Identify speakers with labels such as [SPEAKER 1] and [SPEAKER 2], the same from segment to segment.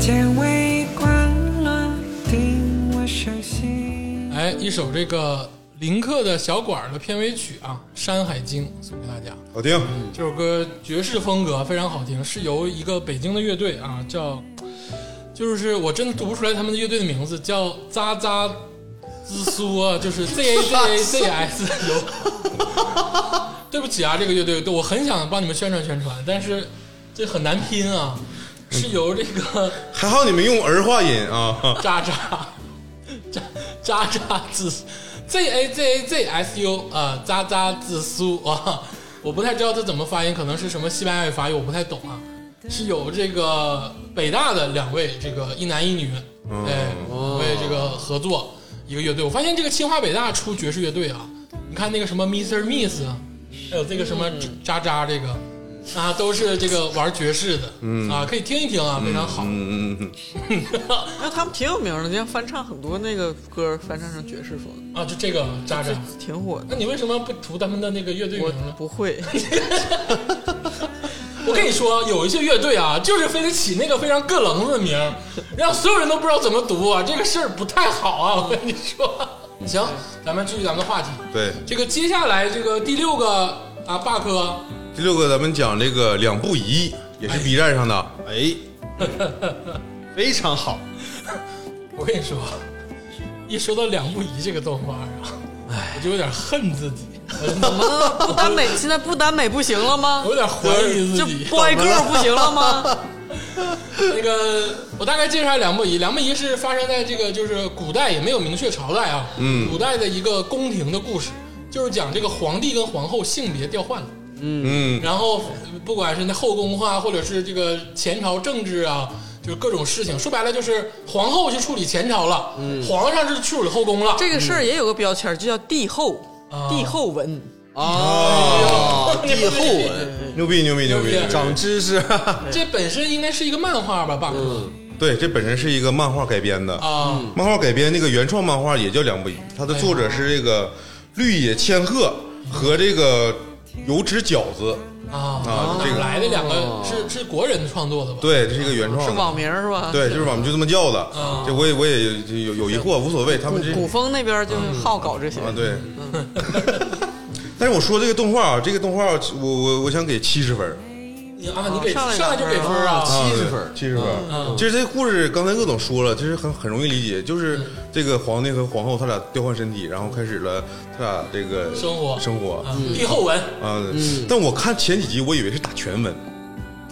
[SPEAKER 1] 键位关了，听我伤心。
[SPEAKER 2] 哎，一首这个林克的小馆儿的片尾曲啊，《山海经》送给大家。
[SPEAKER 3] 好听，
[SPEAKER 4] 嗯
[SPEAKER 2] 这首歌爵士风格非常好听，是由一个北京的乐队啊，叫，就是我真的读不出来他们的乐队的名字，叫扎扎兹苏啊， 就是 Z A Z A Z S 有。对不起啊，这个乐队，对我很想帮你们宣传宣传，但是这很难拼啊，是由这个
[SPEAKER 3] 还好你们用儿化音 啊，
[SPEAKER 2] 渣渣 渣渣渣哎自 Z A Z A Z S U 啊、渣渣自苏啊，我不太知道它怎么发音，可能是什么西班牙语、法语，我不太懂啊。是有这个北大的两位，这个一男一女，哎，两位这个合作一个乐队。我发现这个清华北大出爵士乐队啊，你看那个什么 Mr. Miss，啊还有这个什么渣渣这个。啊，都是这个玩爵士的，啊，可以听一听啊，非常好。
[SPEAKER 3] 嗯嗯嗯，
[SPEAKER 5] 那他们挺有名的，人家翻唱很多那个歌，翻唱成爵士风，
[SPEAKER 2] 啊，就这个渣渣，
[SPEAKER 5] 这挺火的。
[SPEAKER 2] 那你为什么不涂他们的那个乐队名
[SPEAKER 5] 我
[SPEAKER 2] 呢？
[SPEAKER 5] 不会，
[SPEAKER 2] 我跟你说，有一些乐队啊，就是非得起那个非常个棱子的名儿，让所有人都不知道怎么读啊，这个事儿不太好啊。我跟你说， 行，咱们继续咱们的话题。
[SPEAKER 3] 对，
[SPEAKER 2] 这个接下来这个第六个啊，霸哥，
[SPEAKER 3] 第六个咱们讲这个两不疑，也是 B 站上的，
[SPEAKER 4] 哎， 非常好，
[SPEAKER 2] 我跟你说，一说到两不疑这个动画啊，我就有点恨自 己，
[SPEAKER 5] 怎么了不耽美？现在不耽美不行了吗
[SPEAKER 2] 我？有点怀疑自
[SPEAKER 5] 就
[SPEAKER 2] 己。
[SPEAKER 5] 不挨个儿不行了吗？
[SPEAKER 2] 那个，我大概介绍一下梁不疑。梁不疑是发生在这个就是古代也没有明确朝代啊，嗯，古代的一个宫廷的故事，就是讲这个皇帝跟皇后性别调换了，
[SPEAKER 3] 嗯，
[SPEAKER 2] 然后不管是那后宫啊，或者是这个前朝政治啊，就是各种事情，说白了就是皇后去处理前朝了，
[SPEAKER 4] 嗯
[SPEAKER 2] 皇上是处理后宫了。
[SPEAKER 5] 这个事儿也有个标签儿，就叫帝后，
[SPEAKER 2] 啊
[SPEAKER 5] 帝后文。
[SPEAKER 4] 哦，帝后文，
[SPEAKER 3] 啊牛逼牛逼牛逼
[SPEAKER 2] 牛，逼
[SPEAKER 4] 长知识，
[SPEAKER 2] 这本身应该是一个漫画吧，爸哥
[SPEAKER 4] 嗯
[SPEAKER 3] 对，这本身是一个漫画改编的，
[SPEAKER 2] 啊，
[SPEAKER 3] 漫画改编那个原创漫画也叫两不疑，它的作者是这个绿野千
[SPEAKER 4] 哎
[SPEAKER 3] 鹤和这个油脂饺子
[SPEAKER 2] 啊
[SPEAKER 3] 啊，这
[SPEAKER 2] 哪
[SPEAKER 3] 个
[SPEAKER 2] 来的两
[SPEAKER 4] 哦
[SPEAKER 2] 个是是国人创作的吧？
[SPEAKER 3] 对，这是一个原创
[SPEAKER 5] 是
[SPEAKER 3] 的，
[SPEAKER 5] 网名儿是吧？
[SPEAKER 3] 对，就是我们就这么叫的
[SPEAKER 2] 啊，
[SPEAKER 3] 这我也我也有有有疑惑，无所谓，他们这
[SPEAKER 5] 古古风那边儿就是好搞这些。
[SPEAKER 3] 啊对。 但是我说这个动画啊，这个动画我我我想给七十分儿，
[SPEAKER 2] 你啊，你给
[SPEAKER 5] 上来
[SPEAKER 2] 上来就给分儿啊，
[SPEAKER 4] 七十分儿，
[SPEAKER 3] 七十分儿。其实这故事刚才鄂总说了，其实很很容易理解，就是这个皇帝和皇后他俩调换身体，然后开始了他俩这个
[SPEAKER 2] 生活
[SPEAKER 3] 生活
[SPEAKER 2] 啊帝后文。
[SPEAKER 3] 啊。但我看前几集，我以为是打全文，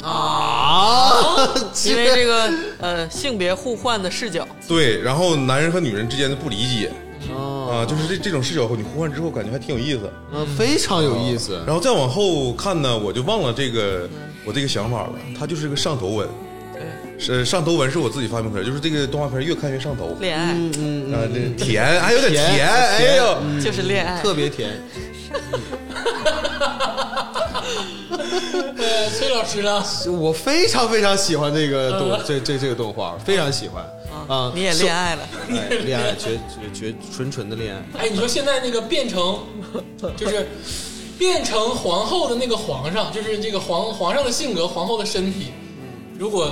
[SPEAKER 4] 啊，
[SPEAKER 5] 因 为这个呃性别互换的视角，
[SPEAKER 3] 对，然后男人和女人之间的不理解
[SPEAKER 4] 啊，
[SPEAKER 3] 啊，就是这这种视角，你互换之后感觉还挺有意思。
[SPEAKER 4] 呃非常有意思，
[SPEAKER 3] 然后再往后看呢，我就忘了这个
[SPEAKER 4] 嗯
[SPEAKER 3] 我这个想法了，它就是个上头文。是上头文是我自己发明出来，就是这个动画片越看越上头，
[SPEAKER 5] 恋爱、
[SPEAKER 3] 啊，这甜，还有点
[SPEAKER 4] 嗯甜嗯
[SPEAKER 3] 甜，哎呦，
[SPEAKER 5] 就是恋爱，
[SPEAKER 4] 特别甜，
[SPEAKER 2] 呃，崔老师呢？
[SPEAKER 4] 我非常非常喜欢这个动这这这个动画，非常喜欢啊，
[SPEAKER 5] 嗯你也恋爱了，
[SPEAKER 4] 哎，恋爱绝绝绝纯纯的恋爱，
[SPEAKER 2] 哎，你说现在那个变成， 就是变成皇后的那个皇上，就是这个皇皇上的性格，皇后的身体，
[SPEAKER 4] 嗯
[SPEAKER 2] 如果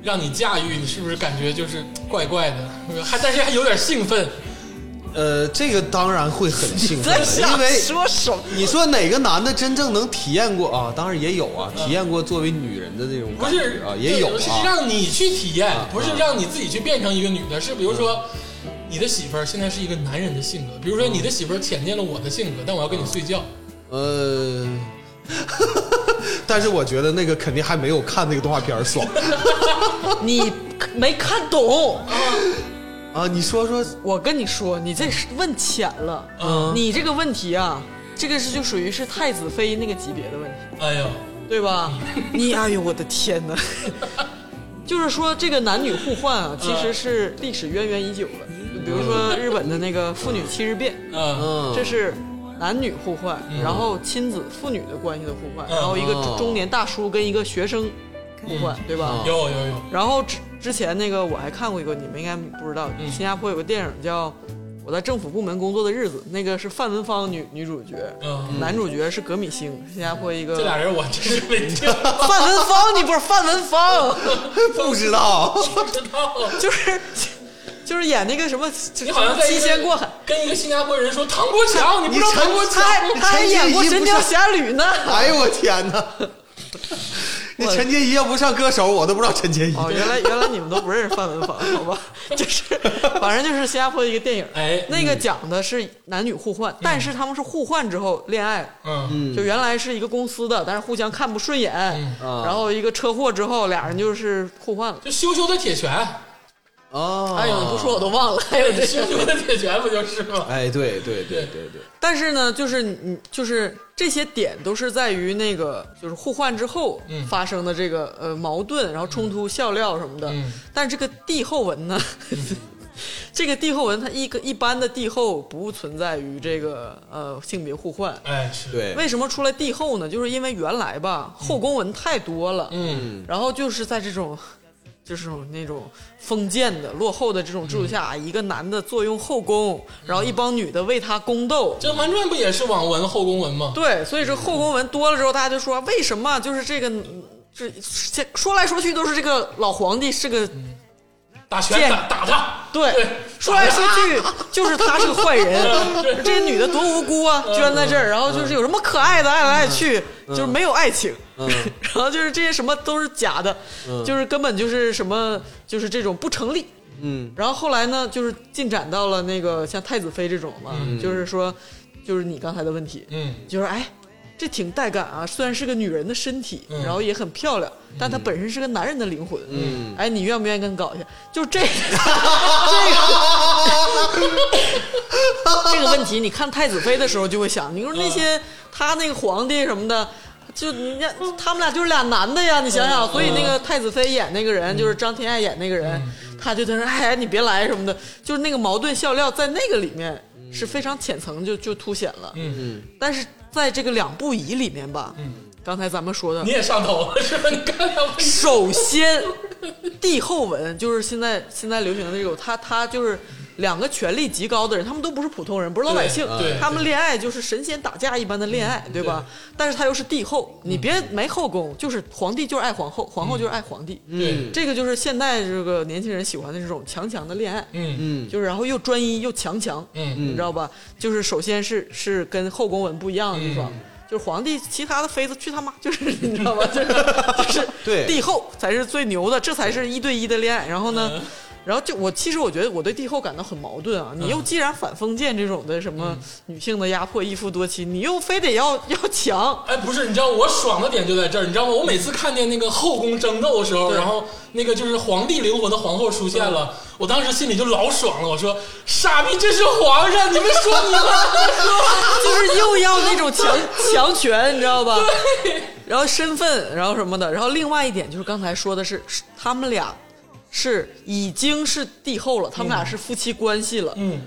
[SPEAKER 2] 让你驾驭，你是不是感觉就是怪怪的？还但是还有点兴奋，
[SPEAKER 4] 呃，这个当然会很兴奋
[SPEAKER 5] 在
[SPEAKER 4] 的，因
[SPEAKER 5] 想
[SPEAKER 4] 为
[SPEAKER 5] 说什么？
[SPEAKER 4] 你说哪个男的真正能体验过啊？当然也有啊，体验过作为女人的那种
[SPEAKER 2] 不
[SPEAKER 4] 感
[SPEAKER 2] 是
[SPEAKER 4] 觉啊，也有
[SPEAKER 2] 是
[SPEAKER 4] 啊。嗯
[SPEAKER 2] 让你去体验，不是让你自己去变成一个女的，是比如说。你的媳妇儿现在是一个男人的性格，比如说你的媳妇儿潜进了我的性格，但我要跟你
[SPEAKER 4] 嗯
[SPEAKER 2] 睡觉，
[SPEAKER 4] 呃， 但是我觉得那个肯定还没有看那个动画片儿爽
[SPEAKER 5] 你没看懂。
[SPEAKER 4] 啊！你说说，
[SPEAKER 5] 我跟你说，你这是问浅了。
[SPEAKER 2] 嗯
[SPEAKER 5] 你这个问题啊，这个是就属于是太子妃那个级别的问题，
[SPEAKER 2] 哎呦，
[SPEAKER 5] 对吧？你哎呦我的天哪！就是说这个男女互换啊，其实是历史渊源已久了。就比如说日本的那个妇女七日变，
[SPEAKER 2] 嗯
[SPEAKER 4] 嗯，
[SPEAKER 5] 这是男女互换，然后亲子父女的关系的互换，然后一个
[SPEAKER 4] 哦
[SPEAKER 5] 中年大叔跟一个学生互换，对吧？
[SPEAKER 2] 有有有，嗯
[SPEAKER 5] 然后之之前那个我还看过一个，你们应该不知道，新加坡有个电影叫《我在政府部门工作的日子，那个是范文芳女女主角，
[SPEAKER 2] 嗯，
[SPEAKER 5] 男主角是葛米星，新加坡一个
[SPEAKER 2] 这俩人我真是没听
[SPEAKER 5] 范文芳，你不是范文芳，
[SPEAKER 4] 不知道，
[SPEAKER 2] 知道。
[SPEAKER 5] 就是就是演那个什么，就
[SPEAKER 2] 你好像在一
[SPEAKER 5] 七
[SPEAKER 2] 个
[SPEAKER 5] 仙过海，
[SPEAKER 2] 跟一个新加坡人说唐国强，你不知道
[SPEAKER 4] 你才
[SPEAKER 2] 唐国
[SPEAKER 5] 他
[SPEAKER 2] 强？
[SPEAKER 5] 还他还演过《神雕侠侣》 呢。
[SPEAKER 4] 哎呦我天哪！你陈洁仪要不上歌手，我都不知道陈洁仪。
[SPEAKER 5] 哦，原来原来你们都不认识范文芳，好吧？ 就是反正就是新加坡的一个电影，
[SPEAKER 2] 哎
[SPEAKER 5] 那个讲的是男女互换，但是他们是互换之后恋爱，
[SPEAKER 2] 嗯，
[SPEAKER 5] 就原来是一个公司的，但是互相看不顺眼，
[SPEAKER 4] 啊
[SPEAKER 5] 然后一个车祸之后，俩人就是互换了。
[SPEAKER 2] 就羞羞的铁拳，
[SPEAKER 4] 哦，
[SPEAKER 5] 哎呦，你不说我都忘了。
[SPEAKER 2] 哎
[SPEAKER 5] 还有这
[SPEAKER 2] 羞羞的铁拳不就是吗？
[SPEAKER 4] 哎，对对对对对，
[SPEAKER 5] 但是呢，就是你就是这些点都是在于那个就是互换之后
[SPEAKER 2] 嗯
[SPEAKER 5] 发生的这个、呃矛盾，然后冲突、笑料什么的。
[SPEAKER 2] 嗯
[SPEAKER 5] 但是这个帝后文呢， 这个帝后文它一个一般的帝后不存在于这个呃性别互换。
[SPEAKER 2] 哎，是，
[SPEAKER 4] 对
[SPEAKER 5] 为什么出来帝后呢？就是因为原来吧后宫文太多了，
[SPEAKER 2] 嗯，
[SPEAKER 5] 然后就是在这种。就是这种那种封建的、落后的这种制度下，一个男的坐拥后宫，然后一帮女的为他宫斗，
[SPEAKER 2] 《甄嬛传》不也是网文后宫文吗？
[SPEAKER 5] 对，所以这后宫文多了之后，大家就说为什么就是这个，这这说来说去都是这个老皇帝是个
[SPEAKER 2] 打拳
[SPEAKER 5] 见
[SPEAKER 2] 打打他，
[SPEAKER 5] 对，说来说去就是他是个坏人，这个女的多无辜啊，捐在这儿，然后就是有什么可爱的爱来爱去，嗯就是没有爱情。 然后就是这些什么都是假的，就是根本就是什么就是这种不成立。
[SPEAKER 4] 嗯，
[SPEAKER 5] 然后后来呢，就是进展到了那个像太子妃这种嘛，就是说，就是你刚才的问题，
[SPEAKER 2] 嗯，
[SPEAKER 5] 就是哎，这挺带感啊，虽然是个女人的身体，然后也很漂亮，但她本身是个男人的灵魂。嗯，哎，你愿不愿意跟搞一下？就这个 这个这个问题，你看太子妃的时候就会想，你说那些他那个皇帝什么的。就人家他们俩就是俩男的呀，你想想，所以那个太子妃演那个人，就是张天爱演那个人，他就在那说：“哎，你别来什么的。”就是那个矛盾笑料在那个里面是非常浅层就就凸显了。
[SPEAKER 2] 嗯
[SPEAKER 5] 嗯。但是在这个两不疑里面吧，嗯，刚才咱们说的
[SPEAKER 2] 你，也上头了是吧？你干两不
[SPEAKER 5] 首先帝后文就是现在现在流行的这种，他他就是。两个权力极高的人，他们都不是普通人，不是老百姓
[SPEAKER 2] 对嗯对，
[SPEAKER 5] 他们恋爱就是神仙打架一般的恋爱，对吧？但是他又是帝后，你别没后宫，
[SPEAKER 2] 嗯
[SPEAKER 5] 就是皇帝就是爱皇后，皇后就是爱皇帝，
[SPEAKER 2] 对，
[SPEAKER 5] 这个就是现代这个年轻人喜欢的这种强强的恋爱，
[SPEAKER 2] 嗯
[SPEAKER 5] 就是然后又专一又强强，
[SPEAKER 2] 嗯
[SPEAKER 5] 你知道吧？就是首先是是跟后宫文不一样
[SPEAKER 2] 嗯
[SPEAKER 5] 的地方，就是皇帝其他的妃子去他妈， 就是你知 道吧？就是就是
[SPEAKER 4] 对
[SPEAKER 5] 帝后才是最牛的，这才是一对一的恋
[SPEAKER 2] 嗯
[SPEAKER 5] 爱。然后呢，然后就我其实我觉得我对帝后感到很矛盾
[SPEAKER 2] 嗯
[SPEAKER 5] 啊！你又既然反封建这种的什么女性的压迫、一夫多妻，你又非得要 要强。
[SPEAKER 2] 哎，不是，你知道我爽的点就在这儿，你知道吗？我每次看见那个后宫争斗的时候，然后那个就是皇帝灵魂的皇后出现了，我当时心里就老爽了。我说：“傻逼，这是皇上！你们说你们
[SPEAKER 5] 就是又要那种强 强权，你知道吧？然后身份，然后什么的，然后另外一点就是刚才说的是，是他们俩是已经是帝后了，他们俩是夫妻关系了，
[SPEAKER 2] 嗯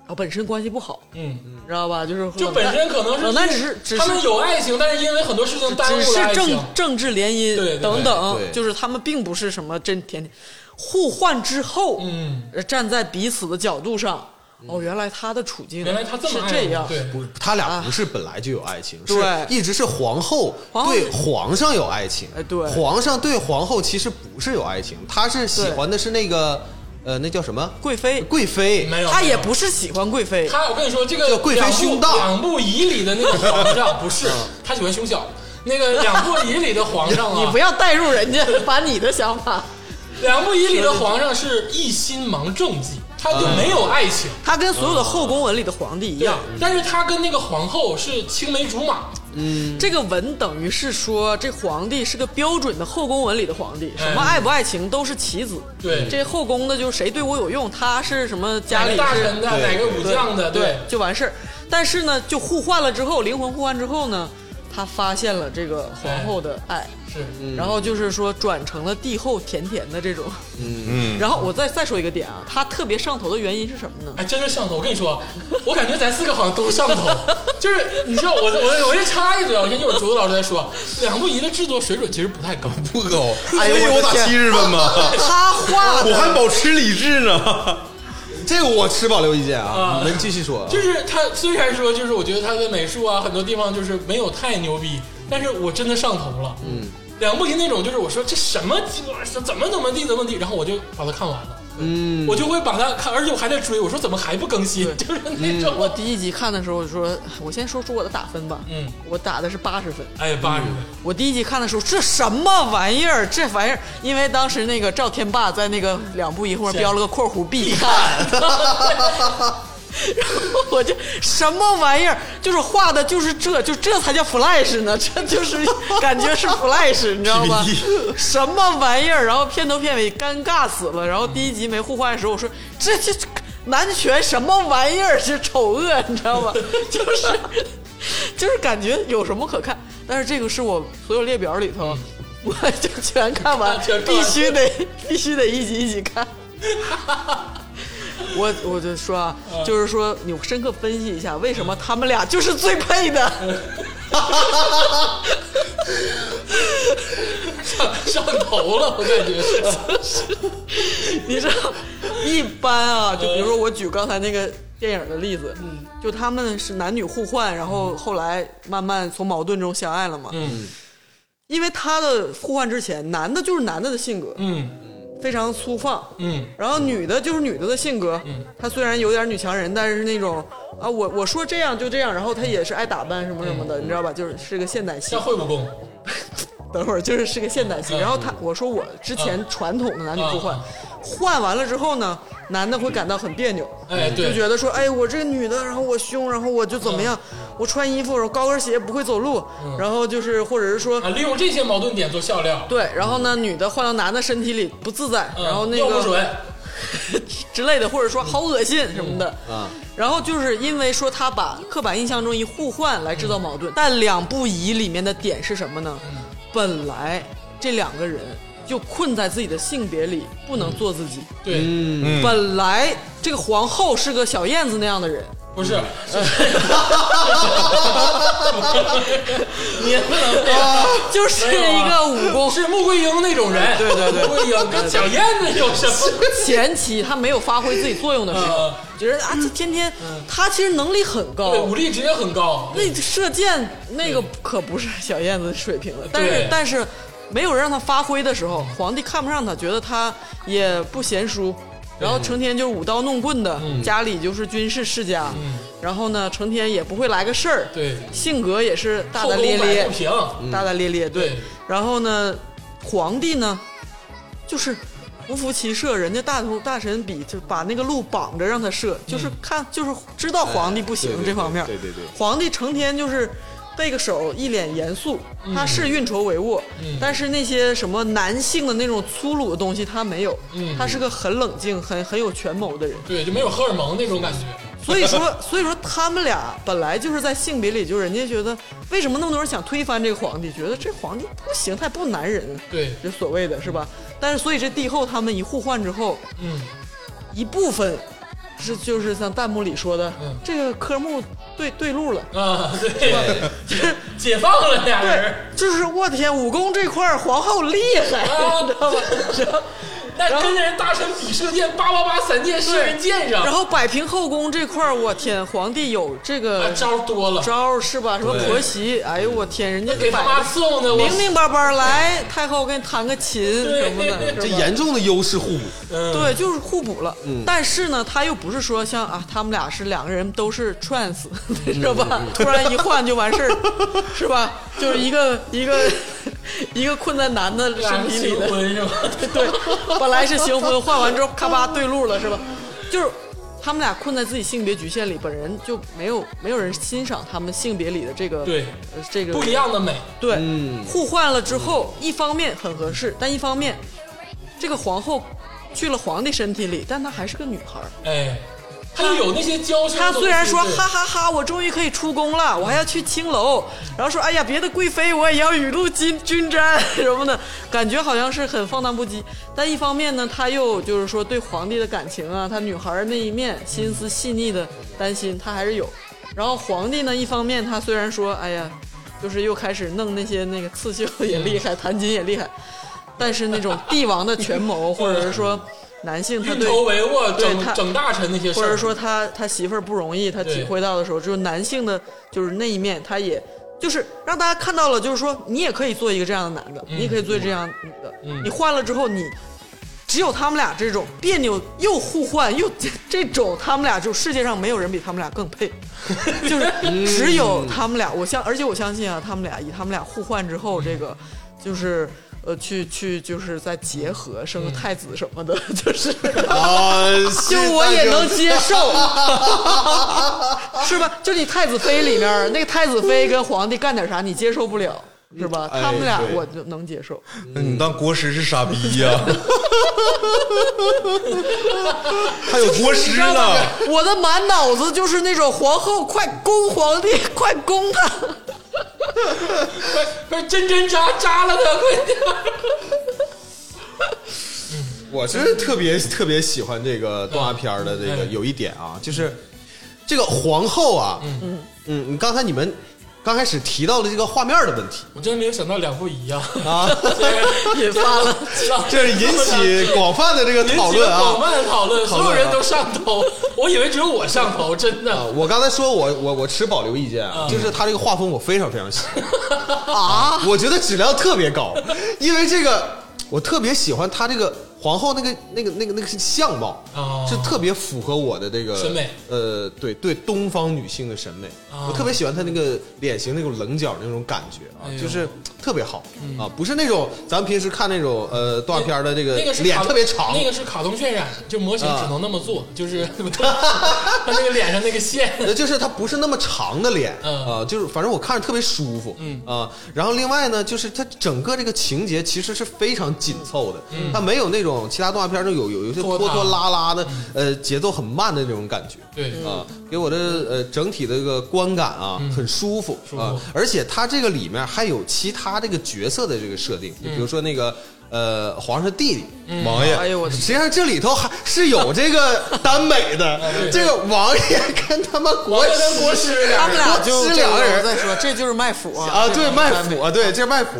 [SPEAKER 5] 然后本身关系不好，
[SPEAKER 2] 嗯，
[SPEAKER 5] 你知道吧？就是
[SPEAKER 2] 就本身可能是
[SPEAKER 5] 冷淡只哦是只
[SPEAKER 2] 他们
[SPEAKER 5] 是
[SPEAKER 2] 有爱情，但是因为很多事情耽误
[SPEAKER 5] 只
[SPEAKER 2] 了爱
[SPEAKER 5] 是
[SPEAKER 2] 情
[SPEAKER 5] 政。政治联姻
[SPEAKER 2] 对对对
[SPEAKER 5] 等等哦
[SPEAKER 4] 对，
[SPEAKER 5] 就是他们并不是什么真甜甜互换之后，
[SPEAKER 2] 嗯，
[SPEAKER 5] 站在彼此的角度上，哦，原来他的处境
[SPEAKER 2] 原来他这
[SPEAKER 5] 是
[SPEAKER 2] 么爱
[SPEAKER 5] 这
[SPEAKER 2] 我
[SPEAKER 5] 样，
[SPEAKER 2] 对，
[SPEAKER 4] 不，他俩不是本来就有爱情，是
[SPEAKER 5] 对
[SPEAKER 4] 一直是皇后
[SPEAKER 5] 皇后
[SPEAKER 4] 对皇上有爱情，
[SPEAKER 5] 哎对
[SPEAKER 4] 皇上对皇后其实不是有爱情，他是喜欢的是那个呃，那叫什么
[SPEAKER 5] 贵妃
[SPEAKER 4] 贵妃，
[SPEAKER 2] 没有，
[SPEAKER 5] 他也
[SPEAKER 2] 没有
[SPEAKER 5] 不是喜欢贵妃，
[SPEAKER 2] 他，我跟你说，这个
[SPEAKER 4] 叫贵妃
[SPEAKER 2] 两部
[SPEAKER 4] 胸大
[SPEAKER 2] 两部仪里的那个皇 上不是，他喜欢胸小。那个两部仪里的皇上啊，
[SPEAKER 5] 你不要带入人家， 把你的想法。
[SPEAKER 2] 两部仪里的皇上是一心忙政绩，他就没有爱情。
[SPEAKER 5] 他跟所有的后宫文里的皇帝一
[SPEAKER 2] 一
[SPEAKER 5] 样
[SPEAKER 2] 样，，但是他跟那个皇后是青梅竹马，
[SPEAKER 5] 这个文等于是说，这皇帝是个标准的后宫文里的皇帝，什么爱不爱情都是棋子。
[SPEAKER 2] 对
[SPEAKER 5] 这后宫的就是谁对我有用，他是什么家
[SPEAKER 2] 哪
[SPEAKER 5] 里
[SPEAKER 2] 个
[SPEAKER 5] 是
[SPEAKER 2] 大臣的，哪个武将的，对，
[SPEAKER 5] 就完事儿。但是呢，就互换了之后，灵魂互换之后呢，他发现了这个皇后的爱，
[SPEAKER 2] 是，
[SPEAKER 5] 然后就是说转成了帝后甜甜的这种。嗯，然后我再再说一个点啊，他特别上头的原因是什么呢？
[SPEAKER 2] 哎，真是上头。我跟你说， 我感觉咱四个好像都上头， 就是你知道我我我这插一嘴啊，我先一会儿竹子老师再说，两部仪的制作水准其实不太高，
[SPEAKER 3] 不高，
[SPEAKER 5] 哎呦
[SPEAKER 3] 所以
[SPEAKER 5] 我
[SPEAKER 3] 我
[SPEAKER 5] 的
[SPEAKER 3] 打
[SPEAKER 5] 天
[SPEAKER 3] 七十分吗？
[SPEAKER 5] 他画
[SPEAKER 3] 我还保持理智呢。
[SPEAKER 4] 这个我持保留意见
[SPEAKER 2] 啊
[SPEAKER 4] 啊，你们继续说啊。
[SPEAKER 2] 就是他虽然说，就是我觉得他的美术啊，很多地方就是没有太牛逼，但是我真的上头了。嗯，两部里那种就是我说这什么鸡巴玩意儿，怎么怎么地怎么地，然后我就把它看完了。嗯，我就会把它看，而且我还在追，我说怎么还不更新？
[SPEAKER 5] 对
[SPEAKER 2] 就是那种，
[SPEAKER 5] 我第一集看的时候，我就说，我先说出我的打分吧。
[SPEAKER 2] 嗯，
[SPEAKER 5] 我打的是八十分。
[SPEAKER 2] 哎，八十分，，
[SPEAKER 5] 我第一集看的时候，这什么玩意儿？这玩意儿，因为当时那个赵天霸在那个两部一后面标了个括弧必看， 然后我就什么玩意儿，就是画的就是这就这才叫 Flash 呢，这就是感觉是 Flash，你知道吗？什么玩意儿？然后片头片尾尴尬死了。然后第一集没互换的时候，我说这这这男权什么玩意儿？这丑恶，你知道吗？ 就是。就是感觉有什么可看，但是这个是我所有列表里头，我就全看完
[SPEAKER 2] 嗯全看完
[SPEAKER 5] 必须得必须得一集一集看。 我我就说啊，就是说你深刻分析一下，为什么他们俩就是最配的？
[SPEAKER 2] 上上头了，我感觉 是。
[SPEAKER 5] 你知道，一般啊，就比如说
[SPEAKER 2] 嗯
[SPEAKER 5] 我举刚才那个电影的例子，就他们是男女互换，然后后来慢慢从矛盾中相爱了嘛。
[SPEAKER 2] 嗯
[SPEAKER 5] 因为他的互换之前，男的就是男的的性格，
[SPEAKER 2] 嗯
[SPEAKER 5] 非常粗放，
[SPEAKER 2] 嗯
[SPEAKER 5] 然后女的就是女的的性格，她虽然有点女强人，但是那种啊，我我说这样就这样，然后她也是爱打扮什么什么的，你知道吧？就是是个现代戏
[SPEAKER 2] 嗯像。惠武功，
[SPEAKER 5] 等会儿就是是个现代戏。
[SPEAKER 2] 嗯
[SPEAKER 5] 然后她我说我之前传统的男女互换
[SPEAKER 2] 嗯，
[SPEAKER 5] 换完了之后呢，男的会感到很别扭，
[SPEAKER 2] 哎，
[SPEAKER 5] 就
[SPEAKER 2] 对，嗯
[SPEAKER 5] 觉得说，哎，我这个女的，然后我凶，然后我就怎么样，我穿衣服，然后高跟鞋不会走路，然后就是或者是说
[SPEAKER 2] 啊，利用这些矛盾点做笑料，
[SPEAKER 5] 对，然后呢，女的换到男的身体里不自在，
[SPEAKER 2] 嗯
[SPEAKER 5] 然后那
[SPEAKER 2] 尿
[SPEAKER 5] 个
[SPEAKER 2] 不准，
[SPEAKER 5] 之类的，或者说
[SPEAKER 2] 嗯
[SPEAKER 5] 好恶心什么的。
[SPEAKER 4] 啊，
[SPEAKER 5] 然后就是因为说他把刻板印象中一互换来制造矛盾，但两不疑里面的点是什么呢？
[SPEAKER 2] 嗯
[SPEAKER 5] 本来这两个人就困在自己的性别里，不能做自己。
[SPEAKER 2] 对，
[SPEAKER 3] 嗯
[SPEAKER 5] 本来这个皇后是个小燕子那样的人，
[SPEAKER 2] 不是，你也不能哎这样。
[SPEAKER 5] 就是一个武功。
[SPEAKER 2] 是穆桂英那种人，对对对，穆桂英跟小燕子有什 么？
[SPEAKER 5] 前期他没有发挥自己作用的时候
[SPEAKER 2] 嗯，
[SPEAKER 5] 觉得啊，这天天他其实能力很高，
[SPEAKER 2] 对，武力值也很高，
[SPEAKER 5] 那射箭那个可不是小燕子水平了，但是但是没有人让他发挥的时候，皇帝看不上他，觉得他也不贤淑，然后成天就舞刀弄棍的，
[SPEAKER 2] 嗯
[SPEAKER 5] 家里就是军事世家，然后呢，成天也不会来个事儿，
[SPEAKER 2] 对
[SPEAKER 5] 性格也是大
[SPEAKER 2] 后
[SPEAKER 5] 大
[SPEAKER 2] 宫
[SPEAKER 5] 咧嗯
[SPEAKER 2] 摆
[SPEAKER 5] 咧
[SPEAKER 2] 不，平，
[SPEAKER 5] 大大咧咧，
[SPEAKER 2] 对
[SPEAKER 5] 然后呢，皇帝呢，就是不服骑射，人家大头大神比就把那个路绑着让他射，就是看就是知道皇帝不行
[SPEAKER 4] 嗯哎对对
[SPEAKER 5] 这方面，
[SPEAKER 4] 对对对
[SPEAKER 5] 皇帝成天就是。背个手，一脸严肃，
[SPEAKER 4] 嗯
[SPEAKER 5] 他是运筹帷幄，但是那些什么男性的那种粗鲁的东西他没有，
[SPEAKER 4] 嗯
[SPEAKER 5] 他是个很冷静、很很有权谋的人。
[SPEAKER 2] 对，就没有荷尔蒙那种感觉。
[SPEAKER 5] 所以 说，所以说他们俩本来就是在性别里，就人家觉得为什么那么多人想推翻这个皇帝，觉得这皇帝不行，他也不男人，
[SPEAKER 2] 对
[SPEAKER 5] 就所谓的是吧？但是所以这帝后他们一互换之后，
[SPEAKER 2] 嗯，
[SPEAKER 5] 一部分是就是像弹幕里说的，
[SPEAKER 2] 嗯
[SPEAKER 5] 这个科目对对路了。
[SPEAKER 2] 啊， 对，解解放了俩
[SPEAKER 5] 对
[SPEAKER 2] 人，，
[SPEAKER 5] 就是我天，武功这块儿皇后厉害，
[SPEAKER 2] 啊
[SPEAKER 5] 你知道吗？然后
[SPEAKER 2] 但跟人大神比射箭，八八八三箭射人箭上，
[SPEAKER 5] 然后摆平后宫这块儿，我天，皇帝有这
[SPEAKER 2] 啊
[SPEAKER 5] 个
[SPEAKER 2] 招多了，
[SPEAKER 5] 招儿是吧？什么婆媳，哎呦我天，人家
[SPEAKER 2] 给他
[SPEAKER 5] 摆
[SPEAKER 2] 妈
[SPEAKER 5] 得
[SPEAKER 2] 送的我
[SPEAKER 5] 明明白白来，太后给你弹个琴什么的，
[SPEAKER 4] 这
[SPEAKER 5] 是吧
[SPEAKER 4] 严重的优势互补。
[SPEAKER 2] 嗯
[SPEAKER 5] 对，就是互补了。但是呢，他又不是说像啊，他们俩是两个人都是 trans，是
[SPEAKER 2] 嗯
[SPEAKER 5] 吧？突然一换就完事儿了，是吧？就是一个一个一个困在男的
[SPEAKER 2] 俩
[SPEAKER 5] 身
[SPEAKER 2] 人
[SPEAKER 5] 体里
[SPEAKER 2] 结
[SPEAKER 5] 的，
[SPEAKER 2] 婚是吧？
[SPEAKER 5] 对，本来是行婚，换完之后咔吧对路了，是吧？就是。他们俩困在自己性别局限里，本人就没有没有人欣赏他们性别里的这个
[SPEAKER 2] 对
[SPEAKER 5] 呃这个
[SPEAKER 2] 不一样的美，
[SPEAKER 5] 对，互换了之后，一方面很合适，但一方面，这个皇后去了皇帝身体里，但她还是个女孩儿。
[SPEAKER 2] 哎，他就有那些娇羞的
[SPEAKER 5] 她
[SPEAKER 2] 东西。
[SPEAKER 5] 虽然说
[SPEAKER 2] 对
[SPEAKER 5] 哈哈哈我终于可以出宫了，我还要去青楼，然后说哎呀，别的贵妃我也要雨露均均沾 什么的，感觉好像是很放荡不羁。但一方面呢，她又就是说对皇帝的感情啊，她女孩儿那一面心思细腻的担心，她还是有。然后皇帝呢，一方面他虽然说哎呀，就是又开始弄那些那个刺绣也厉害，弹琴也厉害，但是那种帝王的权谋，或者是说男性他
[SPEAKER 2] 运
[SPEAKER 5] 对
[SPEAKER 2] 筹帷幄，
[SPEAKER 5] 对
[SPEAKER 2] 整
[SPEAKER 5] 他
[SPEAKER 2] 整大臣那些事
[SPEAKER 5] 或者
[SPEAKER 2] 儿，
[SPEAKER 5] 说他他媳妇儿不容易，他
[SPEAKER 2] 对
[SPEAKER 5] 体会到的时候，就是男性的就是那一面，他也就是让大家看到了，就是说你也可以做一个这样的男的，你也可以做这样的女的，
[SPEAKER 2] 嗯
[SPEAKER 5] 你换了之后你。只有他们俩这种别扭又互换又这种，他们俩就世界上没有人比他们俩更 配，就是
[SPEAKER 2] 嗯
[SPEAKER 5] 只有他们俩。我相而且我相信啊，他们俩以他们俩互换之后，这个就是呃去去就是再结合
[SPEAKER 2] 嗯
[SPEAKER 5] 生个太子什么的， 就是
[SPEAKER 4] 啊，
[SPEAKER 5] 就我也能接受， 是吧？就你太子妃里面那个太子妃跟皇帝干点啥，你接受不了，是吧？
[SPEAKER 4] 哎
[SPEAKER 5] 他们俩
[SPEAKER 4] 对
[SPEAKER 5] 我就能接受。
[SPEAKER 3] 那你当国师是傻逼 呀、还有国师呢，
[SPEAKER 5] 我的满脑子就是那种皇后快攻皇帝，快攻他！
[SPEAKER 2] 快快针针扎扎了他，快点！
[SPEAKER 4] 我是特别特别喜欢这个动画片儿的这个
[SPEAKER 2] 嗯
[SPEAKER 4] 有一点啊，就是这个皇后啊，嗯嗯，刚才你们刚开始提到的这个画面的问题
[SPEAKER 2] 我真没有想到两不一样，啊
[SPEAKER 4] 啊，
[SPEAKER 5] 引发了
[SPEAKER 4] 这是引 起广泛的这个
[SPEAKER 2] 引
[SPEAKER 4] 讨
[SPEAKER 2] 起
[SPEAKER 4] 论
[SPEAKER 2] 了广
[SPEAKER 4] 啊。
[SPEAKER 2] 泛的讨论，
[SPEAKER 4] 讨
[SPEAKER 2] 所
[SPEAKER 4] 论啊
[SPEAKER 2] 有人都上头，我以为只有我上头，真的。
[SPEAKER 4] 啊
[SPEAKER 2] 嗯
[SPEAKER 4] 我刚才说我我我持保留意见啊，就是他这个画风我非常非常喜欢，
[SPEAKER 5] 啊！
[SPEAKER 4] 我觉得质量特别高，因为这个我特别喜欢他这个皇后那个那个那个那个相貌
[SPEAKER 2] 哦，
[SPEAKER 4] 是特别符合我的这个
[SPEAKER 2] 审美
[SPEAKER 4] 呃，对对，东方女性的审美，
[SPEAKER 2] 哦
[SPEAKER 4] 我特别喜欢她那个脸型那种棱角那种感觉啊
[SPEAKER 2] 哎，呦嗯
[SPEAKER 4] 就是特别好啊，不是那种咱们平时看那种呃动画片的这个
[SPEAKER 2] 那个是
[SPEAKER 4] 脸
[SPEAKER 2] 卡
[SPEAKER 4] 特别长
[SPEAKER 2] 那，个是卡通渲染，就模型
[SPEAKER 4] 啊
[SPEAKER 2] 只能那么做，就是 他那个脸上那个线，
[SPEAKER 4] 呃，就是它不是那么长的脸，
[SPEAKER 2] 嗯
[SPEAKER 4] 啊，就是反正我看着特别舒服，
[SPEAKER 2] 嗯
[SPEAKER 4] 啊，然后另外呢，就是它整个这个情节其实是非常紧凑的，它没有那种其他动画片中有有有一些
[SPEAKER 2] 嗯拖
[SPEAKER 4] 拖
[SPEAKER 2] 沓嗯
[SPEAKER 4] 拖拉拉的，呃，节奏很慢的那种感觉，
[SPEAKER 2] 对，嗯
[SPEAKER 4] 啊，给我的呃整体的这个观感啊，很舒服
[SPEAKER 2] 舒服
[SPEAKER 4] 啊，而且它这个里面还有其他这个角色的这个设定，
[SPEAKER 2] 嗯
[SPEAKER 4] 就比如说那个呃皇上弟弟。
[SPEAKER 3] 王爷。
[SPEAKER 5] 哎呦我的，
[SPEAKER 4] 实际上这里头还是有这个耽美的，这个王爷跟他妈国
[SPEAKER 2] 王爷跟国师
[SPEAKER 4] 师
[SPEAKER 5] 他们俩就
[SPEAKER 4] 国师
[SPEAKER 5] 这
[SPEAKER 4] 两个
[SPEAKER 5] 我
[SPEAKER 4] 人
[SPEAKER 5] 再说，这就是卖腐啊！
[SPEAKER 4] 啊，对卖腐啊，对这卖腐，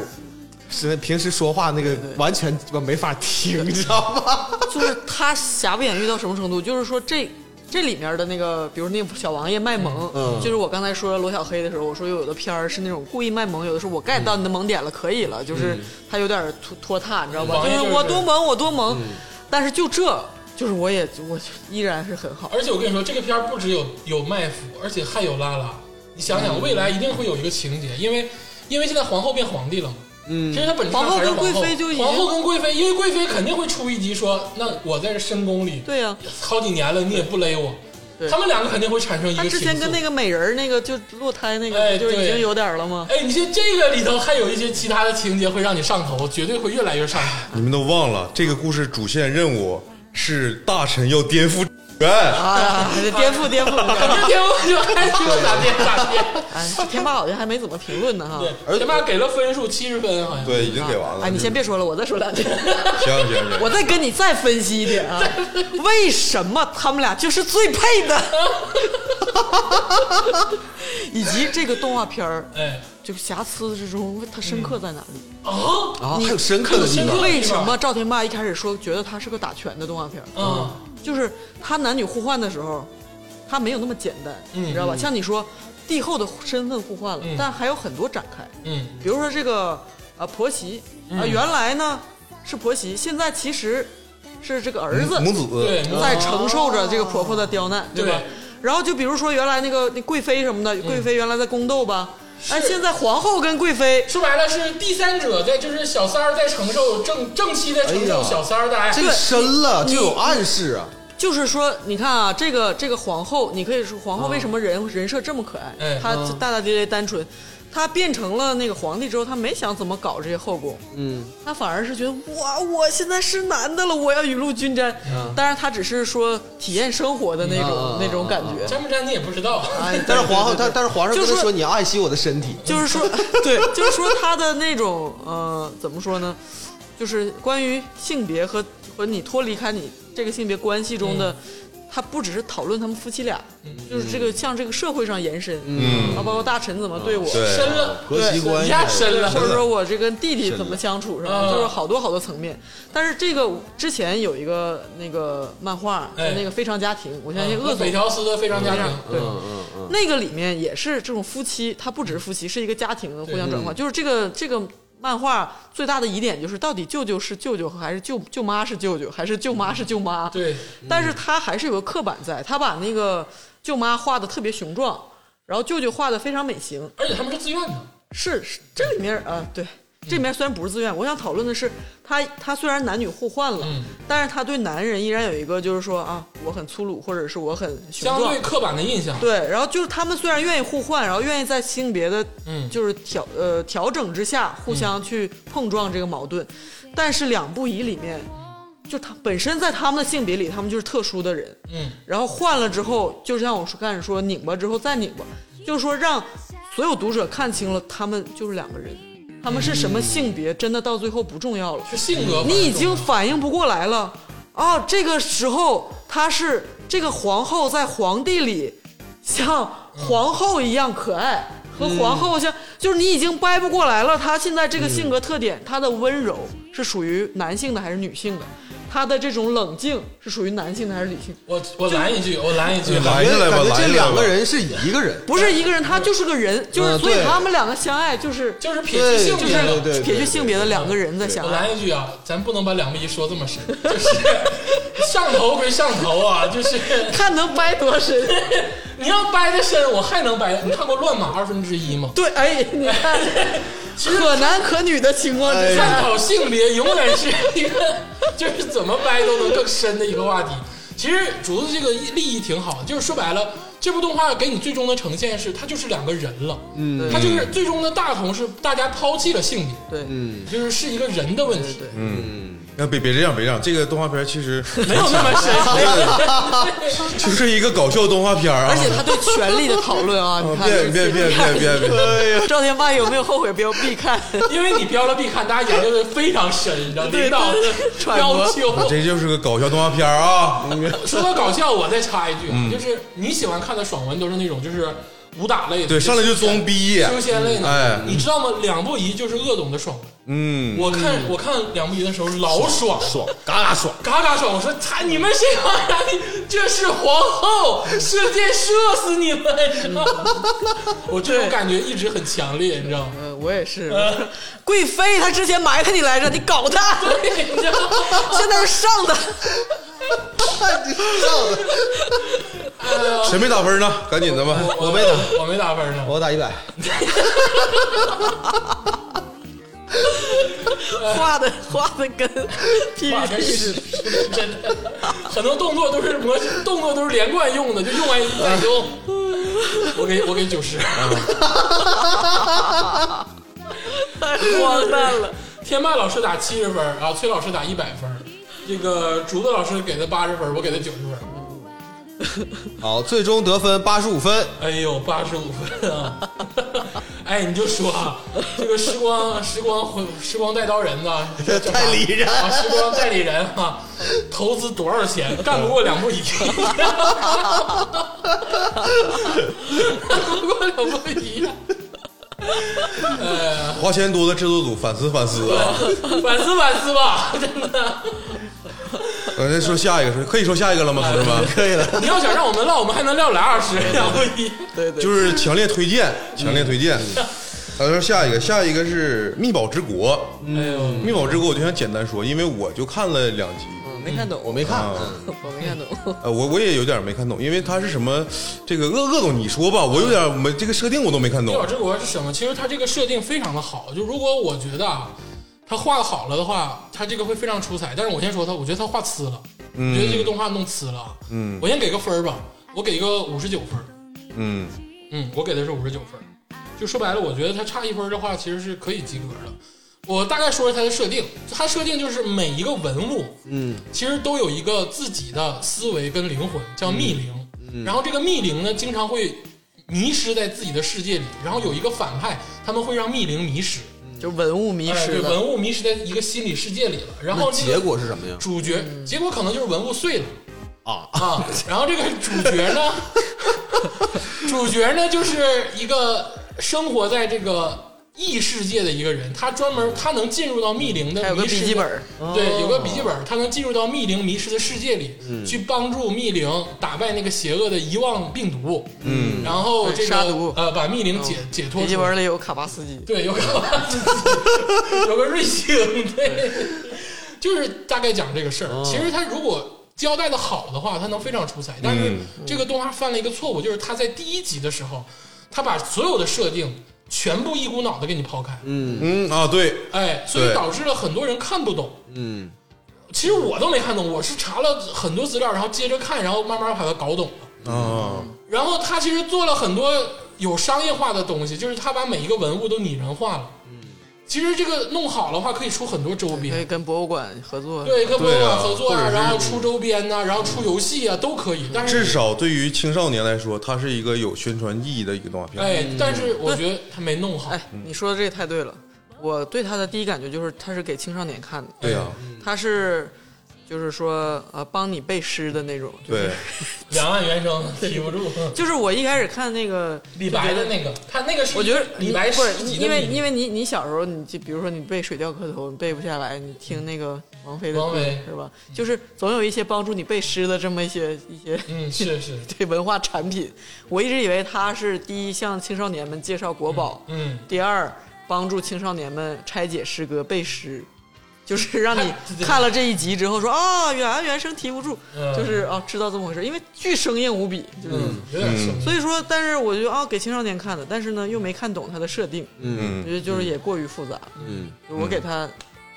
[SPEAKER 4] 是平时说话那个完全鸡巴没法听，你知道吗？
[SPEAKER 5] 就是他瑕不掩瑜到什么程度？就是说这这里面的那个，比如那个小王爷卖萌，
[SPEAKER 4] 嗯
[SPEAKER 5] 就是我刚才说罗小黑的时候，我说有的片儿是那种故意卖萌，有的时候我 get 到你的萌点了，可以了，就是他有点拖拖沓，你知道吧？
[SPEAKER 2] 王爷
[SPEAKER 5] 就
[SPEAKER 2] 就是
[SPEAKER 5] 嗯是我嗯多萌，我多萌，但是就这。就是我也我依然是很好，
[SPEAKER 2] 而且我跟你说，这个片儿不只有有卖腐，而且还有拉拉。你想想，未来一定会有一个情节，因为因为现在皇后变皇帝了嘛。嗯，其实她本质上还是
[SPEAKER 5] 皇后
[SPEAKER 2] 皇
[SPEAKER 5] 跟
[SPEAKER 2] 后
[SPEAKER 5] 贵妃就已经
[SPEAKER 2] 皇后跟贵妃，因为贵妃肯定会出一集说，那我在这深宫里
[SPEAKER 5] 对呀、
[SPEAKER 2] 好几年了，你也不勒我，他们两个肯定会产生一个
[SPEAKER 5] 他
[SPEAKER 2] 情
[SPEAKER 5] 之前
[SPEAKER 2] 愫
[SPEAKER 5] 跟那个美人儿那个就落胎那个，
[SPEAKER 2] 哎
[SPEAKER 5] 就是已经
[SPEAKER 2] 对
[SPEAKER 5] 有点了吗？
[SPEAKER 2] 哎，你这这个里头还有一些其他的情节会让你上头，绝对会越来越上头。
[SPEAKER 3] 你们都忘了这个故事主线任务是大臣要颠覆哎，
[SPEAKER 5] 啊，颠覆颠覆！
[SPEAKER 2] 这天我就还是咋地咋地。
[SPEAKER 5] 哎，天霸好像还没怎么评论呢哈。
[SPEAKER 2] 对，天妈给了分数七十分，好像。
[SPEAKER 3] 对，已经给完了。
[SPEAKER 5] 哎，你先别说了，我再说两句。
[SPEAKER 3] 行行行，
[SPEAKER 5] 我再跟你再分析一点啊，为什么他们俩就是最配的？ 以及这个动画片儿，
[SPEAKER 2] 哎，
[SPEAKER 5] 就瑕疵之中，它深刻在哪里？
[SPEAKER 2] 啊，
[SPEAKER 4] 啊，还有深刻的地
[SPEAKER 2] 还有深刻
[SPEAKER 4] 方
[SPEAKER 2] 嗯
[SPEAKER 5] 为什么赵天霸一开始说觉得它是个打拳的动画片儿？
[SPEAKER 2] 嗯，
[SPEAKER 5] 就是他男女互换的时候，他没有那么简单，你知道吧？像你说帝后的身份互换了，
[SPEAKER 2] 嗯
[SPEAKER 5] 但还有很多展开，
[SPEAKER 2] 嗯，
[SPEAKER 5] 比如说这个呃婆媳啊、
[SPEAKER 2] 嗯
[SPEAKER 5] 原来呢是婆媳，现在其实是这个儿子
[SPEAKER 3] 嗯母子
[SPEAKER 2] 对，
[SPEAKER 5] 在承受着这个婆婆的刁难，对吧
[SPEAKER 2] 对？
[SPEAKER 5] 然后就比如说原来那个那贵妃什么的，贵妃原来在宫斗吧，哎，现在皇后跟贵妃
[SPEAKER 2] 说白了是第三者在，就是小三儿在承受正正妻在承
[SPEAKER 4] 哎
[SPEAKER 2] 受
[SPEAKER 4] 呀
[SPEAKER 2] 小三儿的爱。
[SPEAKER 4] 这个深了
[SPEAKER 5] 你
[SPEAKER 4] 就有暗示啊，
[SPEAKER 5] 就是说，你看啊，这个这个皇后，你可以说皇后为什么人、人设这么可爱
[SPEAKER 2] 哎？
[SPEAKER 5] 她大大咧咧、单纯，她变成了那个皇帝之后，她没想怎么搞这些后宫，
[SPEAKER 4] 嗯，
[SPEAKER 5] 她反而是觉得哇，我现在是男的了，我要雨露均沾。当然，她只是说体验生活的那种、
[SPEAKER 4] 嗯嗯嗯
[SPEAKER 5] 那种感觉。
[SPEAKER 2] 沾不沾你也不知道，
[SPEAKER 4] 哎，但是皇后，但但是皇上
[SPEAKER 5] 就
[SPEAKER 4] 跟他
[SPEAKER 5] 说
[SPEAKER 4] 说你要爱惜我的身体，
[SPEAKER 5] 就是说，对，就是说他的那种呃，怎么说呢？就是关于性别和和你脱离开你这个性别关系中的他不只是讨论他们夫妻俩，就是这个向这个社会上延伸，
[SPEAKER 4] 嗯
[SPEAKER 5] 啊，包括大臣怎么对我，
[SPEAKER 4] 啊
[SPEAKER 3] 对
[SPEAKER 2] 深了，
[SPEAKER 4] 婆媳关
[SPEAKER 2] 一
[SPEAKER 4] 系
[SPEAKER 2] 下深
[SPEAKER 5] 或者
[SPEAKER 2] 了，
[SPEAKER 5] 说我这跟弟弟怎么相处什么，
[SPEAKER 2] 嗯
[SPEAKER 5] 就是好多好多层面。但是这个之前有一个那个漫画，就
[SPEAKER 2] 哎嗯
[SPEAKER 5] 那个《非常家庭》，我相信鄂总
[SPEAKER 2] 北条司的非常家庭，
[SPEAKER 5] 对，
[SPEAKER 2] 嗯
[SPEAKER 5] 那个里面也是这种夫妻，它不只是夫妻，是一个家庭的互相
[SPEAKER 2] 嗯
[SPEAKER 5] 转换。就是这个这个漫画最大的疑点就是，到底舅舅是舅舅还是舅舅妈是舅舅，还是舅妈是舅妈？
[SPEAKER 2] 对，
[SPEAKER 5] 但是他还是有个刻板在，他把那个舅妈画的特别雄壮，然后舅舅画的非常美型。
[SPEAKER 2] 而且他们是自愿的，
[SPEAKER 5] 是是这里面啊，对，这里面虽然不是自愿，我想讨论的是，他他虽然男女互换了，
[SPEAKER 2] 嗯
[SPEAKER 5] 但是他对男人依然有一个就是说啊，我很粗鲁，或者是我很雄
[SPEAKER 2] 相
[SPEAKER 5] 壮
[SPEAKER 2] 对。刻板的印象，
[SPEAKER 5] 对，然后就是他们虽然愿意互换，然后愿意在性别的
[SPEAKER 2] 嗯
[SPEAKER 5] 就是调呃调整之下互相去碰撞这个矛盾，但是两不疑里面，就他本身在他们的性别里，他们就是特殊的人，
[SPEAKER 2] 嗯，
[SPEAKER 5] 然后换了之后，就像我说刚才说拧巴之后再拧巴，就是说让所有读者看清了他们就是两个人，他们是什么性别，真的到最后不重要了。
[SPEAKER 2] 是性格。
[SPEAKER 4] 嗯
[SPEAKER 5] 你已经反应不过来了。啊，这个时候她是这个皇后在皇帝里像皇后一样可爱，和皇后像，就是你已经掰不过来了。她现在这个性格特点，她的温柔是属于男性的还是女性的？她的这种冷静是属于男性的还是女性？
[SPEAKER 2] 我我拦一句，我拦一句啊，
[SPEAKER 3] 来
[SPEAKER 4] 感
[SPEAKER 3] 下
[SPEAKER 4] 觉
[SPEAKER 3] 来吧
[SPEAKER 4] 感觉
[SPEAKER 3] 来下
[SPEAKER 4] 这
[SPEAKER 3] 来吧
[SPEAKER 4] 两个人是一个人，
[SPEAKER 5] 不是一个人，她就是个人，就是
[SPEAKER 4] 嗯
[SPEAKER 5] 所以
[SPEAKER 4] 对
[SPEAKER 5] 他们两个相爱就是
[SPEAKER 2] 就是撇
[SPEAKER 4] 对，
[SPEAKER 2] 去性
[SPEAKER 4] 对
[SPEAKER 2] 别
[SPEAKER 4] 对
[SPEAKER 2] 了。
[SPEAKER 4] 对，
[SPEAKER 5] 撇去
[SPEAKER 4] 对
[SPEAKER 5] 性别的两个人在相
[SPEAKER 2] 我
[SPEAKER 5] 爱。
[SPEAKER 2] 来一句啊，咱不能把两不一说这么深，就是 上头归上头啊，就是
[SPEAKER 5] 看能掰多深？
[SPEAKER 2] 你要掰的深，我还能掰。你看过《乱马二分之一》吗？
[SPEAKER 5] 对，哎，你 看，可男可女的情况之下，
[SPEAKER 2] 探讨性别永远是一个，就是怎么掰都能更深的一个话题。其实竹子这个立意挺好，就是说白了，这部动画给你最终的呈现是，它就是两个人了，嗯，它就是最终的大同是大家抛弃了性别，
[SPEAKER 5] 对，
[SPEAKER 2] 就是是一个人的问
[SPEAKER 5] 嗯对
[SPEAKER 2] 题，
[SPEAKER 5] 对。
[SPEAKER 3] 那哎别别这样，别这样，这个动画片其 实
[SPEAKER 2] 没有那么深。
[SPEAKER 3] 就是一个搞笑动画片啊。
[SPEAKER 5] 而且他对权力的讨论啊，你
[SPEAKER 3] 啊
[SPEAKER 5] 看，
[SPEAKER 3] 别别别别别别，
[SPEAKER 5] 赵天霸有没有后悔不要必看？
[SPEAKER 2] 因为你标了必看，大家研究的非常深，你知道吗？
[SPEAKER 5] 对
[SPEAKER 2] 领导的
[SPEAKER 5] 揣摩
[SPEAKER 2] 要求。
[SPEAKER 3] 这就是个搞笑动画片啊。
[SPEAKER 2] 说到搞笑，我再插一句，啊，就是你喜欢看的爽文都是那种就是武打类的，
[SPEAKER 3] 对，上来就装逼，
[SPEAKER 2] 修仙类的，
[SPEAKER 3] 哎
[SPEAKER 2] 你知道吗？两不疑就是鄂总的爽文。
[SPEAKER 3] 嗯，
[SPEAKER 2] 我看我看两不疑的时候老爽，
[SPEAKER 4] 爽，嘎嘎爽，
[SPEAKER 2] 嘎嘎爽！我说擦，你们这帮人，这是皇后，世界射死你们！你知道吗 我这种感觉一直很强烈，你知道吗？
[SPEAKER 5] 呃，我也是，贵妃她之前埋汰你来着，你搞 她，
[SPEAKER 2] 你知道吗？
[SPEAKER 5] 现在是上她，
[SPEAKER 3] 谁没打分呢？赶紧的吧。
[SPEAKER 2] 我没打，我没打分呢。
[SPEAKER 4] 我打一百，
[SPEAKER 5] 画的画的 跟 PPT
[SPEAKER 2] 是真的，很多动作都是模动作都是连贯用的，就用完一再用。我给我给九十，
[SPEAKER 5] 太荒诞了。
[SPEAKER 2] 天霸老师打七十分，啊，崔老师打一百分，这个竹子老师给他八十分，我给他九十分，
[SPEAKER 4] 好，最终得分八十五分，
[SPEAKER 2] 哎呦，八十五分啊！ 哎，你就说啊，这个时光时光回时光带刀人呐， 代理人啊，时光代理人啊，投资多少钱干不过两步一，干不过两步一。
[SPEAKER 3] 花钱多的制作组反思反思啊。
[SPEAKER 2] 反思反思吧，真的。
[SPEAKER 3] 我呃再说下一个，说可以说下一个了吗，同志 们？可以了，
[SPEAKER 2] 你要想让我们唠，我们还能唠俩小时，要不一
[SPEAKER 3] 就是强烈推荐，强烈推荐。咱说下一个，下一个是《密宝之国》。
[SPEAKER 2] 哎呦，
[SPEAKER 3] 密宝之国，我就想简单说，因为我就看了两集，
[SPEAKER 5] 没看懂，
[SPEAKER 4] 我没看，
[SPEAKER 3] 啊
[SPEAKER 5] 我没看懂。
[SPEAKER 3] 呃，我我也有点没看懂，因为它是什么，这个鄂鄂总你说吧，我有点没这个设定我都没看
[SPEAKER 2] 《密
[SPEAKER 3] 懂
[SPEAKER 2] 宝。之国》是什么？其实它这个设定非常的好，就如果我觉得啊，它画好了的话，它这个会非常出彩。但是我先说它，我觉得它画呲了，我觉得这个动画弄呲了。嗯，我先给个分儿吧，我给个五十九分儿。
[SPEAKER 3] 嗯，
[SPEAKER 2] 嗯，我给的是五十九分儿。就说白了，我觉得它差一分儿的话，其实是可以及格的。我大概说一下它的设定，它设定就是每一个文物，嗯，其实都有一个自己的思维跟灵魂，叫密灵。然后这个密灵呢，经常会迷失在自己的世界里。然后有一个反派，他们会让密灵迷失，
[SPEAKER 5] 就文物迷
[SPEAKER 2] 哎
[SPEAKER 5] 失
[SPEAKER 2] 对，
[SPEAKER 5] 了，
[SPEAKER 2] 文物迷失在一个心理世界里了。然后
[SPEAKER 4] 那
[SPEAKER 2] 这
[SPEAKER 4] 结
[SPEAKER 2] 个
[SPEAKER 4] 果是什么呀？
[SPEAKER 2] 主角，结果可能就是文物碎了。
[SPEAKER 4] 啊，
[SPEAKER 2] 啊，然后这个主角呢，主角呢就是一个生活在这个异世界的一个人，他专门他能进入到密林的
[SPEAKER 5] 还有个
[SPEAKER 2] 迷失
[SPEAKER 5] 笔记
[SPEAKER 2] 的
[SPEAKER 5] 本儿
[SPEAKER 2] 对，有个笔记本儿，他能进入到密林迷失的世界里，去帮助密林打败那个邪恶的遗忘病毒，嗯，然后这
[SPEAKER 5] 对
[SPEAKER 2] 个
[SPEAKER 5] 哎杀毒
[SPEAKER 2] 呃把密林解解脱
[SPEAKER 5] 笔记
[SPEAKER 2] 出来
[SPEAKER 5] 本里有卡巴斯基，
[SPEAKER 2] 对，有个有个瑞幸，对，就是大概讲这个事
[SPEAKER 3] 哦
[SPEAKER 2] 儿。其实他如果交代的好的话，他能非常出彩。但是
[SPEAKER 3] 嗯
[SPEAKER 2] 这个动画犯了一个错误，就是他在第一集的时候，他把所有的设定全部一股脑的给你抛开，
[SPEAKER 3] 嗯啊，对，
[SPEAKER 2] 哎，所以
[SPEAKER 3] 对
[SPEAKER 2] 导致了很多人看不懂。嗯，其实我都没看懂，我是查了很多资料，然后接着看，然后慢慢把它搞懂了。
[SPEAKER 3] 啊，
[SPEAKER 2] 然后他其实做了很多有商业化的东西，就是他把每一个文物都拟人化了。嗯，其实这个弄好的话，可以出很多周
[SPEAKER 5] 可以
[SPEAKER 2] 边，
[SPEAKER 5] 跟博物馆合作。
[SPEAKER 2] 对，跟博物
[SPEAKER 3] 对啊
[SPEAKER 2] 馆合作
[SPEAKER 3] 或者是
[SPEAKER 2] 然后出周边呐、然后出游戏啊，都可以。但
[SPEAKER 3] 至
[SPEAKER 2] 是，
[SPEAKER 3] 少对于青少年来说，它是一个有宣传意义的一个动画片。
[SPEAKER 2] 哎，但是我觉得他没弄好。
[SPEAKER 5] 哎，你说的这个太对了。我对他的第一感觉就是，他是给青少年看的，
[SPEAKER 3] 对呀、啊
[SPEAKER 2] 嗯
[SPEAKER 5] 他是就是说呃帮你背诗的那种。
[SPEAKER 3] 对，
[SPEAKER 2] 两岸原声提不住，
[SPEAKER 5] 就是我一开始看那个
[SPEAKER 2] 李白的
[SPEAKER 5] 就觉得
[SPEAKER 2] 那个，他那个是
[SPEAKER 5] 我觉得
[SPEAKER 2] 李白
[SPEAKER 5] 不
[SPEAKER 2] 诗
[SPEAKER 5] 是，
[SPEAKER 2] 集的
[SPEAKER 5] 因为
[SPEAKER 2] 那个
[SPEAKER 5] 因为你你小时候你就比如说你背《水调歌头》，你背不下来，你听那个王菲的
[SPEAKER 2] 王
[SPEAKER 5] 歌
[SPEAKER 2] 菲
[SPEAKER 5] 是吧？就是总有一些帮助你背诗的这么一些一些
[SPEAKER 2] 嗯是是
[SPEAKER 5] 对文化产品。我一直以为它是第一向青少年们介绍国宝，
[SPEAKER 2] 嗯
[SPEAKER 5] 第二帮助青少年们拆解诗歌背诗。 就是让你
[SPEAKER 2] 对
[SPEAKER 5] 看了这一集之后说啊，原来原声提不住，
[SPEAKER 2] 嗯
[SPEAKER 5] 就是啊，知道这么回事，因为巨生硬无比，就是
[SPEAKER 2] 嗯有点生
[SPEAKER 5] 所以说，但是我觉得啊，给青少年看的，但是呢又没看懂它的设定，我
[SPEAKER 3] 嗯
[SPEAKER 5] 觉得就是也过于复杂了。
[SPEAKER 4] 嗯，
[SPEAKER 5] 我给他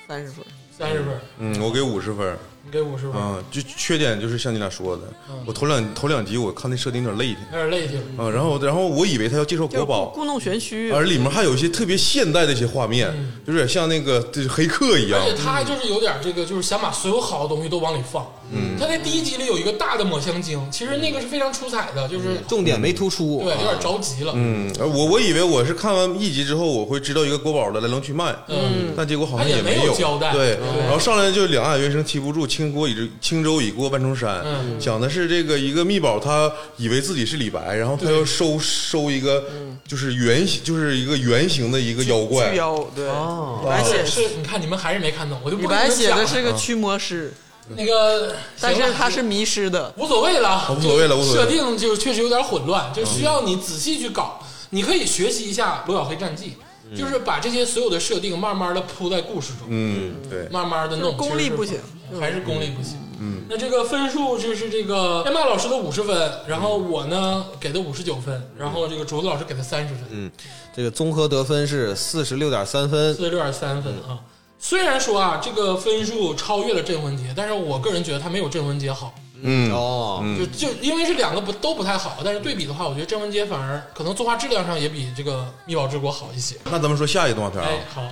[SPEAKER 5] 三十分，
[SPEAKER 2] 三十分，
[SPEAKER 3] 嗯，我给五十分。
[SPEAKER 2] 你给五十分，
[SPEAKER 3] 啊，就缺点就是像你俩说的，我头两头两集我看那设定有点累挺
[SPEAKER 2] 有点累挺。
[SPEAKER 3] 啊，然后然后我以为他要介绍
[SPEAKER 5] 就是
[SPEAKER 3] 国
[SPEAKER 5] 故
[SPEAKER 3] 宝，
[SPEAKER 5] 故弄玄虚。
[SPEAKER 3] 而里面还有一些特别现代的一些画面，就是有点像那个就是黑客一样
[SPEAKER 2] 而且，他就是有点这个，就是想把所有好的东西都往里放。嗯，他在第一集里有一个大的抹香鲸，其实那个是非常出彩的，就是
[SPEAKER 4] 重点没突出，
[SPEAKER 2] 嗯
[SPEAKER 4] 啊
[SPEAKER 2] 对，有点着急了。
[SPEAKER 3] 嗯，而我我以为我是看完一集之后我会知道一个国宝的来龙去脉，
[SPEAKER 2] 嗯，
[SPEAKER 3] 但结果好像
[SPEAKER 2] 他也
[SPEAKER 3] 没
[SPEAKER 2] 没有交代
[SPEAKER 3] 对，
[SPEAKER 2] 嗯
[SPEAKER 3] 然后上来就两岸猿声啼不住，轻国已轻舟已过万重山，
[SPEAKER 2] 嗯
[SPEAKER 3] 讲的是这个一个密宝，他以为自己是李白，然后他要收收一个
[SPEAKER 2] 嗯
[SPEAKER 3] 就是圆形，就是一个圆形的一个妖怪
[SPEAKER 5] 巨，妖对，李白
[SPEAKER 2] 是
[SPEAKER 5] 写
[SPEAKER 2] 是，你看你们还是没看懂，我就不
[SPEAKER 5] 李
[SPEAKER 2] 跟你
[SPEAKER 5] 白
[SPEAKER 2] 们
[SPEAKER 5] 写
[SPEAKER 2] 讲
[SPEAKER 5] 的
[SPEAKER 2] 了
[SPEAKER 5] 是个驱魔师，
[SPEAKER 2] 那个，
[SPEAKER 5] 但
[SPEAKER 2] 行
[SPEAKER 5] 是
[SPEAKER 2] 了
[SPEAKER 5] 他是迷失的。
[SPEAKER 2] 无所谓了，
[SPEAKER 3] 啊无所谓了无所谓
[SPEAKER 2] 设
[SPEAKER 3] 了嗯
[SPEAKER 2] 定就确实有点混乱，就需要你仔细去搞。你可以学习一下《罗小黑战记》，就是把这些所有的设定慢慢的铺在故事中。
[SPEAKER 3] 嗯，对，
[SPEAKER 2] 慢慢的
[SPEAKER 5] 就
[SPEAKER 2] 弄，
[SPEAKER 5] 是功力
[SPEAKER 2] 其实
[SPEAKER 5] 不行
[SPEAKER 2] 是还是功力不行。嗯，那这个分数就是这个天霸老师的五十分，然后我呢给的五十九分，然后这个竹子老师给的三十分，
[SPEAKER 4] 嗯，这个综合得分是四十六点三分
[SPEAKER 2] 四，十六点三分啊。虽然说啊，这个分数超越了《镇魂街》，但是我个人觉得它没有《镇魂街》好，
[SPEAKER 3] 嗯，
[SPEAKER 4] 哦，
[SPEAKER 3] 嗯
[SPEAKER 2] 就就因为是两个不都不太好，但是对比的话，我觉得《镇魂街》反而可能作画质量上也比这个《密宝之国》好一些。
[SPEAKER 3] 那咱们说下一个动画片啊，
[SPEAKER 2] 哎，好，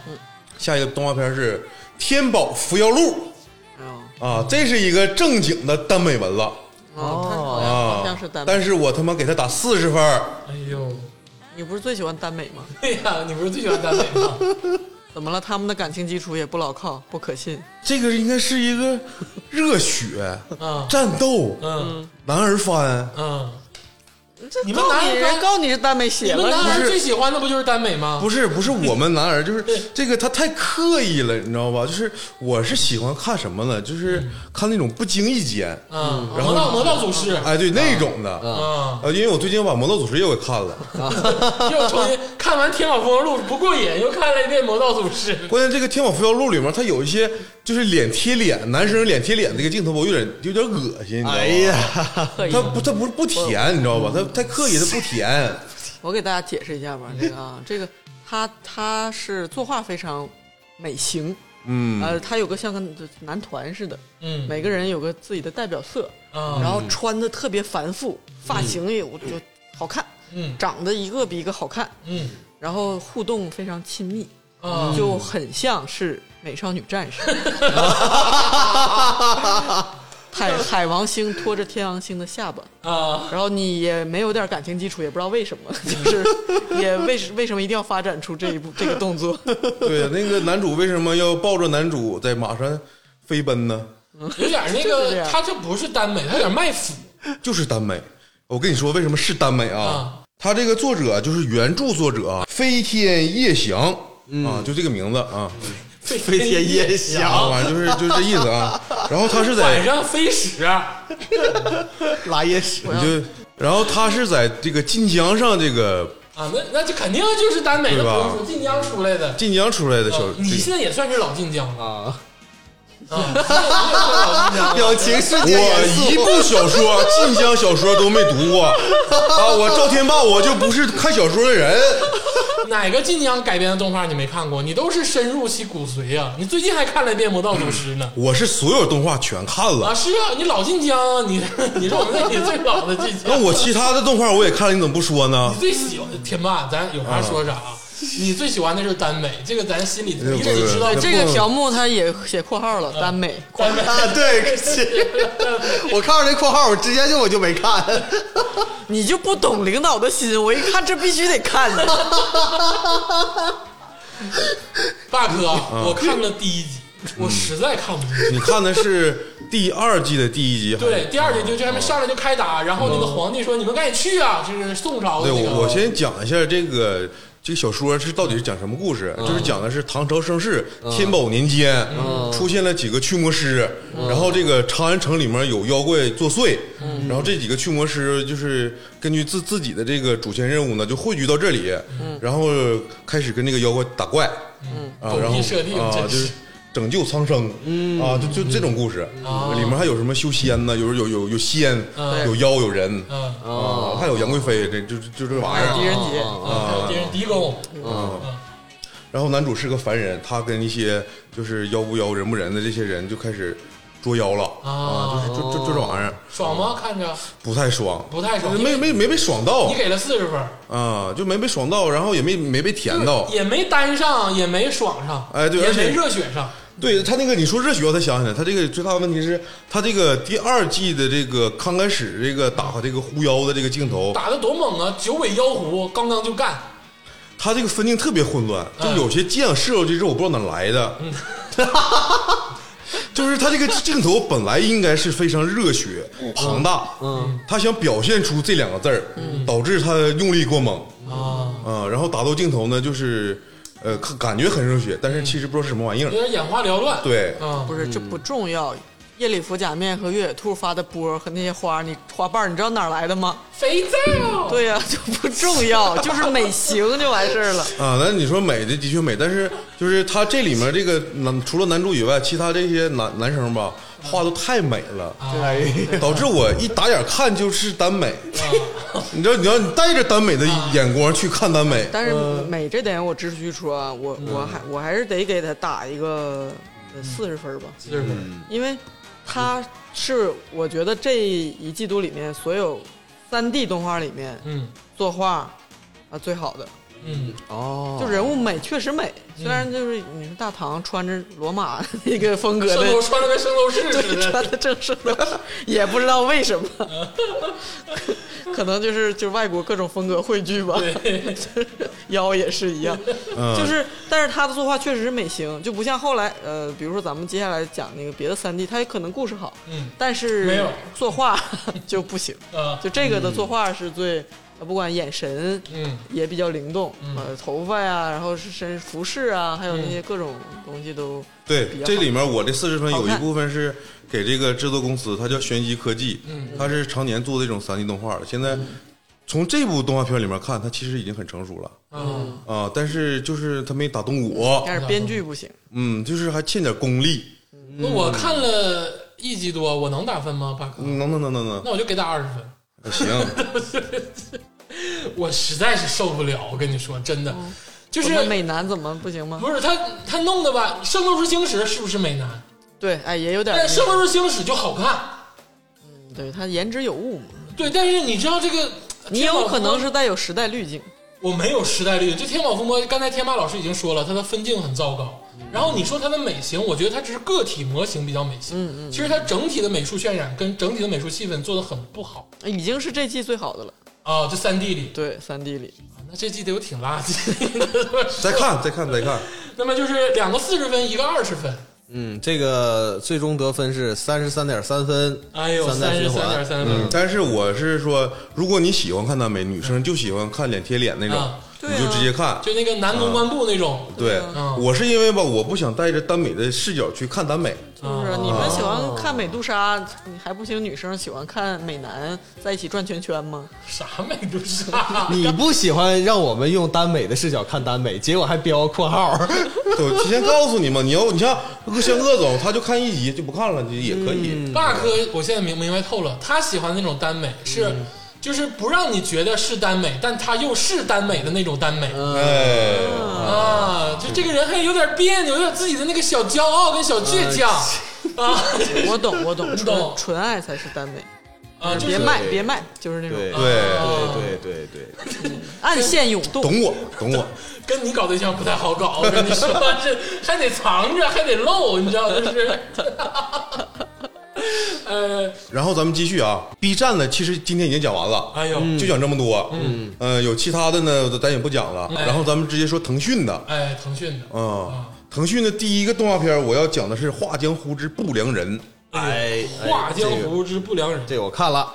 [SPEAKER 3] 下一个动画片是《天宝伏妖录
[SPEAKER 5] 哦，》
[SPEAKER 3] 啊，这是一个正经的耽美文了
[SPEAKER 5] 嗯他好
[SPEAKER 3] 啊
[SPEAKER 5] 像哦好像是耽，美。
[SPEAKER 3] 但是我他妈给他打四十分儿，
[SPEAKER 2] 哎呦，
[SPEAKER 5] 你不是最喜欢耽美吗？
[SPEAKER 2] 哎呀，你不是最喜欢耽美吗？
[SPEAKER 5] 怎么了？他们的感情基础也不牢靠，不可信。
[SPEAKER 3] 这个应该是一个热血
[SPEAKER 2] 啊
[SPEAKER 3] 战斗
[SPEAKER 2] 嗯
[SPEAKER 3] 男儿番，
[SPEAKER 2] 嗯，你
[SPEAKER 5] 你
[SPEAKER 2] 们男人
[SPEAKER 5] 人告你是耽美写
[SPEAKER 2] 你们
[SPEAKER 5] 了，
[SPEAKER 2] 男孩
[SPEAKER 3] 不是
[SPEAKER 2] 最喜欢的不就是耽美吗？
[SPEAKER 3] 不是不是我们男儿，就是这个他太刻意了，你知道吧？就是我是喜欢看什么呢？就是看那种不经意间，
[SPEAKER 2] 嗯，
[SPEAKER 3] 然
[SPEAKER 2] 魔
[SPEAKER 3] 后
[SPEAKER 2] 道魔道祖师，
[SPEAKER 3] 哎，对那种的。
[SPEAKER 5] 嗯
[SPEAKER 2] 啊，
[SPEAKER 3] 呃，因为我最近把《魔道祖师》又给看了，
[SPEAKER 2] 嗯又重新看完《天网风云录》不过瘾，又看了一遍《魔道祖师》。
[SPEAKER 3] 关键这个《天网伏妖录》里面，它有一些就是脸贴脸，男生脸贴脸这个镜头，我有点有点恶心，你知道吗？
[SPEAKER 4] 哎呀，
[SPEAKER 3] 他不，他不是不甜，你知道吧？他太刻意，他不甜。
[SPEAKER 5] 我给大家解释一下吧，这个啊，这个他他是作画非常美型，
[SPEAKER 3] 嗯
[SPEAKER 5] 呃，他有个像个男团似的，
[SPEAKER 2] 嗯
[SPEAKER 5] 每个人有个自己的代表色，
[SPEAKER 2] 啊，
[SPEAKER 5] 然后穿的特别繁复，发型也我就好看，
[SPEAKER 2] 嗯
[SPEAKER 5] 长得一个比一个好看，
[SPEAKER 2] 嗯
[SPEAKER 5] 然后互动非常亲密，
[SPEAKER 2] 啊，
[SPEAKER 5] 就很像是美少女战士。海海王星拖着天王星的下巴，
[SPEAKER 2] 啊，
[SPEAKER 5] 然后你也没有点感情基础，也不知道为什么，就是也为什为什么一定要发展出这一步这个动作？
[SPEAKER 3] 对，那个男主为什么要抱着男主在马上飞奔呢？
[SPEAKER 2] 有点那
[SPEAKER 5] 就是这
[SPEAKER 2] 个，
[SPEAKER 5] 样
[SPEAKER 2] 他这不是耽美，他有点卖腐
[SPEAKER 3] 就是耽美。我跟你说，为什么是耽美啊
[SPEAKER 2] 啊？
[SPEAKER 3] 他这个作者就是原著作者啊飞天夜翔
[SPEAKER 2] 嗯
[SPEAKER 3] 啊，就这个名字啊，
[SPEAKER 2] 飞
[SPEAKER 4] 天夜翔
[SPEAKER 3] 反正就是就是这意思啊。然后他是 在
[SPEAKER 2] 晚上飞屎，啊嗯
[SPEAKER 4] 拉夜屎
[SPEAKER 3] 你就，然后他是在这个晋江上这个
[SPEAKER 2] 啊，那那就肯定就是耽美的，
[SPEAKER 3] 对
[SPEAKER 2] 不
[SPEAKER 3] 吧
[SPEAKER 2] 用说晋江出来的。
[SPEAKER 3] 晋江出来的小
[SPEAKER 2] 呃，你
[SPEAKER 3] 这个
[SPEAKER 2] 现在也算是老晋江了
[SPEAKER 4] 啊！
[SPEAKER 2] 啊，你也算老晋江了
[SPEAKER 4] 表情瞬间
[SPEAKER 3] 我
[SPEAKER 4] 严
[SPEAKER 3] 一
[SPEAKER 4] 肃。
[SPEAKER 3] 部小 说，晋江小说都没读过啊！我赵天霸，我就不是看小说的人。
[SPEAKER 2] 哪个晋江改编的动画你没看过？你都是深入其骨髓啊！你最近还看了一遍《魔道祖师》 呢。
[SPEAKER 3] 我是所有动画全看
[SPEAKER 2] 啊，
[SPEAKER 3] 了，
[SPEAKER 2] 是啊，你老晋江啊，你 你是我们那里最老的晋江。
[SPEAKER 3] 那我其他的动画我也看了，你怎么不说呢
[SPEAKER 2] 你？最喜欢天霸，咱有啥说啥啊。你最喜欢的就是耽美，这个咱心里
[SPEAKER 3] 个
[SPEAKER 2] 你
[SPEAKER 3] 不是
[SPEAKER 2] 得知道。
[SPEAKER 5] 这个条目他也写括号了，耽美。
[SPEAKER 2] 耽美，
[SPEAKER 4] 啊， 对，是我看到这括号，我直接就我就没看。
[SPEAKER 5] 你就不懂领导的心，我一看这必须得看。
[SPEAKER 2] 大哥，我看了第一集，我实在看不进去。
[SPEAKER 3] 你看的是第二季的第一集，
[SPEAKER 2] 对，，第二集就就还没上来就开打，然后那个皇帝说：“你们赶紧去啊！”就是宋朝的
[SPEAKER 3] 对
[SPEAKER 2] 那个。
[SPEAKER 3] 我我先讲一下这个这个小说是到底是讲什么故事，
[SPEAKER 2] 嗯
[SPEAKER 3] 就是讲的是唐朝盛世天宝年间
[SPEAKER 2] 嗯
[SPEAKER 3] 出现了几个驱魔师，然后这个长安城里面有妖怪作祟，
[SPEAKER 2] 嗯
[SPEAKER 3] 然后这几个驱魔师就是根据自自己的这个主线任务呢，就汇聚到这里，
[SPEAKER 2] 嗯
[SPEAKER 3] 然后开始跟这个妖怪打怪，啊，
[SPEAKER 2] 狗
[SPEAKER 3] 然后
[SPEAKER 2] 屁嗯设定
[SPEAKER 3] 啊
[SPEAKER 2] 真嗯
[SPEAKER 3] 就是是。拯救苍生，啊，就就这种故事，
[SPEAKER 2] 啊
[SPEAKER 3] 里面还有什么修仙呢？有有有有仙，
[SPEAKER 2] 嗯
[SPEAKER 3] 有妖，有人，
[SPEAKER 2] 嗯，
[SPEAKER 3] 啊，还有杨贵妃，这就就就这玩意
[SPEAKER 5] 哎
[SPEAKER 3] 儿
[SPEAKER 5] 狄。仁杰
[SPEAKER 4] 啊
[SPEAKER 2] 还有敌人狄公，
[SPEAKER 3] 然后男主是个凡人，他跟一些就是妖不妖人不人的这些人就开始捉妖了
[SPEAKER 2] 啊
[SPEAKER 3] 啊，就是就就就这玩意儿
[SPEAKER 2] 爽吗？看着
[SPEAKER 3] 不太爽，
[SPEAKER 2] 不太爽，
[SPEAKER 3] 没没没被爽到
[SPEAKER 2] 你给了四十分，
[SPEAKER 3] 啊，就没被爽到，然后也没没被甜到。
[SPEAKER 2] 也没单上，也没爽上，
[SPEAKER 3] 哎对
[SPEAKER 2] 也
[SPEAKER 3] 而
[SPEAKER 2] 没
[SPEAKER 3] 且
[SPEAKER 2] 热血上，
[SPEAKER 3] 对他那个你说热血，我才想起来，他这个最大的问题是，他这个第二季的这个刚开始这个打这个狐妖的这个镜头，
[SPEAKER 2] 打的多猛啊！九尾妖狐刚刚就干，
[SPEAKER 3] 他这个分镜特别混乱，就有些箭射出去之后，我不知道哪来的。就是他这个镜头本来应该是非常热血庞大，嗯，他想表现出这两个字儿，导致他用力过猛
[SPEAKER 2] 啊，
[SPEAKER 3] 啊、然后打斗镜头呢，就是呃看感觉很热血，但是其实不知道是什么玩意儿
[SPEAKER 2] 有。点眼花缭乱。
[SPEAKER 3] 对，
[SPEAKER 2] 啊，
[SPEAKER 5] 不是，这不重要。夜里服假面和越野兔发的波和那些花，你花瓣儿你知道哪儿来的吗？
[SPEAKER 2] 肥皂，
[SPEAKER 5] 对呀、就不重要，就是美型就完事儿了。
[SPEAKER 3] 啊，那你说美的的确美，但是就是他这里面这个男除了男主以外，其他这些男男生吧，画都太美了，
[SPEAKER 5] 啊
[SPEAKER 4] 哎呀，
[SPEAKER 3] 导致我一打眼看就是耽美，
[SPEAKER 5] 啊
[SPEAKER 3] 你知道，你要你带着耽美的眼光去看耽美，
[SPEAKER 5] 但是美这点我直须说啊，我我还我还是得给他打一个四十分儿吧，
[SPEAKER 2] 四十分，
[SPEAKER 5] 因为他是我觉得这一季度里面所有三 D 动画里面
[SPEAKER 2] 嗯
[SPEAKER 5] 作画啊最好的，
[SPEAKER 2] 嗯，
[SPEAKER 4] 哦
[SPEAKER 5] 就人物美确实美，虽然就是你说大唐穿着罗马 那个风格
[SPEAKER 2] 圣
[SPEAKER 5] 的
[SPEAKER 2] 斗穿的跟圣斗 士似
[SPEAKER 5] 对，
[SPEAKER 2] 的，
[SPEAKER 5] 穿的正式的，也不知道为什么，可能就是就是外国各种风格汇聚吧，就是腰也是一样，
[SPEAKER 3] 嗯
[SPEAKER 5] 就是但是他的作画确实是美型，就不像后来呃，比如说咱们接下来讲那个别的三 D，他也可能故事好，
[SPEAKER 2] 嗯
[SPEAKER 5] 但
[SPEAKER 2] 没
[SPEAKER 5] 是
[SPEAKER 2] 有
[SPEAKER 5] 作画就不行，
[SPEAKER 2] 啊，
[SPEAKER 5] 就这个的作画是最。呃不管眼神，
[SPEAKER 2] 嗯，
[SPEAKER 5] 也比较灵动，呃，头发呀、然后是身服饰啊，还有
[SPEAKER 2] 嗯
[SPEAKER 5] 那些各种东西都，
[SPEAKER 3] 对
[SPEAKER 5] 比较，好
[SPEAKER 3] 这里面我这四十分
[SPEAKER 5] 好
[SPEAKER 3] 有一
[SPEAKER 5] 看
[SPEAKER 3] 部分是给这个制作公司，它叫玄机科技，
[SPEAKER 5] 嗯
[SPEAKER 3] 它是常年做这种三 D 动画的。现在从这部动画片里面看，它其实已经很成熟了
[SPEAKER 2] 嗯
[SPEAKER 3] 啊，但是就是它没打动我，
[SPEAKER 5] 但是编剧不行，
[SPEAKER 3] 嗯，就是还欠点功力，
[SPEAKER 2] 那我看了一集多，我能打分吗，八哥？
[SPEAKER 3] 嗯能能能能能
[SPEAKER 2] 那我就给打二十分。
[SPEAKER 3] 能，行，
[SPEAKER 2] 我实在是受不了，我跟你说，真的，
[SPEAKER 5] 哦
[SPEAKER 2] 就
[SPEAKER 5] 怎么
[SPEAKER 2] 是
[SPEAKER 5] 美男怎么不行吗？
[SPEAKER 2] 不是他他弄的吧，《圣斗士星矢》是不是美男？
[SPEAKER 5] 对，哎，也有点
[SPEAKER 2] 但
[SPEAKER 5] 那
[SPEAKER 2] 《圣
[SPEAKER 5] 个，
[SPEAKER 2] 斗士星矢》就好看，
[SPEAKER 5] 对他言之有物嘛。
[SPEAKER 2] 对。但是你知道这个，
[SPEAKER 5] 你
[SPEAKER 2] 天
[SPEAKER 5] 有
[SPEAKER 2] 宝
[SPEAKER 5] 可能
[SPEAKER 2] 风
[SPEAKER 5] 是带有时代滤镜，
[SPEAKER 2] 波我没有时代率。这《天宝风波》，刚才天霸老师已经说了，它的分镜很糟糕。然后你说它的美型，我觉得它只是个体模型比较美型，嗯嗯。其实它整体的美术渲染跟整体的美术气氛做的很不好
[SPEAKER 5] 哎已经是这季最好的了。
[SPEAKER 2] 啊，这三 D 里，
[SPEAKER 5] 对，三 D 里，
[SPEAKER 2] 啊那这季得有挺垃圾的。
[SPEAKER 3] 再看再看再看，
[SPEAKER 2] 那么就是两个四十分，一个二十分。
[SPEAKER 4] 嗯，这个最终得分是三十三点三分，
[SPEAKER 2] 哎呦，
[SPEAKER 4] 三代
[SPEAKER 2] 三十
[SPEAKER 4] 循
[SPEAKER 2] 三点
[SPEAKER 4] 环。
[SPEAKER 2] 三
[SPEAKER 3] 嗯
[SPEAKER 2] 分，
[SPEAKER 3] 但是我是说，如果你喜欢看耽美，女生就喜欢看脸贴脸那种，
[SPEAKER 2] 啊
[SPEAKER 5] 对啊
[SPEAKER 3] 你就直接看。
[SPEAKER 2] 就那个男公关部那种，
[SPEAKER 3] 对
[SPEAKER 2] 嗯，
[SPEAKER 3] 我是因为吧，我不想带着耽美的视角去看耽美，
[SPEAKER 5] 就是啊你们喜欢看美杜莎，你还不行？女生喜欢看美男在一起转圈圈吗？
[SPEAKER 2] 啥美杜莎？
[SPEAKER 4] 你不喜欢让我们用耽美的视角看耽美，结果还标括号，
[SPEAKER 3] 对，我提前告诉你嘛，你要你像像鄂总，他就看一集就不看了，就也可以。
[SPEAKER 2] 大哥，我现在明明白透了，他喜欢那种耽美是。
[SPEAKER 4] 嗯
[SPEAKER 2] 就是不让你觉得是耽美，但他又是耽美的那种耽美、
[SPEAKER 4] 嗯
[SPEAKER 3] 哎，
[SPEAKER 2] 啊！就这个人还有点别扭，有点自己的那个小骄傲跟小倔强、
[SPEAKER 4] 嗯
[SPEAKER 2] 啊
[SPEAKER 5] 我懂，我懂，
[SPEAKER 2] 懂
[SPEAKER 5] 纯纯爱才是耽美，
[SPEAKER 2] 啊！就是
[SPEAKER 5] 别卖，别卖，就是那种
[SPEAKER 4] 对
[SPEAKER 3] 对，
[SPEAKER 4] 对对对对，
[SPEAKER 5] 暗线涌动。
[SPEAKER 3] 懂我，懂我。
[SPEAKER 2] 跟你搞对象不太好搞，我跟你说， 这还得藏着，还得露，你知道，就是， 呃，
[SPEAKER 3] 然后咱们继续啊，B 站呢，其实今天已经讲完了，
[SPEAKER 2] 哎呦
[SPEAKER 3] 就讲这么多，嗯，呃，有其他的呢，咱也不讲了。
[SPEAKER 2] 哎
[SPEAKER 3] 然后咱们直接说腾讯的，
[SPEAKER 2] 哎，腾讯的，
[SPEAKER 3] 嗯，腾讯的第一个动画片我要讲的是《画江湖之不良人》。
[SPEAKER 4] 哎，哎
[SPEAKER 2] 画江，
[SPEAKER 4] 这个
[SPEAKER 2] 湖之不良人，
[SPEAKER 4] 这个我看了，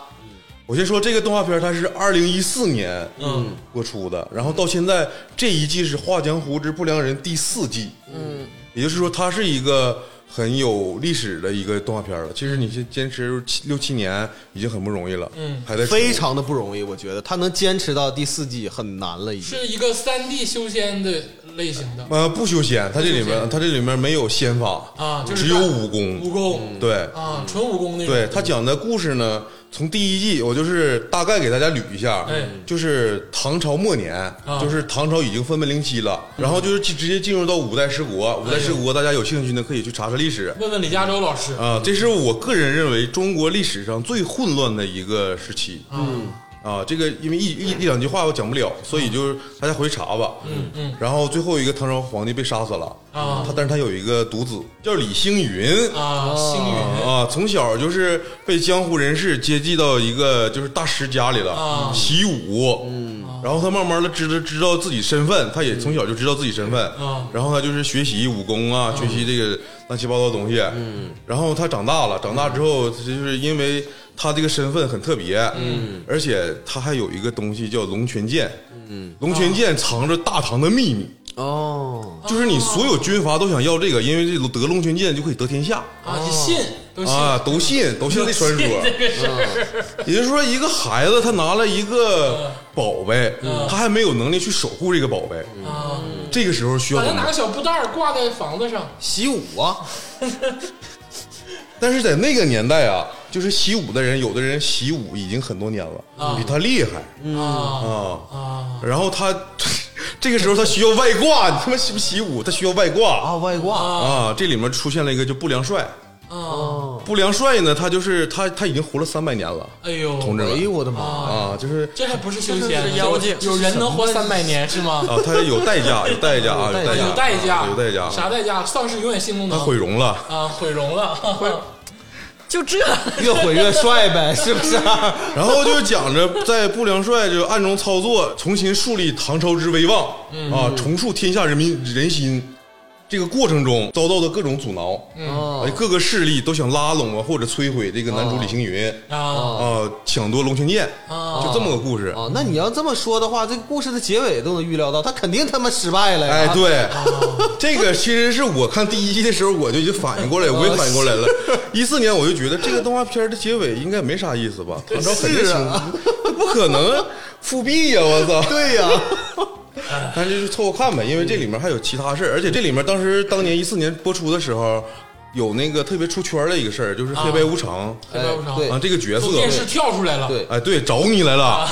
[SPEAKER 3] 我先说这个动画片，它是二零一四年
[SPEAKER 2] 嗯
[SPEAKER 3] 播出的，然后到现在这一季是《画江湖之不良人》第四季，嗯，也就是说它是一个很有历史的一个动画片了。其实你先坚持七六七年已经很不容易了，
[SPEAKER 2] 嗯
[SPEAKER 3] 还在出
[SPEAKER 4] 非常的不容易，我觉得他能坚持到第四季很难了，已经。
[SPEAKER 2] 是一个三 D 修仙的类型的
[SPEAKER 3] 呃不修仙，它这里
[SPEAKER 2] 不修
[SPEAKER 3] 面
[SPEAKER 2] 仙
[SPEAKER 3] 它这里面没有仙法
[SPEAKER 2] 啊就是
[SPEAKER 3] 嗯只有武功，嗯
[SPEAKER 2] 武功，
[SPEAKER 3] 对，
[SPEAKER 2] 啊，纯武功那种，
[SPEAKER 3] 对他讲的故事呢，从第一季我就是大概给大家捋一下，
[SPEAKER 2] 哎
[SPEAKER 3] 就是唐朝末年，就是唐朝已经分崩离析了，然后就是直接进入到五代十国。五代十国，大家有兴趣呢可以去查查历史
[SPEAKER 2] 问问李嘉洲老师，
[SPEAKER 3] 啊。这是我个人认为中国历史上最混乱的一个时期。嗯。啊，这个因为一一一两句话我讲不了，所以就是大家回去查吧。嗯嗯。然后最后一个唐朝皇帝被杀死了
[SPEAKER 2] 啊
[SPEAKER 3] 他但是他有一个独子叫李星云
[SPEAKER 5] 哦
[SPEAKER 2] 啊，星云，
[SPEAKER 3] 啊，从小就是被江湖人士接济到一个就是大师家里了，
[SPEAKER 2] 啊
[SPEAKER 3] 习武，嗯，然后他慢慢的知道知道自己身份，他也从小就知道自己身份，
[SPEAKER 2] 啊
[SPEAKER 3] 然后他就是学习武功啊，学习这个乱七八糟的东西，嗯，然后他长大了，长大之后就是因为他这个身份很特别，嗯，而且他还有一个东西叫龙泉剑，嗯，龙泉剑藏着大唐的秘密。
[SPEAKER 4] 哦，
[SPEAKER 3] 就是你所有军阀都想要这个，因为这得龙泉剑就可以得天下。
[SPEAKER 2] 啊，你信都信
[SPEAKER 3] 哦啊，都信都信这传说。
[SPEAKER 2] 这个事儿，
[SPEAKER 3] 啊嗯也就是说，一个孩子他拿了一个宝贝，
[SPEAKER 2] 嗯
[SPEAKER 3] 他还没有能力去守护这个宝贝，
[SPEAKER 2] 啊，
[SPEAKER 3] 这个时候需要
[SPEAKER 2] 把他
[SPEAKER 3] 怎
[SPEAKER 2] 拿
[SPEAKER 3] 么
[SPEAKER 2] 个？小布袋儿挂在房子上，
[SPEAKER 4] 习武啊，
[SPEAKER 3] 但是在那个年代啊，就是习武的人，有的人习武已经很多年了，比他厉害
[SPEAKER 2] 啊
[SPEAKER 3] 啊。
[SPEAKER 2] 啊，
[SPEAKER 3] 然后他 这个时候他需要外挂， 你他妈习不习武？他需要外挂
[SPEAKER 4] 啊外挂
[SPEAKER 3] 啊！这里面出现了一个就不良帅，
[SPEAKER 5] 哦
[SPEAKER 2] 啊，
[SPEAKER 3] 不良帅呢，他就是他他已经活了三百年了，
[SPEAKER 2] 哎呦，
[SPEAKER 3] 同志
[SPEAKER 4] 哎
[SPEAKER 3] 们
[SPEAKER 4] 呦我的妈！
[SPEAKER 3] 啊，就是
[SPEAKER 2] 这还不是修
[SPEAKER 5] 这
[SPEAKER 2] 仙，
[SPEAKER 5] 是妖精
[SPEAKER 2] 有有人能活三百年是吗？
[SPEAKER 3] 啊，他有代价，有代价啊，有代价，
[SPEAKER 2] 有代价，
[SPEAKER 3] 有代价，啊
[SPEAKER 2] 啥代价？丧失永远性功
[SPEAKER 3] 他
[SPEAKER 2] 能，
[SPEAKER 3] 毁容了。
[SPEAKER 2] 啊，毁容 了，毁
[SPEAKER 5] 就这，
[SPEAKER 4] 越毁越帅呗，是不是？
[SPEAKER 3] 然后就讲着在不良帅就暗中操作，重新树立唐朝之威望、
[SPEAKER 2] 嗯
[SPEAKER 3] 啊，重塑天下人民人心。这个过程中遭到的各种阻挠，
[SPEAKER 2] 嗯
[SPEAKER 4] 哦
[SPEAKER 3] 哎各个势力都想拉拢啊或者摧毁这个
[SPEAKER 2] 哦
[SPEAKER 3] 男主李星云
[SPEAKER 2] 啊
[SPEAKER 3] 啊、抢夺龙泉剑，就这么个故事。
[SPEAKER 4] 哦，那你要这么说的话，这个故事的结尾都能预料到，他肯定他妈失败了呀！
[SPEAKER 3] 哎，，对，
[SPEAKER 4] 哦
[SPEAKER 3] 这个其实是我看第一季的时候我就已经反应过来，我也反应过来了。一四年我就觉得这个动画片的结尾应该没啥意思吧？唐朝肯定
[SPEAKER 4] 是
[SPEAKER 3] 行，
[SPEAKER 4] 啊
[SPEAKER 3] 不可能复辟呀！我操！
[SPEAKER 4] 对呀、
[SPEAKER 3] 但是就凑合看呗，因为这里面还有其
[SPEAKER 4] 哎
[SPEAKER 3] 他事儿，而且这里面当时当年一四年播出的时候，有那个特别出圈的一个事儿，就是黑白无常
[SPEAKER 2] 黑白无常
[SPEAKER 4] 哎啊对
[SPEAKER 3] 啊这个角色
[SPEAKER 2] 从，电视跳出来了，
[SPEAKER 4] 对
[SPEAKER 3] 哎，对，找你来 了，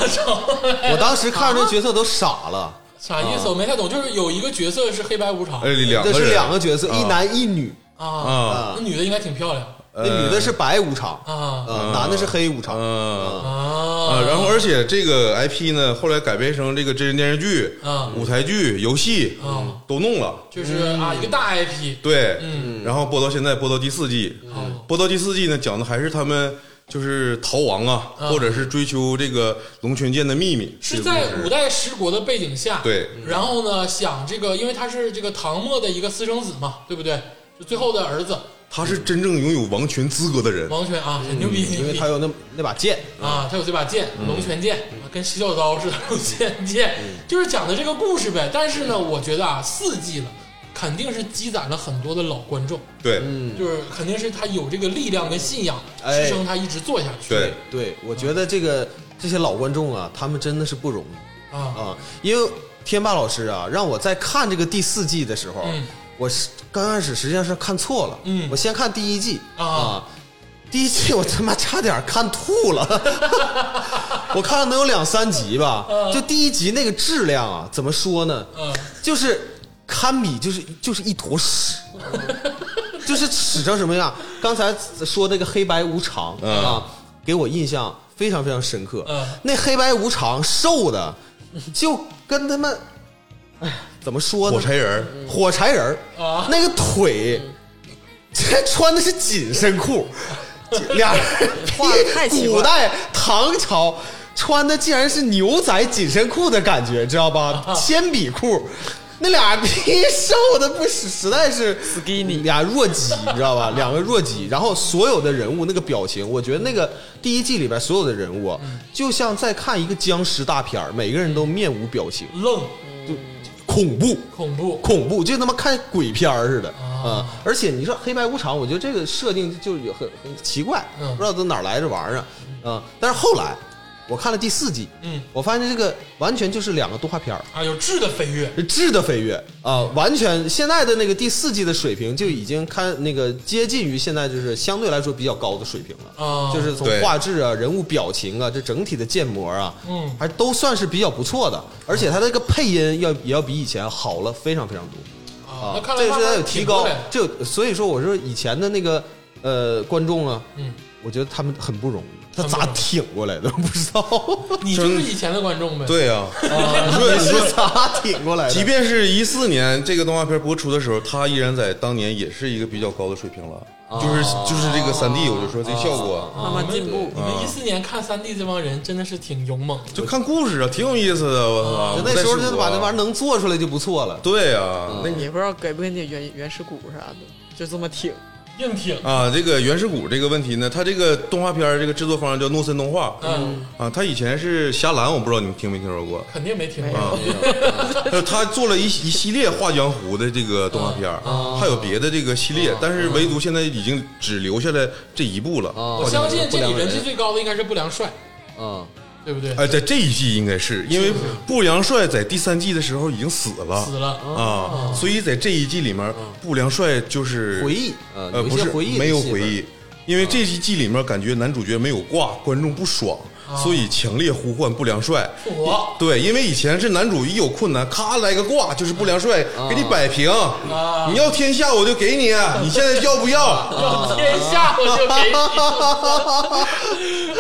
[SPEAKER 4] 我当时看着这角色都傻了，
[SPEAKER 2] 啥意思？我没太懂，就是有一个角色是黑白无常
[SPEAKER 3] 啊哎，两个
[SPEAKER 4] 这
[SPEAKER 3] 人
[SPEAKER 4] 是两个角色，
[SPEAKER 3] 啊
[SPEAKER 4] 一男一女，
[SPEAKER 2] 啊，
[SPEAKER 3] 啊，
[SPEAKER 2] 那女的应该挺漂亮
[SPEAKER 4] 那女的是白无常，
[SPEAKER 2] 啊
[SPEAKER 4] 呃男的是黑无常，
[SPEAKER 3] 嗯
[SPEAKER 2] 啊
[SPEAKER 3] 啊，然后而且这个 IP 呢，后来改编成这个真人电视剧
[SPEAKER 2] 啊、
[SPEAKER 3] 舞台剧、游戏
[SPEAKER 2] 啊
[SPEAKER 3] 都弄了。
[SPEAKER 2] 就是啊一个大 IP
[SPEAKER 3] 对，嗯，然后播到现在，播到第四季，
[SPEAKER 2] 哦
[SPEAKER 3] 播到第四季呢，讲的还是他们就是逃亡啊，或者是追求这个龙泉剑的秘密，
[SPEAKER 2] 是
[SPEAKER 3] 这个
[SPEAKER 2] 在
[SPEAKER 3] 故事
[SPEAKER 2] 五代十国的背景下，
[SPEAKER 3] 对
[SPEAKER 2] 然后呢，想这个，因为他是这个唐末的一个私生子嘛，对不对？就最后的儿子
[SPEAKER 3] 他是真正拥有王权资格的人。
[SPEAKER 2] 王权啊，很牛逼，
[SPEAKER 4] 嗯因为他有那那把剑，
[SPEAKER 2] 啊，他有这把剑，龙泉剑，啊跟洗脚刀似的龙泉剑， 就是讲的这个故事呗。但是呢，我觉得啊，四季了，肯定是积攒了很多的老观众，
[SPEAKER 3] 对，
[SPEAKER 2] 就是肯定是他有这个力量跟信仰
[SPEAKER 4] 哎
[SPEAKER 2] 支撑他一直做下去。
[SPEAKER 3] 对
[SPEAKER 4] 对，我觉得这个这些老观众啊，他们真的是不容易
[SPEAKER 2] 啊，
[SPEAKER 4] 啊，因为天霸老师啊，让我在看这个第四季的时候，
[SPEAKER 2] 嗯
[SPEAKER 4] 我是刚开始实际上是看错了，
[SPEAKER 2] 嗯
[SPEAKER 4] 我先看第一季
[SPEAKER 2] 啊
[SPEAKER 4] 第一季我他妈差点看吐了， 我看了能有两三集吧，就第一集那个质量啊，怎么说呢？
[SPEAKER 2] 嗯，
[SPEAKER 4] 就是堪比就是就是一坨屎，就是屎成什么样？刚才说那个黑白无常、
[SPEAKER 3] 嗯
[SPEAKER 4] 啊，给我印象非常非常深刻。
[SPEAKER 2] 嗯
[SPEAKER 4] 那黑白无常瘦的就跟他们，哎，怎么说呢？
[SPEAKER 3] 火柴人
[SPEAKER 2] 嗯
[SPEAKER 3] 儿
[SPEAKER 4] 火柴人儿
[SPEAKER 2] 啊
[SPEAKER 4] 那个腿，这穿的是紧 身裤，俩人
[SPEAKER 5] 画得太奇怪
[SPEAKER 4] 古代唐朝穿的竟然是牛仔紧身裤的感觉，知道
[SPEAKER 5] 啊
[SPEAKER 4] 吧？ 铅笔裤。那俩逼瘦的不实实在是
[SPEAKER 5] Skinny
[SPEAKER 4] 俩弱鸡，你知道吧？两个弱鸡，然后所有的人物那个表情，我觉得那个第一季里边所有的人物啊，
[SPEAKER 5] 嗯
[SPEAKER 4] 就像在看一个僵尸大片儿每个人都面无表情，
[SPEAKER 2] 愣
[SPEAKER 4] 恐怖，
[SPEAKER 2] 恐怖，
[SPEAKER 4] 恐怖，就他妈看鬼片儿似的啊、而且你说黑白无常，我觉得这个设定就有很很奇怪，
[SPEAKER 2] 嗯
[SPEAKER 4] 不知道从哪儿来这玩意儿啊、但是后来我看了第四季，
[SPEAKER 2] 嗯
[SPEAKER 4] 我发现这个完全就是两个动画片儿。
[SPEAKER 2] 啊，有质的飞跃，
[SPEAKER 4] 质的飞跃啊、完全现在的那个第四季的水平就已经看那个接近于现在就是相对来说比较高的水平了
[SPEAKER 2] 啊
[SPEAKER 4] 就是从
[SPEAKER 3] 对
[SPEAKER 4] 画质啊、人物表情啊、这整体的建模啊，
[SPEAKER 2] 嗯
[SPEAKER 4] 还都算是比较不错的，而且它这个配音要也要比以前好了非常非常多。
[SPEAKER 2] 啊
[SPEAKER 4] 啊，
[SPEAKER 2] 那看来
[SPEAKER 4] 这
[SPEAKER 2] 慢
[SPEAKER 4] 是
[SPEAKER 2] 慢
[SPEAKER 4] 它有提高
[SPEAKER 2] 挺过来的，
[SPEAKER 4] 这有所以说我说以前的那个呃观众啊，
[SPEAKER 2] 嗯，
[SPEAKER 4] 我觉得他们很不容易，他
[SPEAKER 2] 很不容
[SPEAKER 4] 咋
[SPEAKER 2] 易啊
[SPEAKER 4] 挺过来的不知道，
[SPEAKER 2] 你就是以前的观众呗。
[SPEAKER 3] 对呀、
[SPEAKER 2] 哦
[SPEAKER 4] 你说你说咋挺过来的？
[SPEAKER 3] 即便是一四年这个动画片播出的时候，它依然在当年也是一个比较高的水平了，
[SPEAKER 2] 哦
[SPEAKER 3] 就是就是这个三 D，我就说这效果，啊
[SPEAKER 5] 慢慢进步
[SPEAKER 2] 啊你。们一四年看三 D 这帮人真的是挺勇猛的，
[SPEAKER 3] 就看故事啊，挺有意思的。我
[SPEAKER 4] 就
[SPEAKER 3] 操，
[SPEAKER 4] 那时候
[SPEAKER 3] 就
[SPEAKER 4] 就把那玩意儿能做出来就不错了。
[SPEAKER 3] 对啊，那
[SPEAKER 5] 也不知道给不给你原原始股啥的，就这么挺。
[SPEAKER 2] 硬挺
[SPEAKER 3] 啊，这个原始股这个问题呢，它这个动画片儿这个制作方叫诺森动画，
[SPEAKER 2] 嗯，
[SPEAKER 3] 啊，它以前是侠岚，我不知道你们听没听说 过，
[SPEAKER 2] 肯定没听
[SPEAKER 3] 啊
[SPEAKER 2] 过。，
[SPEAKER 3] 他他做了一一系列画江湖的这个动画片儿，
[SPEAKER 4] 啊
[SPEAKER 3] 还有别的这个系列，但是唯独现在已经只留下来这一部了。
[SPEAKER 4] 啊
[SPEAKER 2] 我相信这里人气
[SPEAKER 4] 啊
[SPEAKER 2] 最高的应该是不良帅，
[SPEAKER 4] 嗯
[SPEAKER 2] 对不对？
[SPEAKER 3] 哎，在这一季应该是因为不良帅在第三季的时候已经死了，
[SPEAKER 2] 死了，
[SPEAKER 3] 啊，所以在这一季里面，不良帅就是
[SPEAKER 4] 嗯回忆呃
[SPEAKER 3] 呃，
[SPEAKER 4] 有一
[SPEAKER 3] 不
[SPEAKER 4] 些
[SPEAKER 3] 是
[SPEAKER 4] 回忆的
[SPEAKER 3] 没有
[SPEAKER 4] 戏份啊
[SPEAKER 3] 回忆，因为这一季里面感觉男主角没有挂，观众不爽，
[SPEAKER 4] 啊
[SPEAKER 3] 所以强烈呼唤不良帅。
[SPEAKER 2] 复活
[SPEAKER 3] 对，因为以前是男主一有困难，咔来个挂，就是不良帅
[SPEAKER 4] 啊
[SPEAKER 3] 给你摆平，你要天下我就给你，啊你现在要不要？
[SPEAKER 2] 要 天下我就 给你。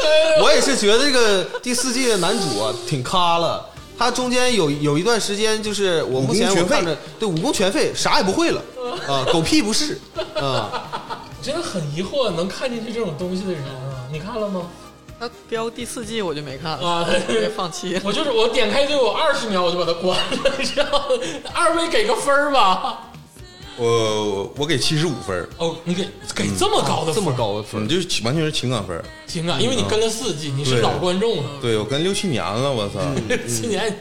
[SPEAKER 4] 我也是觉得这个第四季的男主 啊挺咖了，他中间有有一段时间就是我目前
[SPEAKER 3] 武功全
[SPEAKER 4] 我
[SPEAKER 3] 废
[SPEAKER 4] 看着对武功全废，啥也 不会了啊，狗屁不是啊。
[SPEAKER 2] 真的很疑惑，能看进去这种东西的人啊，你看了吗？
[SPEAKER 5] 他标第四季我就没看
[SPEAKER 2] 啊
[SPEAKER 5] 了， 我也哎放弃 了。
[SPEAKER 2] 我就是我点开就有二十秒，我就把它关了，你知道吗？二位给个分儿吧。
[SPEAKER 3] 我我给七十五分儿，
[SPEAKER 2] 哦，你给给这么高的分儿，
[SPEAKER 4] 这么高的分
[SPEAKER 3] 你
[SPEAKER 4] 儿，
[SPEAKER 3] 就完全是情感分儿。
[SPEAKER 2] 情感，因为你跟了四季，你是
[SPEAKER 3] 对
[SPEAKER 2] 老观众了。
[SPEAKER 3] 对我跟六七年了，我操，
[SPEAKER 2] 今年，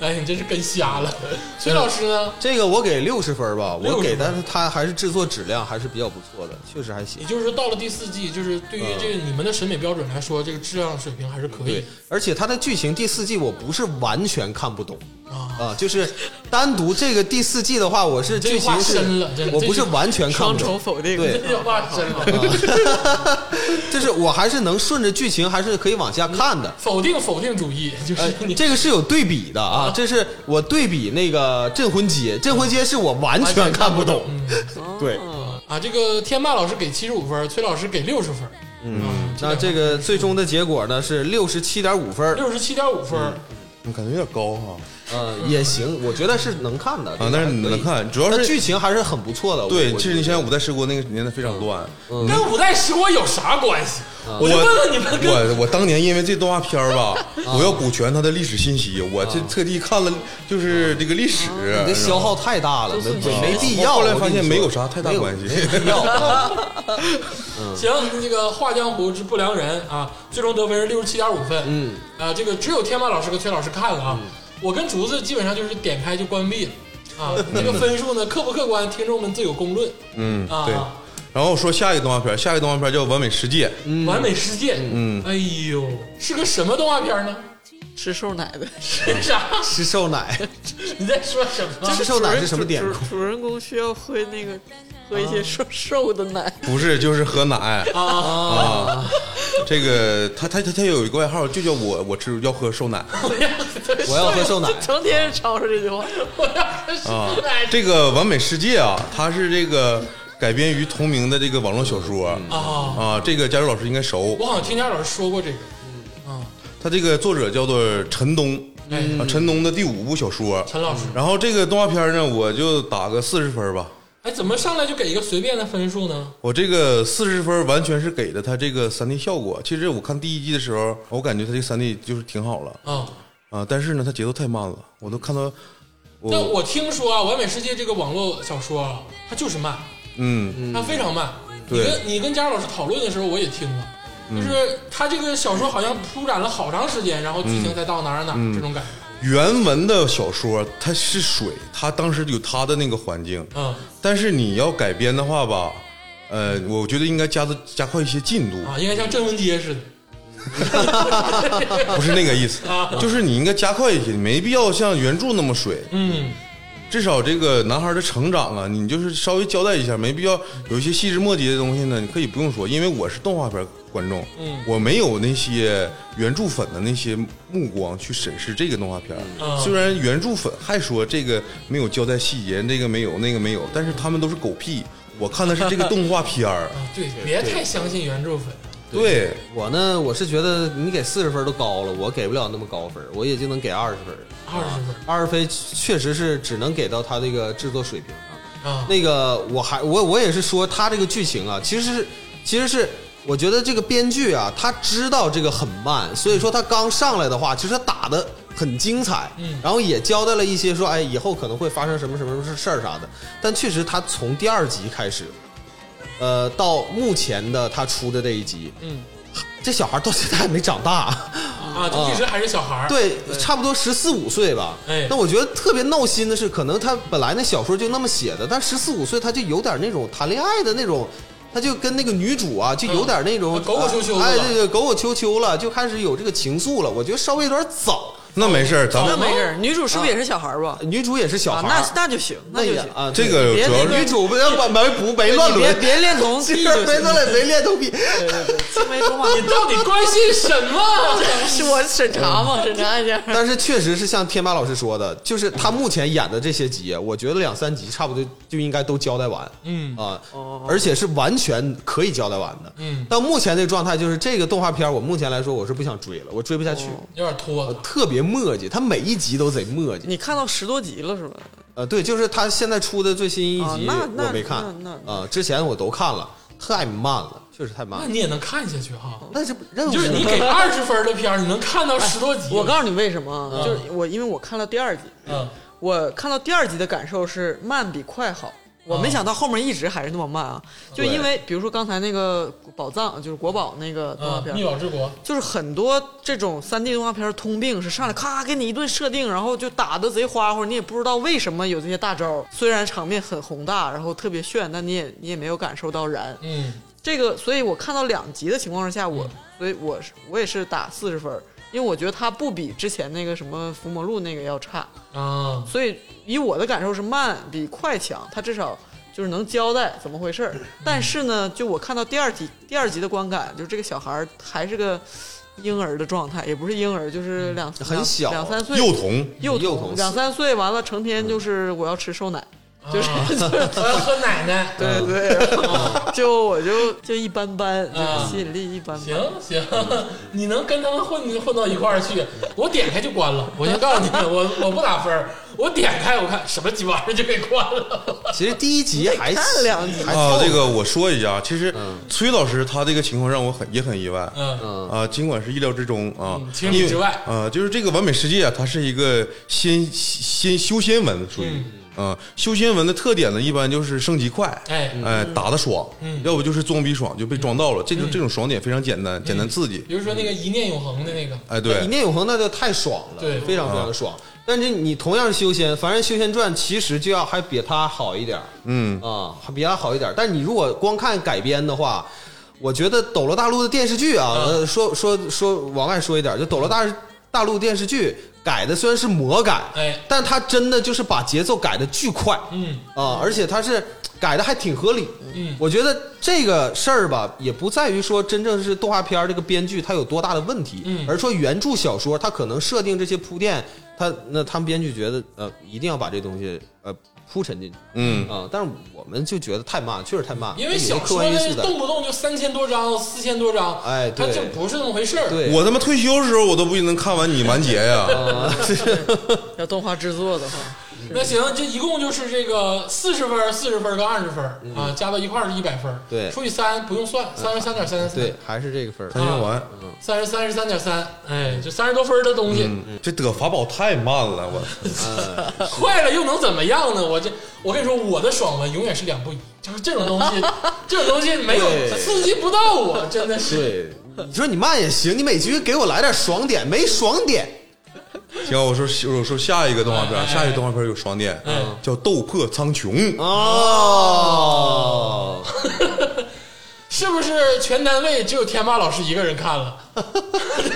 [SPEAKER 2] 哎，你真是跟瞎了。崔老师呢？
[SPEAKER 4] 这个我给六十分儿吧，
[SPEAKER 2] 60
[SPEAKER 4] 我给他他还是制作质量还是比较不错的，确实还行
[SPEAKER 2] 也。就是说到了第四季，就是对于这个你们的审美标准来说，这个质量水平还是可以
[SPEAKER 4] 对，而且它的剧情第四季我不是完全看不懂
[SPEAKER 2] 啊。
[SPEAKER 4] 啊，就是单独这个第四季的话，我是
[SPEAKER 2] 这句
[SPEAKER 4] 剧
[SPEAKER 2] 话
[SPEAKER 4] 情是
[SPEAKER 2] 深了真的
[SPEAKER 4] 我不是
[SPEAKER 2] 这句
[SPEAKER 4] 完全看
[SPEAKER 5] 双
[SPEAKER 4] 不
[SPEAKER 5] 重
[SPEAKER 4] 懂，
[SPEAKER 5] 否定，
[SPEAKER 4] 对
[SPEAKER 2] 这话深了，
[SPEAKER 4] 就是我还是能顺着剧情，还是可以往下看的。
[SPEAKER 2] 否定否定主义，就是
[SPEAKER 4] 呃，
[SPEAKER 2] 你
[SPEAKER 4] 这个是有对比的啊，这是我对比那个《镇魂街》，《镇魂街》是我完全看不懂，对。
[SPEAKER 2] 啊，这个天霸老师给七十五分，崔老师给六十分，嗯，
[SPEAKER 4] 那这个最终的结果呢是六十七点五分儿，
[SPEAKER 2] 六十七点五分，
[SPEAKER 3] 嗯感觉有点高哈。
[SPEAKER 4] 嗯，也行，我觉得是能看的
[SPEAKER 3] 啊但是
[SPEAKER 4] 这个还可以
[SPEAKER 3] 能看主要是
[SPEAKER 4] 但剧情还是很不错的。我
[SPEAKER 3] 对，
[SPEAKER 4] 我嗯
[SPEAKER 3] 其实你想想，五代十国那个年代非常乱。
[SPEAKER 2] 跟五代十国有啥关系？我就问问你们跟
[SPEAKER 3] 我我当年因为这动画片儿 吧，
[SPEAKER 4] 啊
[SPEAKER 3] 我要补全它的历史信息，我这特地看了，就是这个历史，
[SPEAKER 4] 啊你这消耗太大了，没没必要。
[SPEAKER 3] 后来发
[SPEAKER 4] 我跟
[SPEAKER 3] 现
[SPEAKER 4] 你
[SPEAKER 3] 没有
[SPEAKER 4] 说
[SPEAKER 3] 啥太大
[SPEAKER 4] 没有
[SPEAKER 3] 关系
[SPEAKER 4] 没 有必要。
[SPEAKER 2] 行，那个《画江湖之不良人》啊，最终得分是六十七点五分。嗯，啊，这个只有天马老师和崔老师看了啊，我跟竹子基本上就是点开就关闭了啊。这个分数呢，客不客观，听众们自有公论。
[SPEAKER 3] 嗯，
[SPEAKER 2] 啊
[SPEAKER 3] 对。然后说下一个动画片儿，下一个动画片儿叫《完美世界》，
[SPEAKER 2] 完美世界，
[SPEAKER 3] 嗯
[SPEAKER 2] 哎呦，是个什么动画片呢？
[SPEAKER 5] 吃瘦奶的，
[SPEAKER 2] 是啥？
[SPEAKER 4] 吃瘦奶，
[SPEAKER 2] 你在说什么？
[SPEAKER 4] 吃瘦奶是什么典
[SPEAKER 5] 啊主
[SPEAKER 4] 故
[SPEAKER 5] 人？主主人公需要喝那个喝一些瘦瘦的奶，。
[SPEAKER 3] 不是就是喝奶
[SPEAKER 2] 啊，
[SPEAKER 3] 啊。这个他他他他有一个外号，就叫我我吃要喝瘦 奶
[SPEAKER 4] 我要喝瘦奶
[SPEAKER 5] 成天吵吵这句话。
[SPEAKER 2] 我要是
[SPEAKER 3] 啊
[SPEAKER 2] 说来。
[SPEAKER 3] 这个《完美世界》啊，它是这个改编于同名的这个网络小说
[SPEAKER 2] 啊，
[SPEAKER 4] 嗯
[SPEAKER 3] 啊。这个佳茹老师应该熟
[SPEAKER 2] 我，好像听家老师说过这个。啊，
[SPEAKER 3] 他这个作者叫做陈东，
[SPEAKER 2] 哎，
[SPEAKER 3] 啊，陈东的第五部小说。
[SPEAKER 2] 陈老师，
[SPEAKER 3] 然后这个动画片呢，我就打个四十分吧。
[SPEAKER 2] 哎，怎么上来就给一个随便的分数呢？
[SPEAKER 3] 我这个四十分完全是给的它这个三 D 效果。其实我看第一季的时候，我感觉它这三 D 就是挺好了
[SPEAKER 2] 啊，
[SPEAKER 3] 啊，但是呢，它节奏太慢了，我都看到
[SPEAKER 2] 但
[SPEAKER 3] 我
[SPEAKER 2] 我听说啊，《完美世界》这个网络小说啊，它就是慢，
[SPEAKER 3] 嗯，
[SPEAKER 2] 它非常慢。你
[SPEAKER 3] 对
[SPEAKER 2] 跟你跟佳老师讨论的时候，我也听了，就是它这个小说好像铺展了好长时间，然后剧情才到哪儿哪儿这种感觉。
[SPEAKER 3] 原文的小说它是水，它当时有它的那个环境，
[SPEAKER 2] 嗯
[SPEAKER 3] 但是你要改编的话吧，呃，我觉得应该加的加快一些进度，
[SPEAKER 2] 啊，应该像郑文杰似的。
[SPEAKER 3] 不是那个意 思，
[SPEAKER 2] 啊
[SPEAKER 3] 就是你应该加快一些，你没必要像原著那么水。
[SPEAKER 2] 嗯，
[SPEAKER 3] 至少这个男孩的成长啊，你就是稍微交代一下，没必要有一些细枝末节的东西呢，你可以不用说，因为我是动画片观众，
[SPEAKER 2] 嗯
[SPEAKER 3] 我没有那些原著粉的那些目光去审视这个动画片。
[SPEAKER 2] 嗯
[SPEAKER 3] 虽然原著粉还说这个没有交代细节，这个没有那个没有，但是他们都是狗屁，我看的是这个动画片儿，
[SPEAKER 2] 啊对，别太相信原著粉。
[SPEAKER 3] 对。
[SPEAKER 4] 我呢，我是觉得你给四十分都高了，我给不了那么高分，我也就能给二十分。
[SPEAKER 2] 20分
[SPEAKER 4] 二十分确实是只能给到他这个制作水平上。
[SPEAKER 2] 啊，
[SPEAKER 4] 那个我还我我也是说他这个剧情啊，其实是其实是我觉得这个编剧啊，他知道这个很慢，所以说他刚上来的话，其实他打的很精彩，
[SPEAKER 2] 嗯
[SPEAKER 4] 然后也交代了一些说，哎，以后可能会发生什么什么事儿啥的。但确实他从第二集开始，呃，到目前的他出的这一集，
[SPEAKER 2] 嗯
[SPEAKER 4] 这小孩到现在还没长大。
[SPEAKER 2] 啊，就一直还是小孩儿。
[SPEAKER 4] 对，差不多十四五岁吧。
[SPEAKER 2] 哎
[SPEAKER 4] 那我觉得特别闹心的是，可能他本来那小说就那么写的，但十四五岁他就有点那种谈恋爱的那种，他就跟那个女主啊，就有点那种、
[SPEAKER 2] 嗯狗狗秋秋了
[SPEAKER 4] 哎，对对，狗狗秋秋了，就开始有这个情愫了。我觉得稍微有点早，
[SPEAKER 3] 那没事儿，咱
[SPEAKER 5] 那
[SPEAKER 3] 们
[SPEAKER 5] 没事儿，女主是不是也是小孩儿吧？
[SPEAKER 4] 女主也是小
[SPEAKER 5] 啊，
[SPEAKER 4] 孩儿，
[SPEAKER 5] 那那就行，那就
[SPEAKER 4] 也
[SPEAKER 5] 行。
[SPEAKER 4] 啊，
[SPEAKER 3] 这个
[SPEAKER 5] 别
[SPEAKER 3] 主
[SPEAKER 5] 那
[SPEAKER 3] 要
[SPEAKER 5] 个
[SPEAKER 4] 女
[SPEAKER 3] 是
[SPEAKER 4] 主不要不没不没乱
[SPEAKER 5] 你别
[SPEAKER 4] 伦，
[SPEAKER 5] 别 恋童癖就
[SPEAKER 4] 别
[SPEAKER 5] 行，
[SPEAKER 4] 乱伦，没恋童癖。
[SPEAKER 5] 青梅竹马。
[SPEAKER 2] 你到底关心什么？
[SPEAKER 5] 是我审查吗？审查一下。
[SPEAKER 4] 但是确实是像天霸老师说的，就是他目前演的这些集，我觉得两三集差不多就应该都交代完，
[SPEAKER 2] 嗯
[SPEAKER 4] 啊，而且是完全可以交代完的，
[SPEAKER 2] 嗯
[SPEAKER 4] 但目前这状态就是这个动画片，我目前来说我是不想追了，我追不下去，
[SPEAKER 5] 哦
[SPEAKER 2] 有点拖
[SPEAKER 4] 我。特别磨叽，他每一集都贼磨叽，
[SPEAKER 5] 你看到十多集了是吧？
[SPEAKER 4] 呃，对，就是他现在出的最新一
[SPEAKER 5] 啊
[SPEAKER 4] 集
[SPEAKER 5] 那那
[SPEAKER 4] 我没看，
[SPEAKER 5] 那
[SPEAKER 4] 啊
[SPEAKER 5] 那、
[SPEAKER 4] 之前我都看了，太慢了，确实太
[SPEAKER 2] 那
[SPEAKER 4] 慢了，
[SPEAKER 2] 啊你也能看下去哈？
[SPEAKER 4] 那这任务
[SPEAKER 2] 就是你给二十分的片儿，你能看到十多集。
[SPEAKER 5] 我告诉你为什么啊，
[SPEAKER 2] 嗯
[SPEAKER 5] 就是我因为我看到第二集，
[SPEAKER 2] 嗯，
[SPEAKER 5] 我看到第二集的感受是慢比快好。我没想到后面一直还是那么慢啊，就因为比如说刚才那个宝藏，就是国宝那个动画
[SPEAKER 2] 嗯，
[SPEAKER 5] 片，
[SPEAKER 2] 密保之国，
[SPEAKER 5] 就是很多这种三 D 动画片儿通病是上来咔给你一顿设定，然后就打的贼花花，你也不知道为什么有这些大招儿。虽然场面很宏大，然后特别炫，但你也你 也没有感受到燃。
[SPEAKER 2] 嗯
[SPEAKER 5] 这个，所以我看到两集的情况之下，我所以我是我也是打四十分儿，因为我觉得它不比之前那个什么《伏魔录》那个要差。
[SPEAKER 2] 啊，
[SPEAKER 5] 所以以我的感受是慢比快强，它至少就是能交代怎么回事儿。但是呢，就我看到第二集第二集的观感，就是这个小孩儿还是个婴儿的状态，也不是婴儿，就是两
[SPEAKER 4] 很小
[SPEAKER 5] 两两三岁
[SPEAKER 3] 幼童，
[SPEAKER 5] 嗯幼
[SPEAKER 4] 幼童
[SPEAKER 5] 两三岁，完了成天就是我要吃瘦奶，就是就是
[SPEAKER 2] 啊我要喝奶奶。
[SPEAKER 5] 对对，然后就我就就一般般，就是
[SPEAKER 2] 啊
[SPEAKER 5] 吸引力一般般。
[SPEAKER 2] 行行，你能跟他们混混到一块儿去，我点开就关了。我先告诉你，我我不打分儿，我点开我看什么鸡巴玩意儿就给关了。
[SPEAKER 4] 其实第一集还
[SPEAKER 5] 看两集
[SPEAKER 4] 还
[SPEAKER 3] 啊
[SPEAKER 4] 凑，合
[SPEAKER 3] 这个我说一下，啊其实崔老师他这个情况让我很也很意外，
[SPEAKER 2] 嗯，
[SPEAKER 3] 啊，尽管是意料之中啊
[SPEAKER 2] 嗯，情理之外
[SPEAKER 3] 因为啊，就是这个完美世界啊，它是一个先先修仙文，属
[SPEAKER 2] 嗯
[SPEAKER 3] 于啊，修仙文的特点呢，一般就是升级快，
[SPEAKER 2] 哎嗯
[SPEAKER 3] 哎，打的爽，要不就是装逼爽，就被装到了，这种这种爽点非常简单，简
[SPEAKER 2] 嗯
[SPEAKER 3] 单刺激，
[SPEAKER 2] 比如说那个一念永恒的那个，
[SPEAKER 3] 哎，
[SPEAKER 4] 一
[SPEAKER 3] 对，
[SPEAKER 4] 念永恒那就太爽了，
[SPEAKER 2] 对
[SPEAKER 4] 非常非常爽。但是你同样是修仙，凡人修仙传其实就要还比它好一点儿
[SPEAKER 3] 嗯，
[SPEAKER 4] 啊，还比它好一点儿。但你如果光看改编的话，我觉得斗罗大陆的电视剧啊，
[SPEAKER 2] 嗯
[SPEAKER 4] 呃说说说往外说一点儿，就斗罗大大陆电视剧改的虽然是魔改，
[SPEAKER 2] 哎
[SPEAKER 4] 但它真的就是把节奏改的巨快，
[SPEAKER 2] 嗯
[SPEAKER 4] 啊，而且它是改的还挺合理。
[SPEAKER 2] 嗯
[SPEAKER 4] 我觉得这个事儿吧，也不在于说真正是动画片儿这个编剧他有多大的问题，
[SPEAKER 2] 嗯
[SPEAKER 4] 而说原著小说他可能设定这些铺垫，他那他们编剧觉得呃一定要把这东西呃铺陈进去，
[SPEAKER 3] 嗯
[SPEAKER 4] 啊、但是我们就觉得太慢，确实太慢，
[SPEAKER 2] 因为
[SPEAKER 4] 哎有一些
[SPEAKER 2] 小
[SPEAKER 4] 客
[SPEAKER 2] 说
[SPEAKER 4] 观因素
[SPEAKER 2] 呢
[SPEAKER 4] 的，
[SPEAKER 2] 动不动就三千多章、四千多章，
[SPEAKER 4] 哎
[SPEAKER 2] 它
[SPEAKER 4] 对
[SPEAKER 2] 就不是那么回事儿。
[SPEAKER 4] 对，
[SPEAKER 3] 我他妈退休的时候我都不一定能看完你完结呀，
[SPEAKER 2] 嗯
[SPEAKER 5] 要动画制作的话，
[SPEAKER 2] 那行，这一共就是这个四十分、四十分跟二十分啊，加到一块儿是一百分，
[SPEAKER 4] 对
[SPEAKER 2] 除以三不用算，三十三点三三
[SPEAKER 4] 对
[SPEAKER 2] 三，
[SPEAKER 4] 还是这个分儿。
[SPEAKER 2] 啊
[SPEAKER 3] 看完，
[SPEAKER 2] 三十三十三点三，哎，就三十多分儿的东西，
[SPEAKER 3] 嗯，这得法宝太慢了，我
[SPEAKER 2] 呃坏了又能怎么样呢？我这，我跟你说，我的爽文永远是两不一，就是这种东 西，这种东西没有
[SPEAKER 4] 对
[SPEAKER 2] 刺激不到我，真的 是。
[SPEAKER 4] 对，你说你慢也行，你每局给我来点爽点，没爽点，
[SPEAKER 3] 行，我说我说下一个动画片
[SPEAKER 2] 哎哎
[SPEAKER 3] 儿，
[SPEAKER 2] 哎
[SPEAKER 3] 下一个动画片儿有爽点，
[SPEAKER 5] 嗯
[SPEAKER 3] 叫《斗破苍穹》
[SPEAKER 4] 哦，
[SPEAKER 2] 是不是全单位只有天霸老师一个人看 了，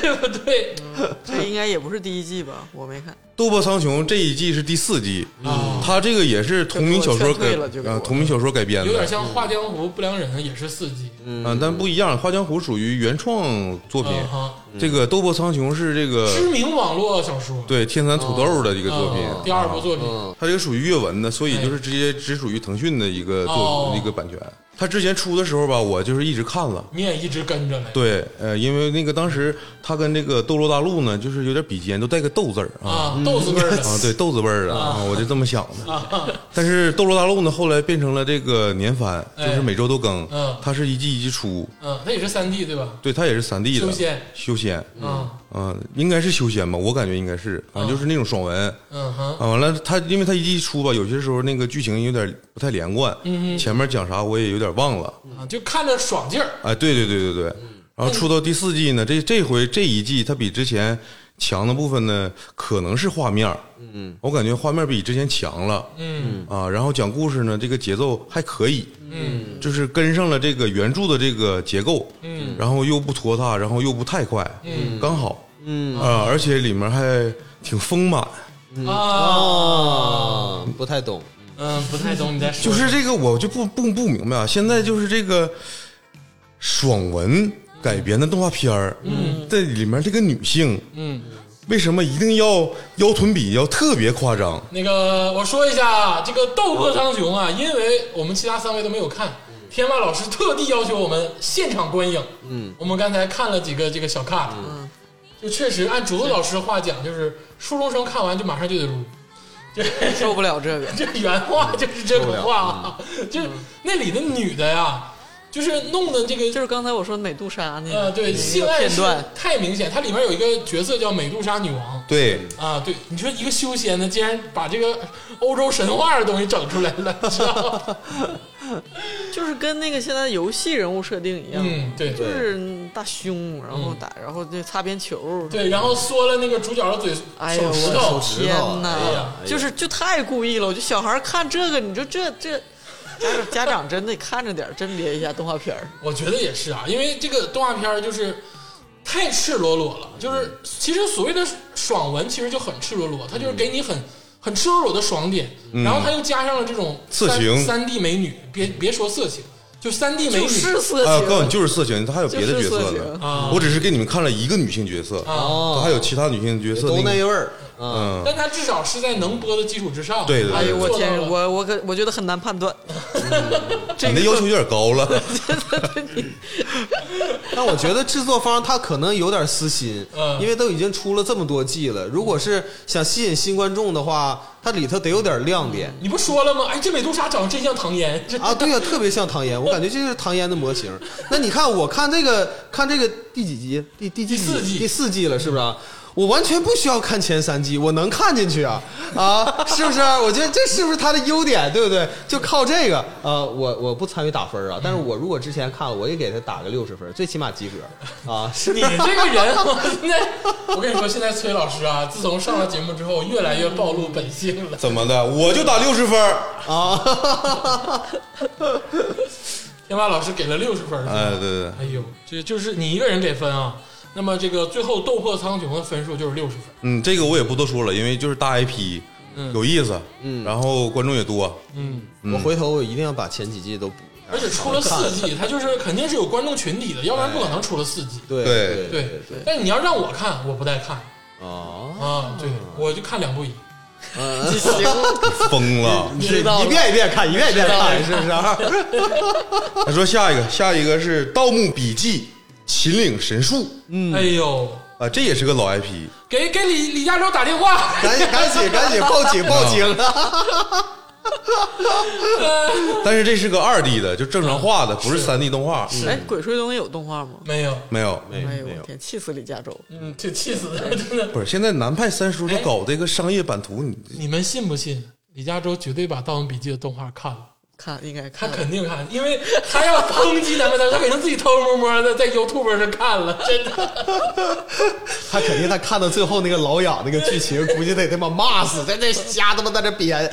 [SPEAKER 2] 对不对？
[SPEAKER 3] 嗯
[SPEAKER 5] 这应该也不是第一季吧？我没看，
[SPEAKER 3] 《斗破苍穹》这一季是第四季，
[SPEAKER 2] 啊
[SPEAKER 3] 它这个也是同名小说
[SPEAKER 5] 嗯就给我劝退
[SPEAKER 3] 改
[SPEAKER 5] 了就给我
[SPEAKER 3] 啊，同名小说改编
[SPEAKER 2] 有
[SPEAKER 3] 的
[SPEAKER 2] 点，像《画江湖不良人》，也是四季。嗯，
[SPEAKER 3] 嗯，但不一样，《花江湖》属于原创作品，
[SPEAKER 5] 嗯
[SPEAKER 2] 哈，
[SPEAKER 3] 这个《斗破苍穹》是这个
[SPEAKER 2] 知名网络小说，
[SPEAKER 3] 对天蚕土豆的一个作品
[SPEAKER 5] 哦
[SPEAKER 3] 嗯
[SPEAKER 2] 啊，第二部作品。
[SPEAKER 3] 它这个属于阅文的，所
[SPEAKER 5] 哎
[SPEAKER 3] 以就是直接只属于腾讯的一个
[SPEAKER 2] 哦
[SPEAKER 3] 作一个版权。它之前出的时候吧，我就是一直看了。
[SPEAKER 2] 你也一直跟着来，
[SPEAKER 3] 对，呃，因为那个当时它跟这个《斗罗大陆》呢，就是有点比肩，都带个“斗”字儿啊
[SPEAKER 2] 啊，豆子味儿的 啊
[SPEAKER 3] 啊，对，豆子味儿的啊，我就这么想的。但是《斗罗大陆》呢，后来变成了这个年番，就
[SPEAKER 2] 哎
[SPEAKER 3] 是每周都更
[SPEAKER 2] 嗯，
[SPEAKER 3] 它是一季一季出，
[SPEAKER 2] 嗯，它也是三 D 对吧？
[SPEAKER 3] 对，它也是三 D 的
[SPEAKER 2] 修仙
[SPEAKER 3] 修仙，
[SPEAKER 2] 嗯
[SPEAKER 3] 嗯，应该是修仙吧，我感觉应该是，反正就是那种爽文。
[SPEAKER 2] 嗯哼，
[SPEAKER 3] 啊，完了，它因为它一季一出吧，有些时候那个剧情有点不太连贯，
[SPEAKER 2] 嗯
[SPEAKER 3] 前面讲啥我也有点忘了。
[SPEAKER 2] 啊就看着爽劲儿，
[SPEAKER 3] 哎，对对对对对。然后出到第四季呢，这这回这一季它比之前强的部分呢，可能是画面，嗯，我感觉画面比之前强了，嗯啊，然后讲故事呢，这个节奏还可以，嗯，就是跟上了这个原著的这个结构，嗯，然后又不拖沓，然后又不太快，嗯，刚好，嗯啊，而且里面还挺丰满，嗯
[SPEAKER 2] 啊，
[SPEAKER 3] 哦
[SPEAKER 4] 啊，不太懂。
[SPEAKER 2] 嗯，不太懂你在说
[SPEAKER 3] 就
[SPEAKER 2] 什么，
[SPEAKER 3] 是这个我就不不不明白啊，现在就是这个爽文改编的动画片儿，嗯，这里面这个女性，
[SPEAKER 2] 嗯，
[SPEAKER 3] 为什么一定要腰臀比要特别夸张？
[SPEAKER 2] 那个我说一下啊，这个《斗破苍穹》啊，因为我们其他三位都没有看，天霸老师特地要求我们现场观影，嗯，我们刚才看了几个这个小 cut，嗯，就确实按竹子老师的话讲，就是初中生看完就马上就得撸。
[SPEAKER 5] 受不了这个。
[SPEAKER 2] 这原话就是这个话啊，就是那里的女的呀，就是弄的这个
[SPEAKER 5] 就是刚才我说美杜莎那
[SPEAKER 2] 呃，
[SPEAKER 5] 个，
[SPEAKER 2] 对，
[SPEAKER 5] 那
[SPEAKER 2] 性
[SPEAKER 5] 个
[SPEAKER 2] 爱
[SPEAKER 5] 嗯片
[SPEAKER 2] 是
[SPEAKER 5] 段，
[SPEAKER 2] 太明显。它里面有一个角色叫美杜莎女王
[SPEAKER 3] 对，
[SPEAKER 2] 啊，对，你说一个修仙的，竟然把这个欧洲神话的东西整出来了，你知道吗？
[SPEAKER 5] 就是跟那个现在游戏人物设定一样，
[SPEAKER 2] 嗯，对
[SPEAKER 5] 就
[SPEAKER 2] 对嗯
[SPEAKER 5] 是大胸，然后打，然后就擦边球，
[SPEAKER 2] 对，然后缩了那个主角的嘴
[SPEAKER 5] 哎呦
[SPEAKER 2] 手指
[SPEAKER 5] 我
[SPEAKER 2] 头啊
[SPEAKER 5] 的，
[SPEAKER 4] 指
[SPEAKER 5] 天
[SPEAKER 4] 头
[SPEAKER 5] 哪
[SPEAKER 4] 哎
[SPEAKER 2] 呀！
[SPEAKER 5] 就是就太故意了，我就小孩看这个，你就这这。家长家长真得看着点儿，甄别一下动画片儿。
[SPEAKER 2] 我觉得也是啊，因为这个动画片儿就是太赤裸裸了，就是其实所谓的爽文其实就很赤裸裸，它就是给你很很赤裸裸的爽点，然后它又加上了这种
[SPEAKER 3] 色情
[SPEAKER 2] 三 D 美女，别别说色情，就哎三 D 美
[SPEAKER 5] 就
[SPEAKER 2] 女
[SPEAKER 5] 是色
[SPEAKER 3] 啊，
[SPEAKER 5] 情，
[SPEAKER 3] 告诉你就是色情，它还有别的角
[SPEAKER 5] 就是色
[SPEAKER 3] 色
[SPEAKER 5] 情啊
[SPEAKER 3] 呢。我只是给你们看了一个女性角色，
[SPEAKER 2] 啊
[SPEAKER 3] 它还有其他女性角色
[SPEAKER 4] 都
[SPEAKER 3] 那
[SPEAKER 4] 那
[SPEAKER 3] 个
[SPEAKER 4] 味儿，
[SPEAKER 3] 嗯，
[SPEAKER 2] 但它至少是在能播的基础之上。
[SPEAKER 3] 对对对
[SPEAKER 2] 它
[SPEAKER 5] 哎
[SPEAKER 2] 就
[SPEAKER 5] 呦我
[SPEAKER 2] 做到
[SPEAKER 5] 天，
[SPEAKER 2] 了
[SPEAKER 5] 我我可我觉得很难判断。
[SPEAKER 2] 嗯
[SPEAKER 5] 这
[SPEAKER 3] 你的
[SPEAKER 5] 个
[SPEAKER 3] 啊要求有点高了。
[SPEAKER 4] 但我觉得制作方他可能有点私心，
[SPEAKER 2] 嗯
[SPEAKER 4] 因为都已经出了这么多季了，如果是想吸引新观众的话，它里头得有点亮点
[SPEAKER 2] 你不说了吗？哎，这美杜莎长得真像唐嫣，这
[SPEAKER 4] 啊。对呀、特别像唐嫣，我感觉这就是唐嫣的模型。那你看，我看这个看这个第几集？第第第
[SPEAKER 2] 第四季
[SPEAKER 4] 第四季了，是不是啊？我完全不需要看前三季，我能看进去啊啊，是不是啊？我觉得这是不是他的优点，对不对？就靠这个啊，呃我我不参与打分啊，但是我如果之前看了，我也给他打个六十分，最起码及格啊，是
[SPEAKER 2] 你这个人，我那我跟你说，现在崔老师啊，自从上了节目之后，越来越暴露本性了。
[SPEAKER 3] 怎么的？我就打六十分儿。
[SPEAKER 2] 天霸老师给了六十分
[SPEAKER 4] 啊
[SPEAKER 2] 儿，
[SPEAKER 3] 哎，对对对，
[SPEAKER 2] 哎呦，这就是你一个人给分啊。那么这个最后斗破苍穹的分数就是六十分，
[SPEAKER 3] 嗯，这个我也不多说了，因为就是大 IP，有意思，嗯，然后观众也 多，
[SPEAKER 2] 嗯，
[SPEAKER 4] 我回头我一定要把前几季都补一下，
[SPEAKER 2] 而且出了四季，它就是肯定是有观众群体的，要不然不可能出了四季。
[SPEAKER 4] 对
[SPEAKER 3] 对
[SPEAKER 4] 对
[SPEAKER 2] 对
[SPEAKER 4] 哎对对
[SPEAKER 2] 但你要让我看，我不带看
[SPEAKER 4] 啊，
[SPEAKER 2] 啊，对，我就看两部一。
[SPEAKER 3] 疯了。
[SPEAKER 4] 是
[SPEAKER 5] 知道了
[SPEAKER 4] 一遍一遍看，一遍一遍看，
[SPEAKER 2] 知
[SPEAKER 4] 是不是 啊？
[SPEAKER 3] 他说下一个，下一个是《盗墓笔记》《秦岭神树》
[SPEAKER 4] 嗯
[SPEAKER 2] 哎呦，
[SPEAKER 3] 啊，这也是个老 IP，
[SPEAKER 2] 给给李李佳州打电话，
[SPEAKER 4] 赶紧赶紧赶紧报警 报警！
[SPEAKER 3] 但是这是个二 D 的，就正常画的，不是三 D 动画。嗯
[SPEAKER 5] 哎，鬼吹灯有动画吗？
[SPEAKER 2] 没有，
[SPEAKER 3] 没有，
[SPEAKER 4] 没有
[SPEAKER 5] 哎呦
[SPEAKER 4] 没
[SPEAKER 5] 我
[SPEAKER 4] 有，
[SPEAKER 5] 天，气死李嘉洲！
[SPEAKER 2] 嗯，这气死了，真的。
[SPEAKER 3] 不是现在南派三叔他
[SPEAKER 2] 哎
[SPEAKER 3] 搞这个商业版图，你
[SPEAKER 2] 你们信不信？李佳州绝对把《盗墓笔记》的动画看了。
[SPEAKER 5] 看应该
[SPEAKER 2] 他
[SPEAKER 5] 看，
[SPEAKER 2] 肯定看，因为他要抨击咱们，他他肯定自己偷偷摸摸的在 YouTube 上看了， 真的。
[SPEAKER 4] 他肯定他看到最后那个老痒那个剧情，估计得他妈骂死，在这瞎他妈在这编。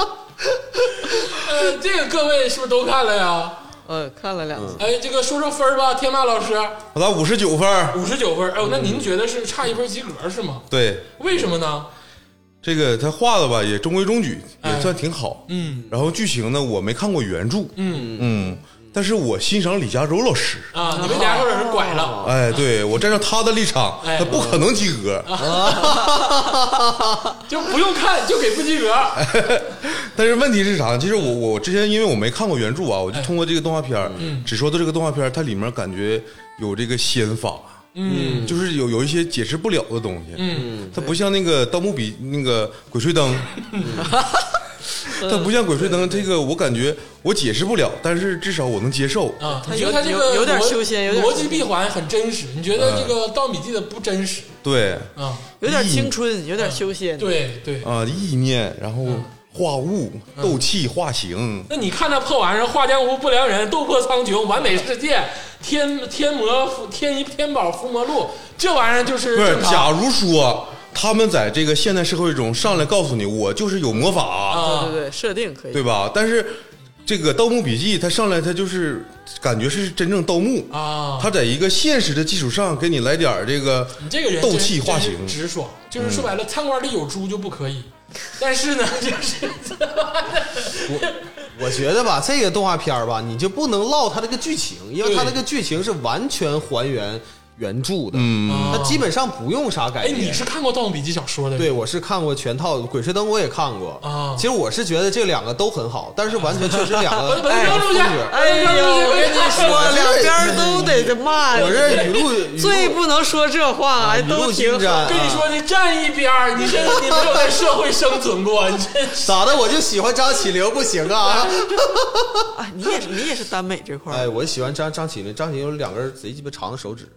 [SPEAKER 2] 呃，这个各位是不是都看了呀？
[SPEAKER 5] 呃，看了两集。
[SPEAKER 2] 哎，这个说说分儿吧，天霸老师
[SPEAKER 3] 我打五十九分儿。
[SPEAKER 2] 五十九分儿，哎呦，那您觉得是差一分及格是吗？
[SPEAKER 3] 对，
[SPEAKER 2] 为什么呢？
[SPEAKER 3] 这个他画的吧也中规中矩，
[SPEAKER 2] 哎
[SPEAKER 3] 也算挺好。
[SPEAKER 2] 嗯，
[SPEAKER 3] 然后剧情呢，我没看过原著，
[SPEAKER 2] 嗯
[SPEAKER 3] 嗯，但是我欣赏李嘉洲老师。
[SPEAKER 2] 啊，你们俩或者是拐了，
[SPEAKER 3] 哎，对我站上他的立场，
[SPEAKER 2] 哎啊
[SPEAKER 3] 他不可能及格，
[SPEAKER 2] 就不用看就给不及格。
[SPEAKER 3] 但是问题是啥？其实我我之前因为我没看过原著啊，我就通过这个动画片儿，只说到这个动画片儿，它里面感觉有这个仙法，嗯，就是有有一些解释不了的东西，嗯，它不像那个《盗墓笔》那个《鬼吹灯》， 它不像《鬼吹灯》这个，我感觉我解释不了，但是至少我能接受。
[SPEAKER 2] 啊，
[SPEAKER 5] 他
[SPEAKER 2] 你觉得他这个
[SPEAKER 5] 有有点
[SPEAKER 2] 逻
[SPEAKER 5] 修仙有点
[SPEAKER 2] 逻辑闭环很真实，你觉得这个《盗墓笔记》的不真实
[SPEAKER 3] 对
[SPEAKER 2] 啊？
[SPEAKER 5] 有点青春，有点修仙。，
[SPEAKER 2] 嗯对对。
[SPEAKER 3] 啊，意念，然后化物、斗气、化形，
[SPEAKER 2] 那你看那破玩意儿，画江湖不良人，斗破苍穹，完美世界，天天魔天一天宝伏魔录，这玩意儿就是
[SPEAKER 3] 不是
[SPEAKER 2] 正？常
[SPEAKER 3] 假如说他们在这个现代社会中上来告诉你，我就是有魔法。
[SPEAKER 2] 啊
[SPEAKER 5] 对对对，设定可以。
[SPEAKER 3] 对吧？但是这个《盗墓笔记》，它上来它就是感觉是真正盗墓，
[SPEAKER 2] 啊！
[SPEAKER 3] 它在一个现实的基础上给你来点儿这个
[SPEAKER 2] 你这个人
[SPEAKER 3] 斗
[SPEAKER 2] 真
[SPEAKER 3] 气化
[SPEAKER 2] 真
[SPEAKER 3] 形
[SPEAKER 2] 是，直爽，就是说白了，餐馆里有猪就不可 以。但是呢，就是
[SPEAKER 4] 我觉得吧，这个动画片儿吧，你就不能唠它这个剧情，因为它这个剧情是完全还原原著的，嗯，它基本上不用啥改
[SPEAKER 2] 哎，
[SPEAKER 4] 编。
[SPEAKER 2] 你是看过《盗墓笔记》小说的？
[SPEAKER 4] 对，，我是看过全套的《鬼吹灯》，我也看过
[SPEAKER 2] 啊
[SPEAKER 4] 其实我是觉得这两个都很好，但是完全确实两
[SPEAKER 2] 把它
[SPEAKER 4] 个哎
[SPEAKER 2] 把它扔出去！
[SPEAKER 4] 风格
[SPEAKER 5] 哎呦，我跟你说，两边儿都得骂。
[SPEAKER 4] 我这语录语录
[SPEAKER 5] 最不能说这话，哎
[SPEAKER 4] 语录
[SPEAKER 5] 都挺
[SPEAKER 4] 精
[SPEAKER 5] 好。
[SPEAKER 4] 啊湛
[SPEAKER 2] 跟你说，你站一边儿，你这你没有在社会生存过，你真 是。
[SPEAKER 4] 咋的？我就喜欢张起灵不行啊？
[SPEAKER 5] 哎，你也是你也是耽美这块
[SPEAKER 4] 哎，
[SPEAKER 5] 儿，
[SPEAKER 4] 我喜欢张张起灵，张起灵有两根贼鸡巴长的手指，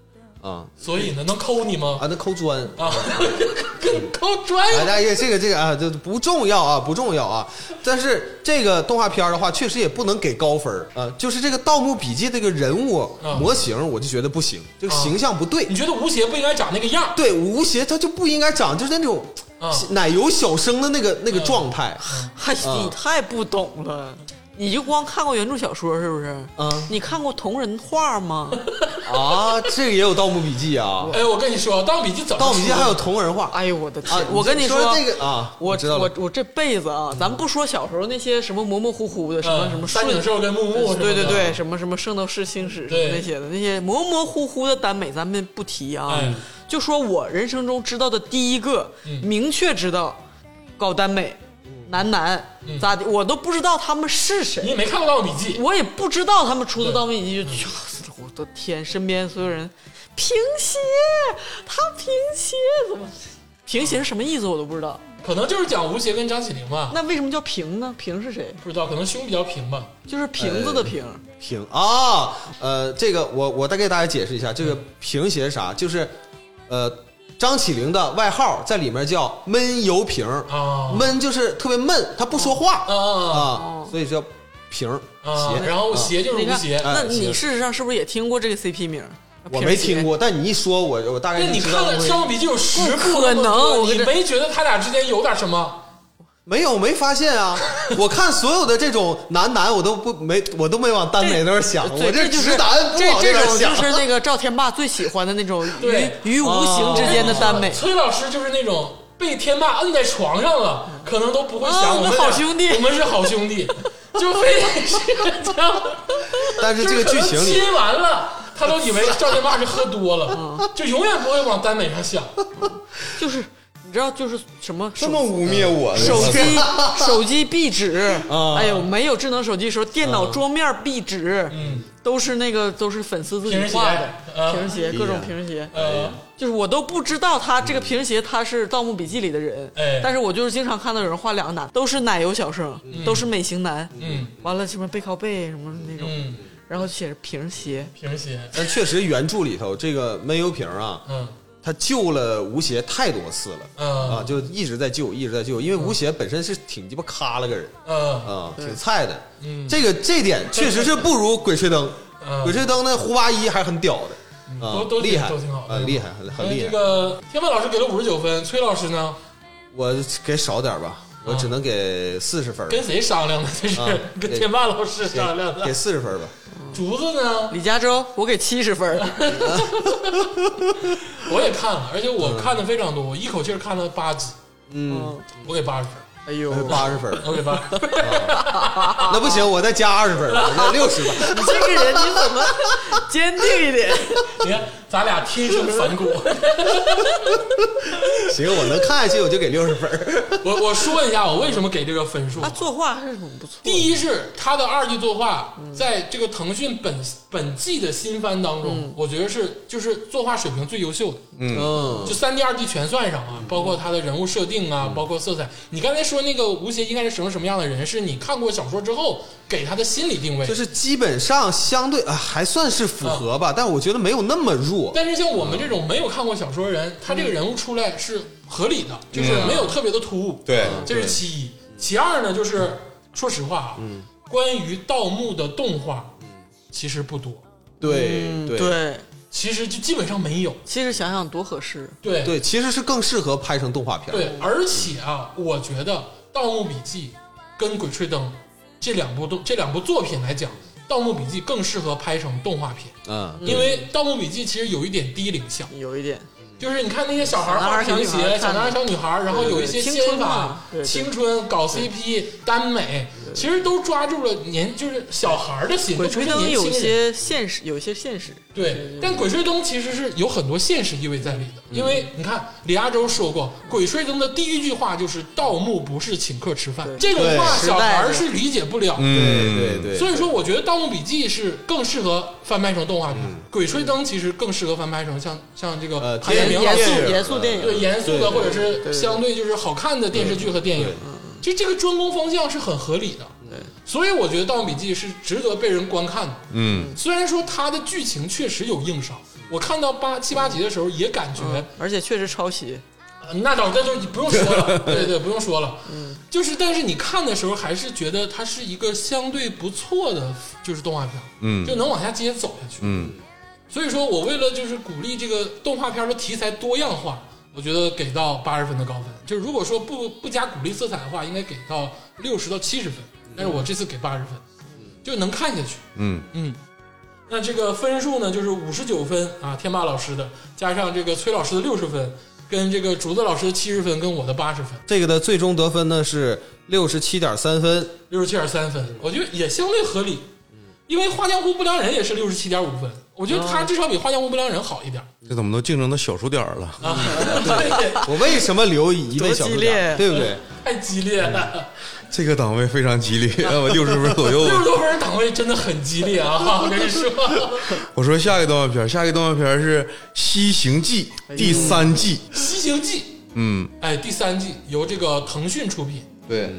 [SPEAKER 4] 啊
[SPEAKER 2] 所以呢，能抠你吗？
[SPEAKER 4] 啊，那抠砖。
[SPEAKER 2] 啊， 跟抠砖
[SPEAKER 4] 哎，大爷，这个这个啊，这不重要啊，不重要啊。但是这个动画片儿的话，确实也不能给高分儿啊。就是这个《盗墓笔记》这个人物
[SPEAKER 2] 嗯
[SPEAKER 4] 模型，我就觉得不行，这个
[SPEAKER 2] 啊
[SPEAKER 4] 形象不对
[SPEAKER 2] 你。觉得吴邪不应该长那个样儿？
[SPEAKER 4] 对，吴邪他就不应该长就是那种
[SPEAKER 2] 啊
[SPEAKER 4] 奶油小生的那个那个状态。
[SPEAKER 5] 嗨，
[SPEAKER 4] 啊
[SPEAKER 5] 你太不懂了。你就光看过原著小说是不是？
[SPEAKER 4] 嗯
[SPEAKER 5] 你看过同人画吗？
[SPEAKER 4] 啊，这个也有《盗墓笔记》啊，
[SPEAKER 2] 哎，我跟你说，《盗墓笔记》怎
[SPEAKER 4] 《
[SPEAKER 2] 么
[SPEAKER 4] 盗墓笔记》还有
[SPEAKER 2] 出
[SPEAKER 4] 同人画。
[SPEAKER 5] 哎呦我的天
[SPEAKER 4] 啊！
[SPEAKER 5] 我跟
[SPEAKER 4] 你
[SPEAKER 5] 说，
[SPEAKER 4] 这个啊，
[SPEAKER 5] 我
[SPEAKER 4] 知道
[SPEAKER 5] 我
[SPEAKER 4] 了。
[SPEAKER 5] 我这辈子啊，咱不说小时候那些什么模模糊糊的，什么
[SPEAKER 2] 嗯
[SPEAKER 5] 什么
[SPEAKER 2] 三井
[SPEAKER 5] 顺
[SPEAKER 2] 寿跟木木什么的
[SPEAKER 5] 对对对，什么嗯什么圣斗士星矢什
[SPEAKER 2] 对
[SPEAKER 5] 么那些的，那些模模糊糊的耽美咱们不提啊
[SPEAKER 2] 哎，嗯
[SPEAKER 5] 就说我人生中知道的第一个明确知道搞耽美男男咋的，我都不知道他们是
[SPEAKER 2] 嗯你
[SPEAKER 5] 谁，
[SPEAKER 2] 也没看过《盗墓笔记》，
[SPEAKER 5] 我也不知道他们出的
[SPEAKER 2] 对
[SPEAKER 5] 盗墓笔记，就我的天，身边所有人平鞋，他平鞋怎么？平鞋是什么意思我都不知道。
[SPEAKER 2] 可能就是讲吴邪跟张起灵吧，
[SPEAKER 5] 那为什么叫平呢？平是谁？
[SPEAKER 2] 不知道，可能胸比较平吧。
[SPEAKER 5] 就是瓶
[SPEAKER 2] 哎
[SPEAKER 5] 子的瓶。
[SPEAKER 4] 平啊，呃，这个我我再给大家解释一下，这个平鞋是啥？就是，呃，张起灵的外号在里面叫闷油瓶儿
[SPEAKER 2] 哦
[SPEAKER 4] 闷就是特别闷，他不说话
[SPEAKER 2] 啊啊
[SPEAKER 4] 啊，所以叫瓶儿
[SPEAKER 2] 啊！
[SPEAKER 4] 鞋。
[SPEAKER 2] 然后鞋就是
[SPEAKER 5] 你
[SPEAKER 2] 吴
[SPEAKER 5] 看，
[SPEAKER 2] 邪，
[SPEAKER 4] 哎
[SPEAKER 5] 那你
[SPEAKER 4] 行
[SPEAKER 5] 事实上是不是也听过这个 CP 名？
[SPEAKER 4] 我没
[SPEAKER 5] 瓶鞋
[SPEAKER 4] 听。过，但你一说，我我大概
[SPEAKER 2] 那
[SPEAKER 4] 就
[SPEAKER 2] 你
[SPEAKER 4] 知
[SPEAKER 2] 看
[SPEAKER 4] 道
[SPEAKER 2] 了
[SPEAKER 4] 会
[SPEAKER 2] 《盗墓笔记》有十部
[SPEAKER 5] 不可
[SPEAKER 2] 那么多
[SPEAKER 5] 能我跟
[SPEAKER 2] 你
[SPEAKER 5] 这
[SPEAKER 2] 没觉得他俩之间有点什么？
[SPEAKER 4] 没有没发现啊！我看所有的这种男男，我都不没我都没往耽美那边想，
[SPEAKER 5] 对，
[SPEAKER 4] 我
[SPEAKER 5] 这就
[SPEAKER 4] 直
[SPEAKER 5] 是
[SPEAKER 4] 男不
[SPEAKER 5] 这
[SPEAKER 4] 往
[SPEAKER 5] 这
[SPEAKER 4] 边
[SPEAKER 5] 种就
[SPEAKER 4] 想。
[SPEAKER 5] 是那个赵天霸最喜欢的那种于
[SPEAKER 2] 对哦
[SPEAKER 5] 于无形之间的耽美。
[SPEAKER 2] 崔老师就是那种被天霸摁在床上了，可能都不会
[SPEAKER 5] 啊
[SPEAKER 2] 想
[SPEAKER 5] 我们
[SPEAKER 2] 们
[SPEAKER 5] 好
[SPEAKER 2] 俩
[SPEAKER 5] 兄弟
[SPEAKER 2] 我们是好兄弟，就非得是这样。
[SPEAKER 4] 但是这个
[SPEAKER 2] 就
[SPEAKER 4] 剧
[SPEAKER 2] 可能
[SPEAKER 4] 情里，
[SPEAKER 2] 亲完了，他都以为赵天霸是喝多了，就永远不会往耽美上想。
[SPEAKER 5] 就是你知道，就是什么
[SPEAKER 3] 这
[SPEAKER 5] 手
[SPEAKER 3] 么污蔑我
[SPEAKER 2] 嗯
[SPEAKER 3] 呢，
[SPEAKER 5] 手机手机壁纸
[SPEAKER 4] 啊，嗯
[SPEAKER 5] 哎呦，没有智能手机的时候，电脑桌面壁纸，
[SPEAKER 2] 嗯，
[SPEAKER 5] 都是那个都是粉丝自己
[SPEAKER 2] 平时
[SPEAKER 5] 画
[SPEAKER 2] 鞋
[SPEAKER 5] 的，
[SPEAKER 2] 呃
[SPEAKER 5] 平鞋，
[SPEAKER 4] 呀
[SPEAKER 5] 各种平鞋。
[SPEAKER 2] 呃，
[SPEAKER 5] 就是我都不知道他这个平鞋他是《盗墓笔记》里的人，
[SPEAKER 2] 哎
[SPEAKER 5] 但是我就是经常看到有人画两个男，都是奶油小生，都是美型男，
[SPEAKER 2] 嗯，
[SPEAKER 5] 完了什么背靠背什么那种，
[SPEAKER 2] 嗯，
[SPEAKER 5] 然后写着平鞋，
[SPEAKER 2] 平鞋，
[SPEAKER 4] 但确实原著里头这个闷油瓶啊，
[SPEAKER 2] 嗯
[SPEAKER 4] 他救了吴邪太多次了啊，
[SPEAKER 2] 嗯
[SPEAKER 4] 就一直在救，一直在救，因为吴邪本身是挺鸡巴咖了个人
[SPEAKER 2] 嗯
[SPEAKER 4] 啊，挺菜的。
[SPEAKER 2] 嗯
[SPEAKER 4] 这个这点确实是不如《鬼吹灯》，
[SPEAKER 2] 嗯
[SPEAKER 4] 《鬼吹灯》那胡八一还是很屌的啊
[SPEAKER 2] 都都，挺
[SPEAKER 4] 厉害，
[SPEAKER 2] 都挺好的
[SPEAKER 4] 啊厉害，很很
[SPEAKER 2] 那
[SPEAKER 4] 厉
[SPEAKER 2] 这
[SPEAKER 4] 害。
[SPEAKER 2] 个天霸老师给了五十九分，崔老师呢？
[SPEAKER 4] 我给少点吧，我只能给四十分儿，
[SPEAKER 2] 嗯跟谁商量的？这是
[SPEAKER 4] 啊
[SPEAKER 2] 跟
[SPEAKER 4] 对
[SPEAKER 2] 天霸老师商量
[SPEAKER 4] 给
[SPEAKER 2] 的。
[SPEAKER 4] 四十分 儿吧。
[SPEAKER 2] 竹子呢？
[SPEAKER 5] 李嘉洲，我给七十分，
[SPEAKER 2] 嗯我也看了，而且我看的非常多，我一口气儿看了八集，
[SPEAKER 4] 嗯，
[SPEAKER 2] 我给八十分，
[SPEAKER 5] 哎 呦，
[SPEAKER 2] 哦
[SPEAKER 4] 八十 分儿，
[SPEAKER 2] 我给八十分。
[SPEAKER 4] 那不行，我再加二十分儿，我再六十吧。
[SPEAKER 5] 你这个人你怎么坚定一点？
[SPEAKER 2] 你看，咱俩天生反骨。
[SPEAKER 4] 行，我能看下去，我就给六十分儿。
[SPEAKER 2] 我我说一下我为什么给这个分数
[SPEAKER 5] 他。作画还是很不错的，
[SPEAKER 2] 第一是他的二季作画，在这个腾讯本本季的新番当中，我觉得是就是作画水平最优秀的。
[SPEAKER 4] 嗯
[SPEAKER 2] 就三 D、二 D 全算上啊，包括他的人物设定啊，包括色彩。你刚才说那个吴邪应该是什么什么样的人，是你看过小说之后给他的心理定位
[SPEAKER 4] 就。是基本上相对啊还算是符
[SPEAKER 2] 嗯
[SPEAKER 4] 合吧，但我觉得没有那么弱。
[SPEAKER 2] 但是像我们这种没有看过小说的人，他这个人物出来是合理的，就是没有特别的突兀。
[SPEAKER 3] 对
[SPEAKER 2] 这是其一。其二呢，就是说实话啊，关于盗墓的动画其实不多，
[SPEAKER 4] 对
[SPEAKER 5] 嗯，对，
[SPEAKER 2] 其实就基本上没有。
[SPEAKER 5] 其实想想多合适，
[SPEAKER 2] 对
[SPEAKER 4] 对，其实是更适合拍成动画片儿。
[SPEAKER 2] 对，而且啊，我觉得《盗墓笔记》跟《鬼吹灯》这两部动这两部作品来讲，《盗墓笔记》更适合拍成动画片，
[SPEAKER 4] 嗯，
[SPEAKER 2] 因为《盗墓笔记》其实有一点低龄向，
[SPEAKER 5] 有一点，
[SPEAKER 2] 就是你看那些小孩儿
[SPEAKER 5] 小男孩
[SPEAKER 2] 画
[SPEAKER 5] 儿
[SPEAKER 2] 皮
[SPEAKER 5] 小女孩
[SPEAKER 2] 鞋，
[SPEAKER 5] 儿
[SPEAKER 2] 小男孩儿、小女孩儿，然后有一些
[SPEAKER 5] 青
[SPEAKER 2] 仙
[SPEAKER 5] 春
[SPEAKER 2] 法
[SPEAKER 5] 嘛、对对
[SPEAKER 2] 青春搞 CP、耽美，其实都抓住了年就是小孩儿的心，
[SPEAKER 5] 鬼
[SPEAKER 2] 都不
[SPEAKER 5] 吹
[SPEAKER 2] 是
[SPEAKER 5] 灯
[SPEAKER 2] 年
[SPEAKER 5] 有
[SPEAKER 2] 轻人
[SPEAKER 5] 些现实，有些现实，
[SPEAKER 2] 对，嗯但《鬼吹灯》其实是有很多现实意味在里的，因为你看李亚洲说过，《鬼吹灯》的第一句话就是“盗墓不是请客吃饭”，
[SPEAKER 5] 对
[SPEAKER 2] 这种话
[SPEAKER 4] 对
[SPEAKER 2] 小孩儿是理解不了。
[SPEAKER 4] 对
[SPEAKER 3] 嗯，
[SPEAKER 4] 对对，
[SPEAKER 2] 所以说，我觉得《盗墓笔记》是更适合翻拍成动画片，鬼吹灯》其实更适合翻拍成像像这个
[SPEAKER 4] 嗯呃，
[SPEAKER 2] 韩延明
[SPEAKER 4] 电影
[SPEAKER 2] 老师
[SPEAKER 5] 严肃
[SPEAKER 4] 电
[SPEAKER 5] 严肃电影
[SPEAKER 4] 影
[SPEAKER 2] 对严肃的，
[SPEAKER 4] 对对
[SPEAKER 2] 或者是相对就是好看的电视剧和电影
[SPEAKER 4] 对，
[SPEAKER 2] 就这个专攻方向是很合理的。所以我觉得《盗墓笔记》是值得被人观看的。
[SPEAKER 3] 嗯，
[SPEAKER 2] 虽然说它的剧情确实有硬伤，我看到八七八集的时候也感觉，
[SPEAKER 5] 嗯而且确实抄袭，
[SPEAKER 2] 呃那倒那就不用说了，对对，不用说了，嗯，就是但是你看的时候还是觉得它是一个相对不错的，就是动画片，
[SPEAKER 3] 嗯
[SPEAKER 2] 就能往下接走下去，
[SPEAKER 3] 嗯，
[SPEAKER 2] 所以说我为了就是鼓励这个动画片的题材多样化，我觉得给到八十分的高分，就是如果说不不加鼓励色彩的话，应该给到六十到七十分，但是我这次给八十分，就能看下去，
[SPEAKER 3] 嗯
[SPEAKER 2] 嗯，那这个分数呢，就是五十九分啊，天霸老师的，加上这个崔老师的六十分，跟这个竹子老师的七十分，跟我的八十分，
[SPEAKER 4] 这个的最终得分呢是六十七点三分，
[SPEAKER 2] 六十七点三分，我觉得也相对合理。因为《画江湖不良人》也是六十七点五分，我觉得他至少比《画江湖不良人》好一点
[SPEAKER 3] 这怎么都竞争到小数点儿了？
[SPEAKER 2] 啊，
[SPEAKER 4] 我为什么留一位小数
[SPEAKER 5] 多激烈
[SPEAKER 4] 点？对不对？
[SPEAKER 2] 太激烈了。
[SPEAKER 3] 这个档位非常激 烈，六十分左右。
[SPEAKER 2] 六十多分档位真的很激烈啊！我跟你说，
[SPEAKER 3] 我说下一个动画片儿，下一个动画片儿是《西行记》
[SPEAKER 2] 哎
[SPEAKER 3] 第三季。
[SPEAKER 2] 《西行记》
[SPEAKER 3] 嗯，
[SPEAKER 2] 哎，第三季由这个腾讯出品。
[SPEAKER 3] 对，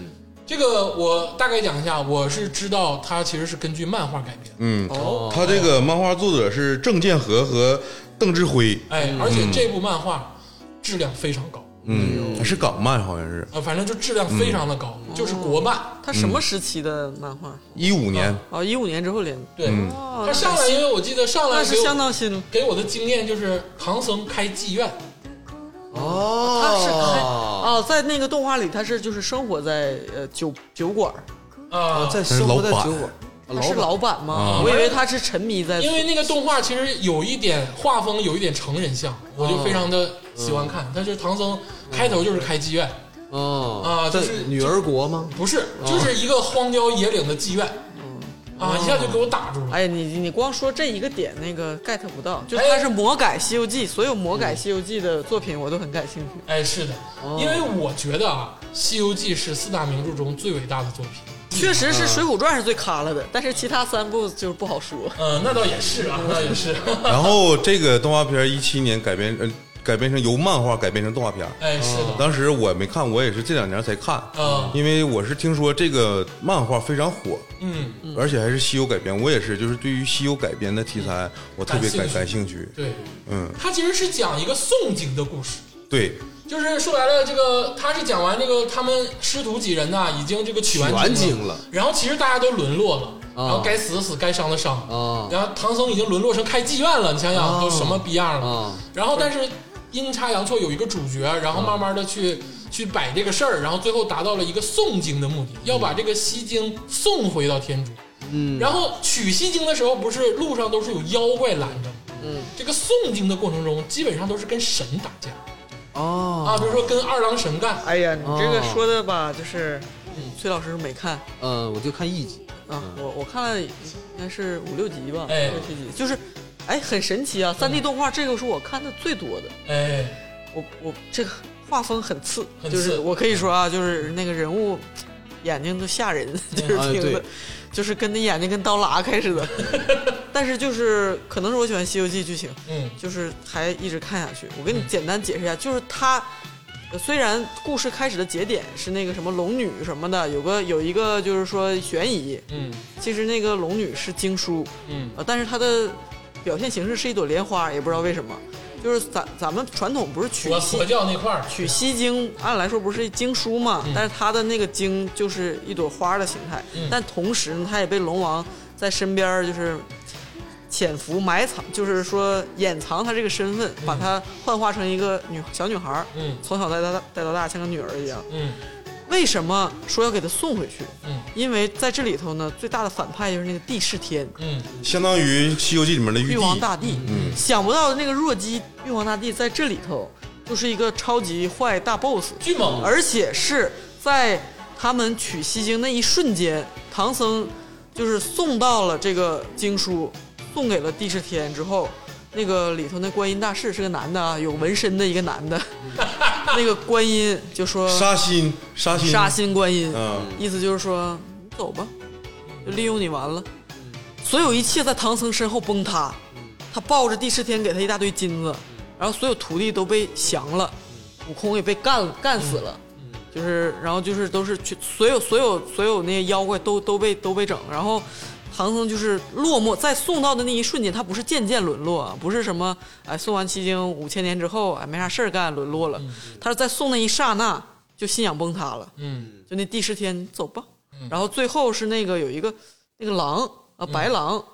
[SPEAKER 2] 这个我大概讲一下，我是知道它其实是根据漫画改编的，
[SPEAKER 3] 嗯，他这个漫画作者是郑建和和邓志辉，
[SPEAKER 2] 哎，而且这部漫画质量非常高，
[SPEAKER 3] 嗯，是港漫，好像是
[SPEAKER 2] 呃，反正就质量非常的高，
[SPEAKER 5] 嗯
[SPEAKER 2] 就是国漫。
[SPEAKER 5] 他什么时期的漫画？
[SPEAKER 3] 一五年。
[SPEAKER 5] 哦，一五年之后连的，
[SPEAKER 2] 对，
[SPEAKER 5] 哦
[SPEAKER 2] 它上来，因为我记得上来
[SPEAKER 5] 那
[SPEAKER 2] 给
[SPEAKER 5] 是相
[SPEAKER 2] 我
[SPEAKER 5] 当新了。
[SPEAKER 2] 给我的经验就是唐僧开妓院，
[SPEAKER 5] 嗯他是开
[SPEAKER 4] 哦，
[SPEAKER 5] 哦，在那个动画里，他是就是生活在呃酒酒馆儿，
[SPEAKER 2] 啊，
[SPEAKER 5] 哦
[SPEAKER 4] 哦在生活在
[SPEAKER 3] 老板
[SPEAKER 4] 酒馆，
[SPEAKER 5] 他是老板吗？
[SPEAKER 3] 啊
[SPEAKER 5] 我以为他是沉迷在，
[SPEAKER 2] 因为那个动画其实有一点画风有一点成人像，我就非常
[SPEAKER 5] 哦
[SPEAKER 2] 的喜欢
[SPEAKER 5] 嗯
[SPEAKER 2] 看。它就是唐僧开头就是开妓院，
[SPEAKER 4] 哦
[SPEAKER 2] 啊就是
[SPEAKER 4] 在女儿国吗？
[SPEAKER 2] 不是，
[SPEAKER 5] 哦
[SPEAKER 2] 就是一个荒郊野岭的妓院，
[SPEAKER 5] 嗯
[SPEAKER 2] 啊，一下就给我打住了。
[SPEAKER 5] 哎呀，你你光说这一个点，那个 get 不到，就是他是魔改《西游记》，所有魔改《西游记》的作品我都很感兴趣。
[SPEAKER 2] 哎，是的，
[SPEAKER 5] 哦
[SPEAKER 2] 因为我觉得啊，《西游记》是四大名著中最伟大的作品。
[SPEAKER 5] 确实是《水浒传》是最咖了的，但是其他三部就是不好说。
[SPEAKER 2] 嗯、那倒也是 啊，那也是。
[SPEAKER 3] 然后这个动画片一七年改编，呃，改编成由漫画改编成动画片儿。
[SPEAKER 2] 哎，是
[SPEAKER 4] 哦
[SPEAKER 2] 的，
[SPEAKER 3] 当时我没看，我也是这两年才看，
[SPEAKER 2] 嗯
[SPEAKER 3] 因为我是听说这个漫画非常火，
[SPEAKER 2] 嗯，
[SPEAKER 3] 而且还是西游改编。我也是，就是对于西游改编的题材，我特别感
[SPEAKER 2] 感
[SPEAKER 3] 感兴趣。
[SPEAKER 2] 对，
[SPEAKER 3] 嗯，
[SPEAKER 2] 它其实是讲一个宋景的故事。
[SPEAKER 3] 对，
[SPEAKER 2] 就是说白了，这个他是讲完这个他们师徒几人呐、已经这个取完
[SPEAKER 4] 取完
[SPEAKER 2] 经
[SPEAKER 4] 经了
[SPEAKER 2] 然后其实大家都沦落了，
[SPEAKER 4] 啊
[SPEAKER 2] 然后该死的死，该伤的伤，
[SPEAKER 4] 啊
[SPEAKER 2] 然后唐僧已经沦落成开妓院了，你想想、
[SPEAKER 4] 啊
[SPEAKER 2] 都什么逼样了，
[SPEAKER 4] 啊
[SPEAKER 2] 然后但是阴差阳错有一个主角，然后慢慢的去、去摆这个事儿，然后最后达到了一个诵经的目的，要把这个西经送回到天竺。嗯，然后取西经的时候，不是路上都是有妖怪拦着吗？嗯，这个诵经的过程中，基本上都是跟神打架。
[SPEAKER 4] 哦
[SPEAKER 2] 啊，比如说跟二郎神干，
[SPEAKER 5] 哎呀，你这个
[SPEAKER 4] 哦
[SPEAKER 5] 说的吧，就是嗯崔老师是没看
[SPEAKER 4] 嗯，我就看一集，
[SPEAKER 5] 啊，我我看了应该是五六集吧，
[SPEAKER 2] 嗯哎嗯
[SPEAKER 5] 六七集，就是哎很神奇啊，三 D 动画这个是我看的最多的，
[SPEAKER 2] 哎，
[SPEAKER 5] 我我这个画风很次，
[SPEAKER 2] 很
[SPEAKER 5] 就
[SPEAKER 2] 次嗯
[SPEAKER 5] 是我可以说啊，就是那个人物眼睛都吓人，
[SPEAKER 2] 嗯
[SPEAKER 5] 就是
[SPEAKER 2] 啊
[SPEAKER 4] 哎
[SPEAKER 5] 听的，
[SPEAKER 4] 对
[SPEAKER 5] 就是跟那眼睛跟刀剌 开似的，但是就是可能是我喜欢《西游记》剧情，
[SPEAKER 2] 嗯
[SPEAKER 5] 就是还一直看下去。我跟你简单解释一下，就是他呃虽然故事开始的节点是那个什么龙女什么的，有个有一个就是说悬疑，
[SPEAKER 2] 嗯
[SPEAKER 5] 其实那个龙女是经书，
[SPEAKER 2] 嗯
[SPEAKER 5] 呃，但是她的表现形式是一朵莲花，也不知道为什么。就是咱咱们传统不是取
[SPEAKER 2] 佛
[SPEAKER 5] 西
[SPEAKER 2] 佛教那块儿，
[SPEAKER 5] 取西经，按来说不是经书嘛，但是它的那个经就是一朵花的形态，
[SPEAKER 2] 嗯
[SPEAKER 5] 但同时呢，它也被龙王在身边儿就是潜伏埋藏，就是说掩藏他这个身份，把她幻化成一个女小女孩儿，
[SPEAKER 2] 嗯
[SPEAKER 5] 从小带到大带到大，像个女儿一样。
[SPEAKER 2] 嗯
[SPEAKER 5] 为什么说要给她送回去？
[SPEAKER 2] 嗯
[SPEAKER 5] 因为在这里头呢，最大的反派就是那个帝释天，
[SPEAKER 2] 嗯，
[SPEAKER 3] 相当于《西游记》里面的玉
[SPEAKER 5] 玉
[SPEAKER 3] 帝。
[SPEAKER 5] 皇大帝。想不到那个弱鸡玉皇大帝在这里头就是一个超级坏大 boss，
[SPEAKER 2] 巨猛，
[SPEAKER 5] 而且是在他们取西经那一瞬间，唐僧就是送到了这个经书，送给了帝释天之后，那个里头那观音大士是个男的啊，有纹身的一 个男的，那个观音就说
[SPEAKER 3] 杀心，杀心，
[SPEAKER 5] 杀心观音，
[SPEAKER 3] 嗯
[SPEAKER 5] 意思就是说你走吧，就利用你完了。所有一切在唐僧身后崩塌，他抱着帝释天给他一大堆金子，然后所有徒弟都被降了，悟空也被干干死了，就是然后就是都是去所有所有所有那些妖怪都都被都被整，然后。唐僧就是落寞，在送到的那一瞬间，他不是渐渐沦落啊，不是什么哎送完西经五千年之后哎没啥事儿干沦落了，他是在送那一刹那就信仰崩塌了，
[SPEAKER 2] 嗯
[SPEAKER 5] 就那第十天走吧。然后最后是那个有一个那个狼啊，
[SPEAKER 2] 嗯
[SPEAKER 5] 白狼，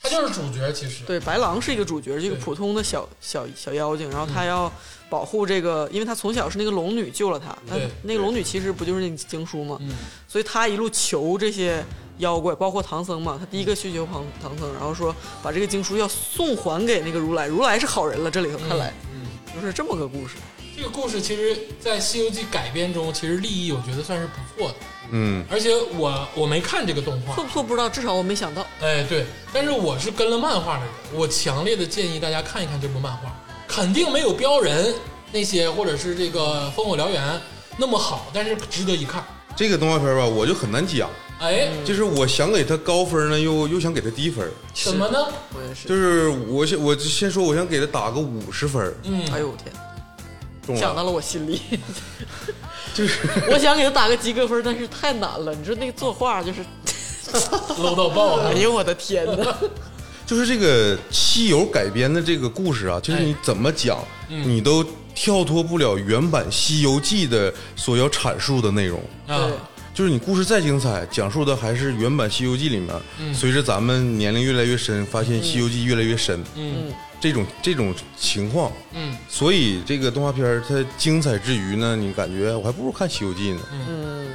[SPEAKER 2] 他就是主角，其实，
[SPEAKER 5] 对，白狼是一个主角，一个
[SPEAKER 2] 对
[SPEAKER 5] 普通的小小小妖精，然后他要保护这个，因为他从小是那个龙女救了他，但
[SPEAKER 2] 对
[SPEAKER 5] 那个龙女其实不就是那个经书吗？
[SPEAKER 2] 嗯
[SPEAKER 5] 所以他一路求这些妖怪，包括唐僧嘛，他第一个去求唐唐僧，然后说把这个经书要送还给那个如来，如来是好人了，这里头看来、
[SPEAKER 2] 嗯
[SPEAKER 5] 就是这么个故事。
[SPEAKER 2] 这个故事其实，在《西游记》改编中，其实立意我觉得算是不错的。
[SPEAKER 3] 嗯，
[SPEAKER 2] 而且我我没看这个动画
[SPEAKER 5] 错，不错不知道，至少我没想到。
[SPEAKER 2] 哎，对，但是我是跟了漫画的人，我强烈的建议大家看一看这部漫画，肯定没有《标人》那些或者是这个《烽火燎原》那么好，但是值得一看。
[SPEAKER 3] 这个动画片吧，我就很难讲，
[SPEAKER 2] 哎，
[SPEAKER 5] 嗯
[SPEAKER 3] 就是我想给它高分呢，又又想给它低分，
[SPEAKER 2] 怎么呢？
[SPEAKER 5] 我也是，
[SPEAKER 3] 就是我先我先说，我想给它打个五十分，
[SPEAKER 2] 嗯，
[SPEAKER 5] 哎呦我天，
[SPEAKER 3] 中
[SPEAKER 5] 想到
[SPEAKER 3] 了，
[SPEAKER 5] 了我心里，
[SPEAKER 3] 就是
[SPEAKER 5] 我想给他打个及格分，但是太难了。你说那个作画就是，
[SPEAKER 2] 搂到爆了
[SPEAKER 5] 哎。呦我的天哪！
[SPEAKER 3] 就是这个西游改编的这个故事啊，就是你怎么讲，你都跳脱不了原版《西游记》的所要阐述的内容。
[SPEAKER 2] 啊
[SPEAKER 5] 对，
[SPEAKER 3] 就是你故事再精彩，讲述的还是原版《西游记》里面。
[SPEAKER 2] 嗯
[SPEAKER 3] 随着咱们年龄越来越深，发现《西游记》越来越深，
[SPEAKER 2] 嗯
[SPEAKER 3] 这种这种情况，
[SPEAKER 2] 嗯，
[SPEAKER 3] 所以这个动画片儿它精彩之余呢，你感觉我还不如看《西游记》呢。
[SPEAKER 5] 嗯，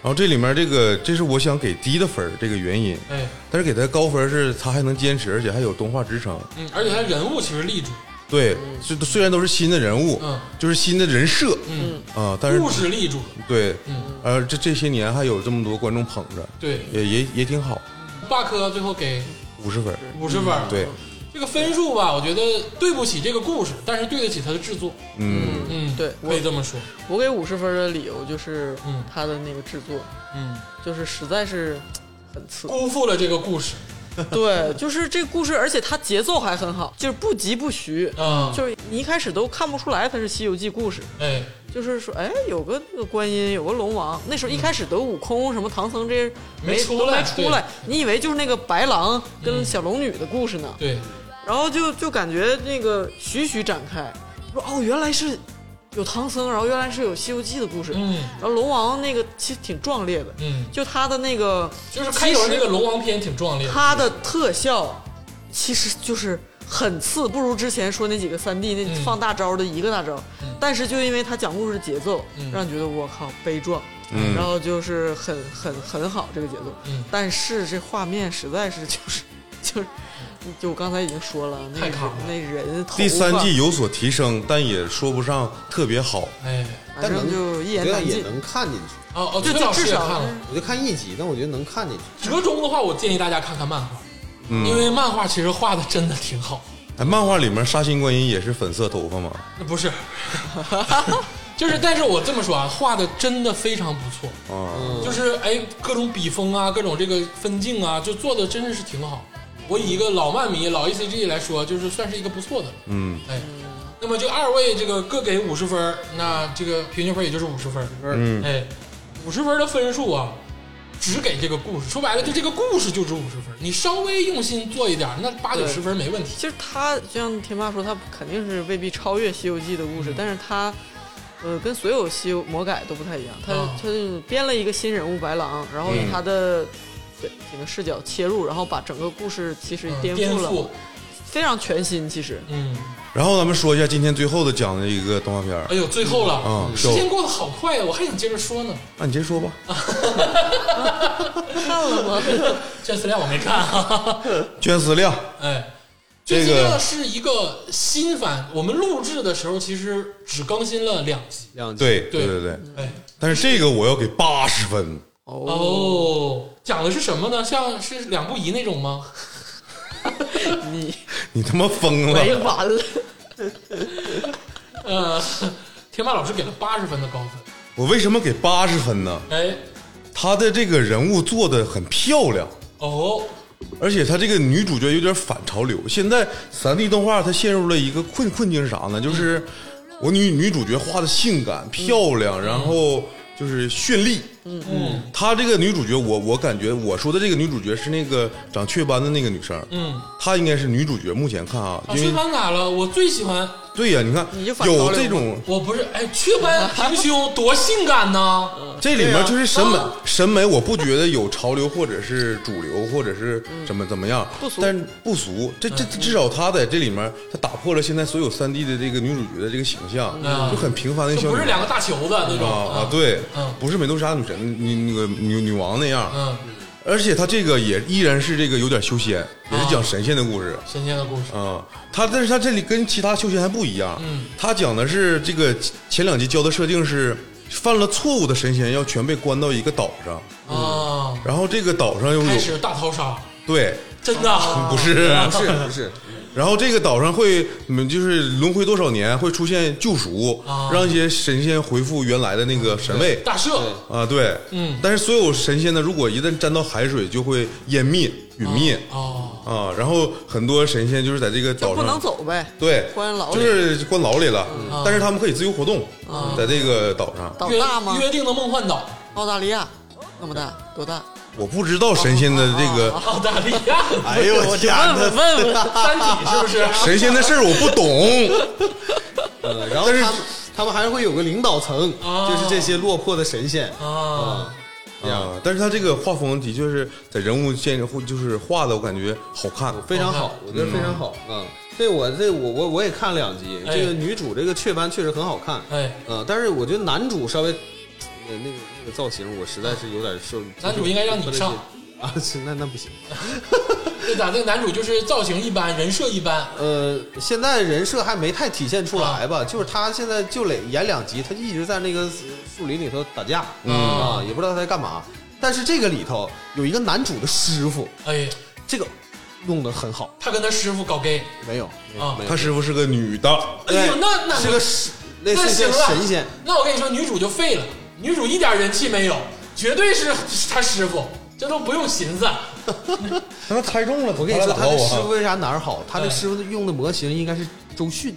[SPEAKER 3] 然后这里面这个，这是我想给低的分儿这个原因，
[SPEAKER 2] 哎，
[SPEAKER 3] 但是给它高分儿是它还能坚持，而且还有动画支撑。
[SPEAKER 2] 嗯，而且他人物其实立住，
[SPEAKER 3] 对，虽虽然都是新的人物，
[SPEAKER 2] 嗯
[SPEAKER 3] 就是新的人设，
[SPEAKER 2] 嗯
[SPEAKER 3] 啊，但是
[SPEAKER 2] 故事立住，
[SPEAKER 3] 对，
[SPEAKER 2] 嗯
[SPEAKER 3] 而这这些年还有这么多观众捧着，
[SPEAKER 2] 对，
[SPEAKER 3] 也也也挺好，
[SPEAKER 2] 霸科最后给
[SPEAKER 3] 五十分儿，
[SPEAKER 2] 五十分儿，
[SPEAKER 3] 嗯对，
[SPEAKER 2] 这个分数吧，我觉得对不起这个故事，但是对得起它的制作，
[SPEAKER 3] 嗯，
[SPEAKER 2] 嗯，
[SPEAKER 5] 对
[SPEAKER 2] 可以这么说，
[SPEAKER 5] 我给五十分的理由就是
[SPEAKER 2] 嗯
[SPEAKER 5] 他的那个制作，
[SPEAKER 2] 嗯，
[SPEAKER 5] 就是实在是很次。
[SPEAKER 2] 辜负了这个故事，
[SPEAKER 5] 对，就是这故事，而且它节奏还很好，就是不急不徐，
[SPEAKER 2] 啊，
[SPEAKER 5] 就是你一开始都看不出来它是《西游记》故事，
[SPEAKER 2] 哎，
[SPEAKER 5] 就是说，哎，有个那个观音，有个龙王，那时候一开始都悟空、什么唐僧这些
[SPEAKER 2] 没出
[SPEAKER 5] 都
[SPEAKER 2] 来
[SPEAKER 5] 没出来，你以为就是那个白狼跟小龙女的故事呢，
[SPEAKER 2] 对，
[SPEAKER 5] 然后就就感觉那个徐徐展开，说哦，原来是有唐僧，然后原来是有《西游记》的故事，
[SPEAKER 2] 嗯
[SPEAKER 5] 然后龙王那个其实挺壮烈的，
[SPEAKER 2] 嗯，
[SPEAKER 5] 就他的那个
[SPEAKER 2] 就是开头那个龙王篇挺壮烈的，
[SPEAKER 5] 它的特效其实就是很次，不如之前说那几个三 D 那
[SPEAKER 2] 嗯
[SPEAKER 5] 放大招的一个大招。但是就因为他讲故事的节奏，
[SPEAKER 2] 嗯
[SPEAKER 5] 让你觉得我靠悲壮，
[SPEAKER 3] 嗯
[SPEAKER 5] 然后就是很很很好这个节奏。
[SPEAKER 2] 嗯
[SPEAKER 5] 但是这画面实在是就是 就是，就我刚才已经说了，那
[SPEAKER 2] 太卡了
[SPEAKER 5] 人那人头
[SPEAKER 3] 第三
[SPEAKER 5] 发
[SPEAKER 3] 季有所提升，但也说不上特别好。
[SPEAKER 2] 哎，
[SPEAKER 5] 反正就一言
[SPEAKER 4] 我觉得
[SPEAKER 5] 难
[SPEAKER 4] 也
[SPEAKER 5] 尽。
[SPEAKER 4] 能看进去，
[SPEAKER 2] 哦哦，
[SPEAKER 5] 就
[SPEAKER 2] 崔老
[SPEAKER 5] 就
[SPEAKER 2] 师
[SPEAKER 5] 至
[SPEAKER 2] 也
[SPEAKER 5] 少嗯
[SPEAKER 2] 看了。
[SPEAKER 4] 我就看一集，但我觉得能看进去。
[SPEAKER 2] 折中的话，我建议大家看看漫画，因为漫画其实画的真的挺好。
[SPEAKER 3] 哎，漫画里面杀心观音也是粉色头发嘛，
[SPEAKER 2] 那呃不是， 就是，但是我这么说啊，画的真的非常不错，
[SPEAKER 3] 啊，
[SPEAKER 2] 就是哎，各种笔锋啊，各种这个分镜啊，就做的真的是挺好。我以一个老漫迷、老 ECG 来说，就是算是一个不错的了。
[SPEAKER 3] 嗯，
[SPEAKER 2] 哎，那么就二位这个各给五十分儿，那这个平均分儿也就是五十分儿。
[SPEAKER 4] 嗯
[SPEAKER 2] 哎，五十分儿的分数啊，只给这个故事，说白了就这个故事就值五十分儿。你稍微用心做一点儿，那八九十分儿没问题。
[SPEAKER 5] 其实他就像天霸说，他肯定是未必超越《西游记》的故
[SPEAKER 2] 嗯
[SPEAKER 5] 事，但是他呃跟所有西游魔改都不太一样，他、
[SPEAKER 2] 啊嗯
[SPEAKER 5] 他就编了一个新人物白狼，然后以他的、对几个视角切入，然后把整个故事其实
[SPEAKER 2] 嗯
[SPEAKER 5] 颠
[SPEAKER 2] 颠
[SPEAKER 5] 覆了，非常全新。其实
[SPEAKER 2] 嗯，
[SPEAKER 3] 然后咱们说一下今天最后的讲的一个动画片儿
[SPEAKER 2] 哎呦，最后了，
[SPEAKER 3] 啊，
[SPEAKER 2] 时
[SPEAKER 3] 手，
[SPEAKER 2] 间过得好快呀，我还想接着说呢。
[SPEAKER 3] 那你先说吧，
[SPEAKER 5] 看了 吗？
[SPEAKER 2] 这资料我没看 啊，
[SPEAKER 3] 捐资料，
[SPEAKER 2] 哎，
[SPEAKER 3] 这个
[SPEAKER 2] 这个是一个新番，我们录制的时候其实只更新了两集，
[SPEAKER 4] 两集，
[SPEAKER 3] 对
[SPEAKER 2] 对
[SPEAKER 3] 对对对，
[SPEAKER 2] 哎，
[SPEAKER 3] 但是这个我要给八十分，
[SPEAKER 2] 哦，讲的是什么呢？像是两不疑那种吗？
[SPEAKER 5] 你
[SPEAKER 3] 你他妈疯了，
[SPEAKER 5] 没 完了，
[SPEAKER 2] 呃， 天霸老师给了八十分的高分，
[SPEAKER 3] 我为什么给八十分呢？
[SPEAKER 2] 哎，
[SPEAKER 3] 她的这个人物做的很漂亮，
[SPEAKER 2] 哦，
[SPEAKER 3] 而且她这个女主角有点反潮流。现在三 D 动画它陷入了一个困困境是啥呢？
[SPEAKER 5] 嗯
[SPEAKER 3] 就是我女女主角画的性感漂亮，然后就是绚丽。嗯嗯，她这个女主角，我我感觉我说的这个女主角是那个长雀斑的那个女生。
[SPEAKER 2] 嗯，
[SPEAKER 3] 她应该是女主角。目前看啊，
[SPEAKER 2] 啊，
[SPEAKER 3] 因为
[SPEAKER 2] 雀斑咋了？我最喜欢，
[SPEAKER 3] 对呀、你看
[SPEAKER 5] 哦你就反潮流
[SPEAKER 3] 有
[SPEAKER 5] 吗
[SPEAKER 3] 这种
[SPEAKER 2] 我不是，哎，雀斑平胸多性感 呢，
[SPEAKER 3] 这里面就是审美，
[SPEAKER 2] 啊对啊
[SPEAKER 3] 审美我不觉得有潮流或者是主流或者是
[SPEAKER 2] 嗯
[SPEAKER 3] 怎么怎么样，
[SPEAKER 5] 不俗
[SPEAKER 3] 但是不俗。这这这至少她在这里面，她打破了现在所有三 D 的这个女主角的这个形象，
[SPEAKER 2] 嗯
[SPEAKER 3] 就很平凡的
[SPEAKER 2] 就
[SPEAKER 3] 小
[SPEAKER 2] 不
[SPEAKER 3] 女
[SPEAKER 2] 是两个大球子那
[SPEAKER 3] 啊
[SPEAKER 2] 种
[SPEAKER 3] 啊，
[SPEAKER 2] 啊，
[SPEAKER 3] 对
[SPEAKER 2] 嗯，
[SPEAKER 3] 不是美杜莎女神女那个女女王那样，
[SPEAKER 2] 嗯，
[SPEAKER 3] 而且他这个也依然是这个有点修仙，也
[SPEAKER 2] 哦
[SPEAKER 3] 是讲神仙的故事。
[SPEAKER 2] 神仙的故事，
[SPEAKER 3] 啊、他但是他这里跟其他修仙还不一样，
[SPEAKER 2] 嗯
[SPEAKER 3] 他讲的是这个前两集教的设定是犯了错误的神仙要全被关到一个岛上，
[SPEAKER 2] 啊，
[SPEAKER 3] 然后这个岛上又有
[SPEAKER 2] 开始哦大逃杀，
[SPEAKER 3] 对，
[SPEAKER 2] 真的
[SPEAKER 3] 啊不是、
[SPEAKER 4] 不是不是，
[SPEAKER 3] 然后这个岛上会，嗯，就是轮回多少年会出现救赎，
[SPEAKER 2] 啊
[SPEAKER 3] 让一些神仙恢复原来的那个神位
[SPEAKER 2] 大赦，
[SPEAKER 3] 啊，对，
[SPEAKER 2] 嗯
[SPEAKER 3] 但是所有神仙呢，如果一旦沾到海水，就会湮灭、陨灭
[SPEAKER 2] 哦，
[SPEAKER 3] 啊，然后很多神仙就是在这个岛
[SPEAKER 5] 就不能
[SPEAKER 3] 上，
[SPEAKER 5] 走呗，
[SPEAKER 3] 对，
[SPEAKER 5] 关牢里
[SPEAKER 3] 就是关牢里了，嗯但是他们可以自由活动，在这个岛上，
[SPEAKER 5] 岛
[SPEAKER 2] 约
[SPEAKER 5] 大吗？
[SPEAKER 2] 约定的梦幻岛，
[SPEAKER 5] 澳大利亚那么大，多大？
[SPEAKER 3] 我不知道神仙的这个
[SPEAKER 2] 澳啊大利亚，
[SPEAKER 4] 哎呦我天哪！
[SPEAKER 5] 问问，
[SPEAKER 2] 三体是不是？
[SPEAKER 3] 神仙的事儿我不懂，
[SPEAKER 4] 呃然后
[SPEAKER 3] 但是
[SPEAKER 4] 他们他们还会有个领导层，
[SPEAKER 2] 哦
[SPEAKER 4] 就是这些落魄的神仙。
[SPEAKER 2] 啊，
[SPEAKER 3] 啊，但是他这个画风的确是在人物建就是画的，我感觉好看，
[SPEAKER 4] 非常好，我觉得非常好。嗯，这我这我我我也看两集，
[SPEAKER 2] 哎
[SPEAKER 4] 这个女主这个雀斑确实很好看。
[SPEAKER 2] 哎，
[SPEAKER 4] 嗯，但是我觉得男主稍微呃那个那个造型，我实在是有点受。
[SPEAKER 2] 男主应该让你上
[SPEAKER 4] 啊，是那那不行。
[SPEAKER 2] 这咋？这个男主就是造型一般，人设一般，
[SPEAKER 4] 呃，现在人设还没太体现出来
[SPEAKER 2] 啊
[SPEAKER 4] 吧？就是他现在就累演两集，他就一直在那个树林里头打架，啊，也不知道他在干嘛。但是这个里头有一个男主的师傅，
[SPEAKER 2] 哎，
[SPEAKER 4] 这个弄得很好，
[SPEAKER 2] 他跟他师傅搞 gay，
[SPEAKER 4] 没有
[SPEAKER 2] 啊
[SPEAKER 4] 没有
[SPEAKER 3] 他师傅是个女的，
[SPEAKER 2] 哎
[SPEAKER 4] 对
[SPEAKER 2] 呦，那那
[SPEAKER 4] 是个是类
[SPEAKER 2] 那
[SPEAKER 4] 似
[SPEAKER 2] 行
[SPEAKER 4] 像
[SPEAKER 2] 了，
[SPEAKER 4] 神仙，
[SPEAKER 2] 那我跟你说，女主就废了，女主一点人气没有，绝对是他师傅，这都不用寻思。啊
[SPEAKER 3] 让他猜中了，
[SPEAKER 4] 我跟你说，
[SPEAKER 3] 打
[SPEAKER 4] 他
[SPEAKER 3] 到
[SPEAKER 4] 的
[SPEAKER 3] 我
[SPEAKER 4] 师
[SPEAKER 3] 啊
[SPEAKER 4] 傅为啥哪儿好？他的
[SPEAKER 2] 对
[SPEAKER 4] 师傅用的模型应该是周迅。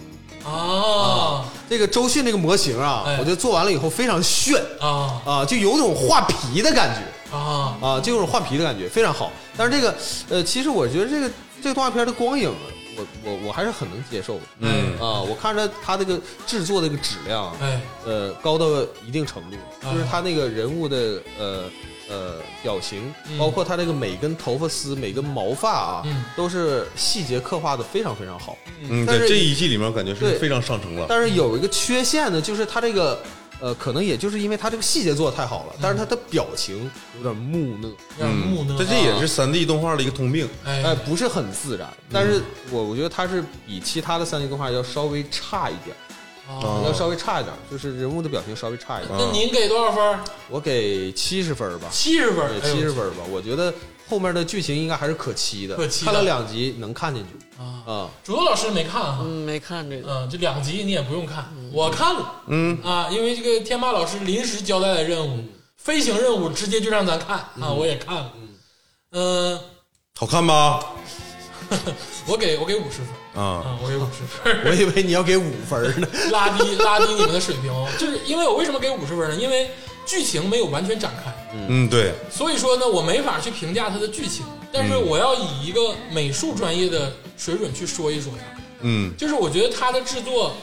[SPEAKER 2] 哦
[SPEAKER 4] 这个周迅这个模型啊，
[SPEAKER 2] 哎
[SPEAKER 4] 我觉得做完了以后非常炫
[SPEAKER 2] 啊
[SPEAKER 4] 啊，就有种画皮的感觉
[SPEAKER 2] 啊！
[SPEAKER 4] 啊，就有种画皮的感觉，非常好。但是这个，呃，其实我觉得这个这个动画片的光影，我我我还是很能接受的。
[SPEAKER 3] 嗯
[SPEAKER 4] 啊，我看着它这个制作的这个质量啊，
[SPEAKER 2] 哎，
[SPEAKER 4] 呃，高到一定程度，
[SPEAKER 2] 啊
[SPEAKER 4] 就是他那个人物的呃呃表情，包括他这个每根头发丝、每根毛发啊，
[SPEAKER 2] 嗯
[SPEAKER 4] 都是细节刻画的非常非常好。
[SPEAKER 3] 嗯，
[SPEAKER 4] 但
[SPEAKER 3] 在
[SPEAKER 4] 是
[SPEAKER 3] 这一季里面，我感觉是
[SPEAKER 4] 对
[SPEAKER 3] 非常上乘了。
[SPEAKER 4] 但是有一个缺陷呢，就是他这个呃，可能也就是因为他这个细节做的太好了，但是他的表情有点木讷，
[SPEAKER 2] 有点木讷。啊
[SPEAKER 3] 但这也是三 D 动画的一个通病。
[SPEAKER 2] 哎嗯
[SPEAKER 4] 哎，不是很自然。但是我我觉得他是比其他的三 D 动画要稍微差一点，
[SPEAKER 2] 啊
[SPEAKER 4] 要稍微差一点，就是人物的表情稍微差一点。
[SPEAKER 2] 那您给多少分？
[SPEAKER 4] 我给七十分吧。
[SPEAKER 2] 七十分，
[SPEAKER 4] 对，
[SPEAKER 2] 哎呦
[SPEAKER 4] 七十分吧。我觉得后面的剧情应该还是可期的，
[SPEAKER 2] 可期的
[SPEAKER 4] 看了两集能看进去
[SPEAKER 2] 啊！
[SPEAKER 4] 啊。
[SPEAKER 2] 主播老师没看哈，
[SPEAKER 5] 嗯，没看这个，
[SPEAKER 2] 嗯，这两集你也不用看，我看了，嗯啊，因为这个天霸老师临时交代的任务，飞行任务直接就让咱看啊，我也看了，嗯，
[SPEAKER 3] 好看吧？
[SPEAKER 2] 我给我给五十分
[SPEAKER 3] 啊，
[SPEAKER 2] 啊，我给五十分。
[SPEAKER 4] 我以为你要给五分呢，
[SPEAKER 2] 拉低拉低你们的水平哦。就是因为我为什么给五十分呢？因为剧情没有完全展开，
[SPEAKER 3] 嗯，嗯对，
[SPEAKER 2] 所以说呢，我没法去评价它的剧情，但是我要以一个美术专业的水准去说一说它。
[SPEAKER 3] 嗯
[SPEAKER 2] 就是我觉得它的制作，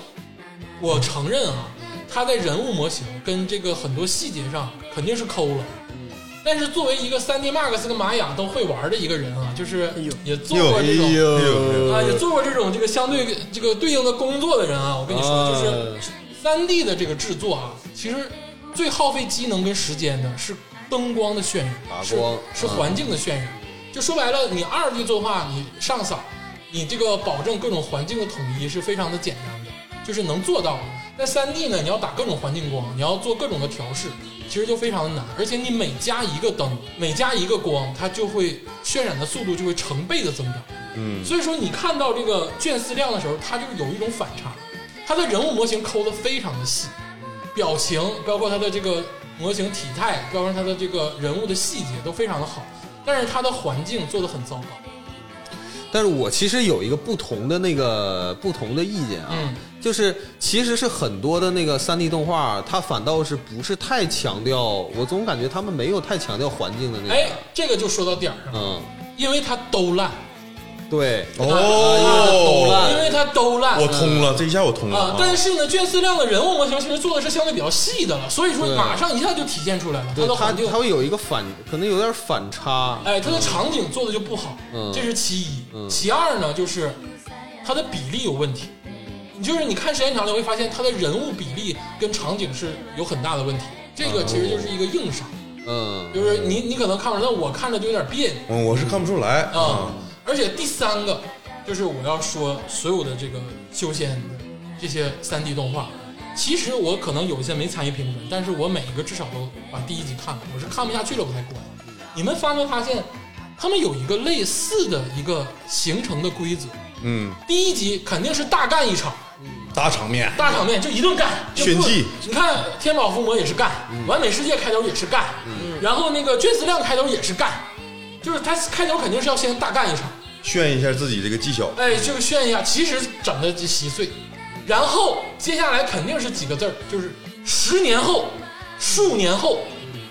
[SPEAKER 2] 我承认啊，它在人物模型跟这个很多细节上肯定是抠了。但是作为一个三 D Max 跟玛雅都会玩的一个人啊，就是也做过这种
[SPEAKER 3] 哎呦
[SPEAKER 2] 啊，也做过这种这个相对这个对应的工作的人啊，我跟你说，就是三 D 的这个制作啊，其实最耗费机能跟时间的是灯光的渲染，
[SPEAKER 4] 打
[SPEAKER 2] 是
[SPEAKER 4] 光嗯
[SPEAKER 2] 是环境的渲染。就说白了，你二 D 作画，你上色，你这个保证各种环境的统一是非常的简单的，就是能做到的。但三 D 呢，你要打各种环境光，你要做各种的调试，其实就非常的难。而且你每加一个灯，每加一个光，它就会渲染的速度就会成倍的增长。
[SPEAKER 3] 嗯
[SPEAKER 2] 所以说你看到这个卷四量的时候，它就是有一种反差，它的人物模型抠的非常的细，表情包括它的这个模型体态，包括它的这个人物的细节都非常的好，但是它的环境做的很糟糕。
[SPEAKER 4] 但是我其实有一个不同的那个不同的意见啊，
[SPEAKER 2] 嗯
[SPEAKER 4] 就是其实是很多的那个三 D 动画，它反倒是不是太强调，我总感觉他们没有太强调环境的那个，
[SPEAKER 2] 哎，这个就说到点儿上了，
[SPEAKER 4] 啊嗯，
[SPEAKER 2] 因为它都烂，
[SPEAKER 4] 对，嗯
[SPEAKER 3] 哦，
[SPEAKER 2] 因为它都烂。
[SPEAKER 3] 我通了，这一下我通
[SPEAKER 2] 啊
[SPEAKER 3] 了，。
[SPEAKER 2] 但是呢，卷四量的人物模型其实做的是相对比较细的了，所以说
[SPEAKER 4] 对
[SPEAKER 2] 马上一下就体现出来了，它
[SPEAKER 4] 对
[SPEAKER 2] 的
[SPEAKER 4] 它
[SPEAKER 2] 环境
[SPEAKER 4] 它会有一个反，可能有点反差，
[SPEAKER 2] 哎，它的场景做的就不好，
[SPEAKER 4] 嗯
[SPEAKER 2] 这是其一。
[SPEAKER 4] 嗯
[SPEAKER 2] 其二呢，就是它的比例有问题。你就是你看时间长了，你会发现它的人物比例跟场景是有很大的问题，这个其实就是一个硬伤。
[SPEAKER 4] 嗯
[SPEAKER 2] 就是你你可能看不出来，但我看着就有点别扭
[SPEAKER 3] 嗯，我是看不出来
[SPEAKER 2] 啊、
[SPEAKER 3] 啊。
[SPEAKER 2] 而且第三个就是我要说所有的这个修仙的这些三 D 动画，其实我可能有一些没参与评分，但是我每一个至少都把第一集看了，我是看不下去了我才关。你们发没发现，他们有一个类似的一个形成的规则？
[SPEAKER 3] 嗯，
[SPEAKER 2] 第一集肯定是大干一场，
[SPEAKER 3] 大场面，
[SPEAKER 2] 大场面就一顿干，就
[SPEAKER 3] 炫
[SPEAKER 2] 不
[SPEAKER 3] 技嗯
[SPEAKER 2] 你看天宝伏魔也是干，完美世界开头也是干，然后那个卷子亮开头也是干，就是他开头肯定是要先大干一场，
[SPEAKER 3] 炫一下自己这个技巧。
[SPEAKER 2] 哎，这个炫一下，其实整的就稀碎。然后接下来肯定是几个字儿，就是十年后、数年后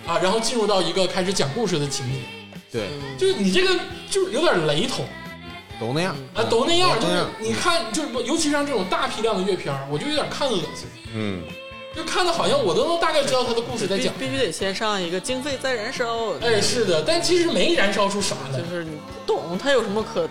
[SPEAKER 2] 啊，然后进入到一个开始讲故事的情节，
[SPEAKER 4] 对，
[SPEAKER 2] 就是你这个就是有点雷同。
[SPEAKER 4] 都那样
[SPEAKER 2] 啊，都那样，
[SPEAKER 4] 都
[SPEAKER 2] 就
[SPEAKER 4] 那
[SPEAKER 2] 是
[SPEAKER 4] 样
[SPEAKER 2] 你看，就是不尤其像这种大批量的阅片儿，我就有点看恶心，
[SPEAKER 3] 嗯，
[SPEAKER 2] 就看的好像我都能大概知道他的故事在嗯
[SPEAKER 5] 必
[SPEAKER 2] 讲。
[SPEAKER 5] 必须得先上一个经费在燃烧，
[SPEAKER 2] 哎，是的，但其实没燃烧出啥来
[SPEAKER 5] 就。是你不懂它有什么可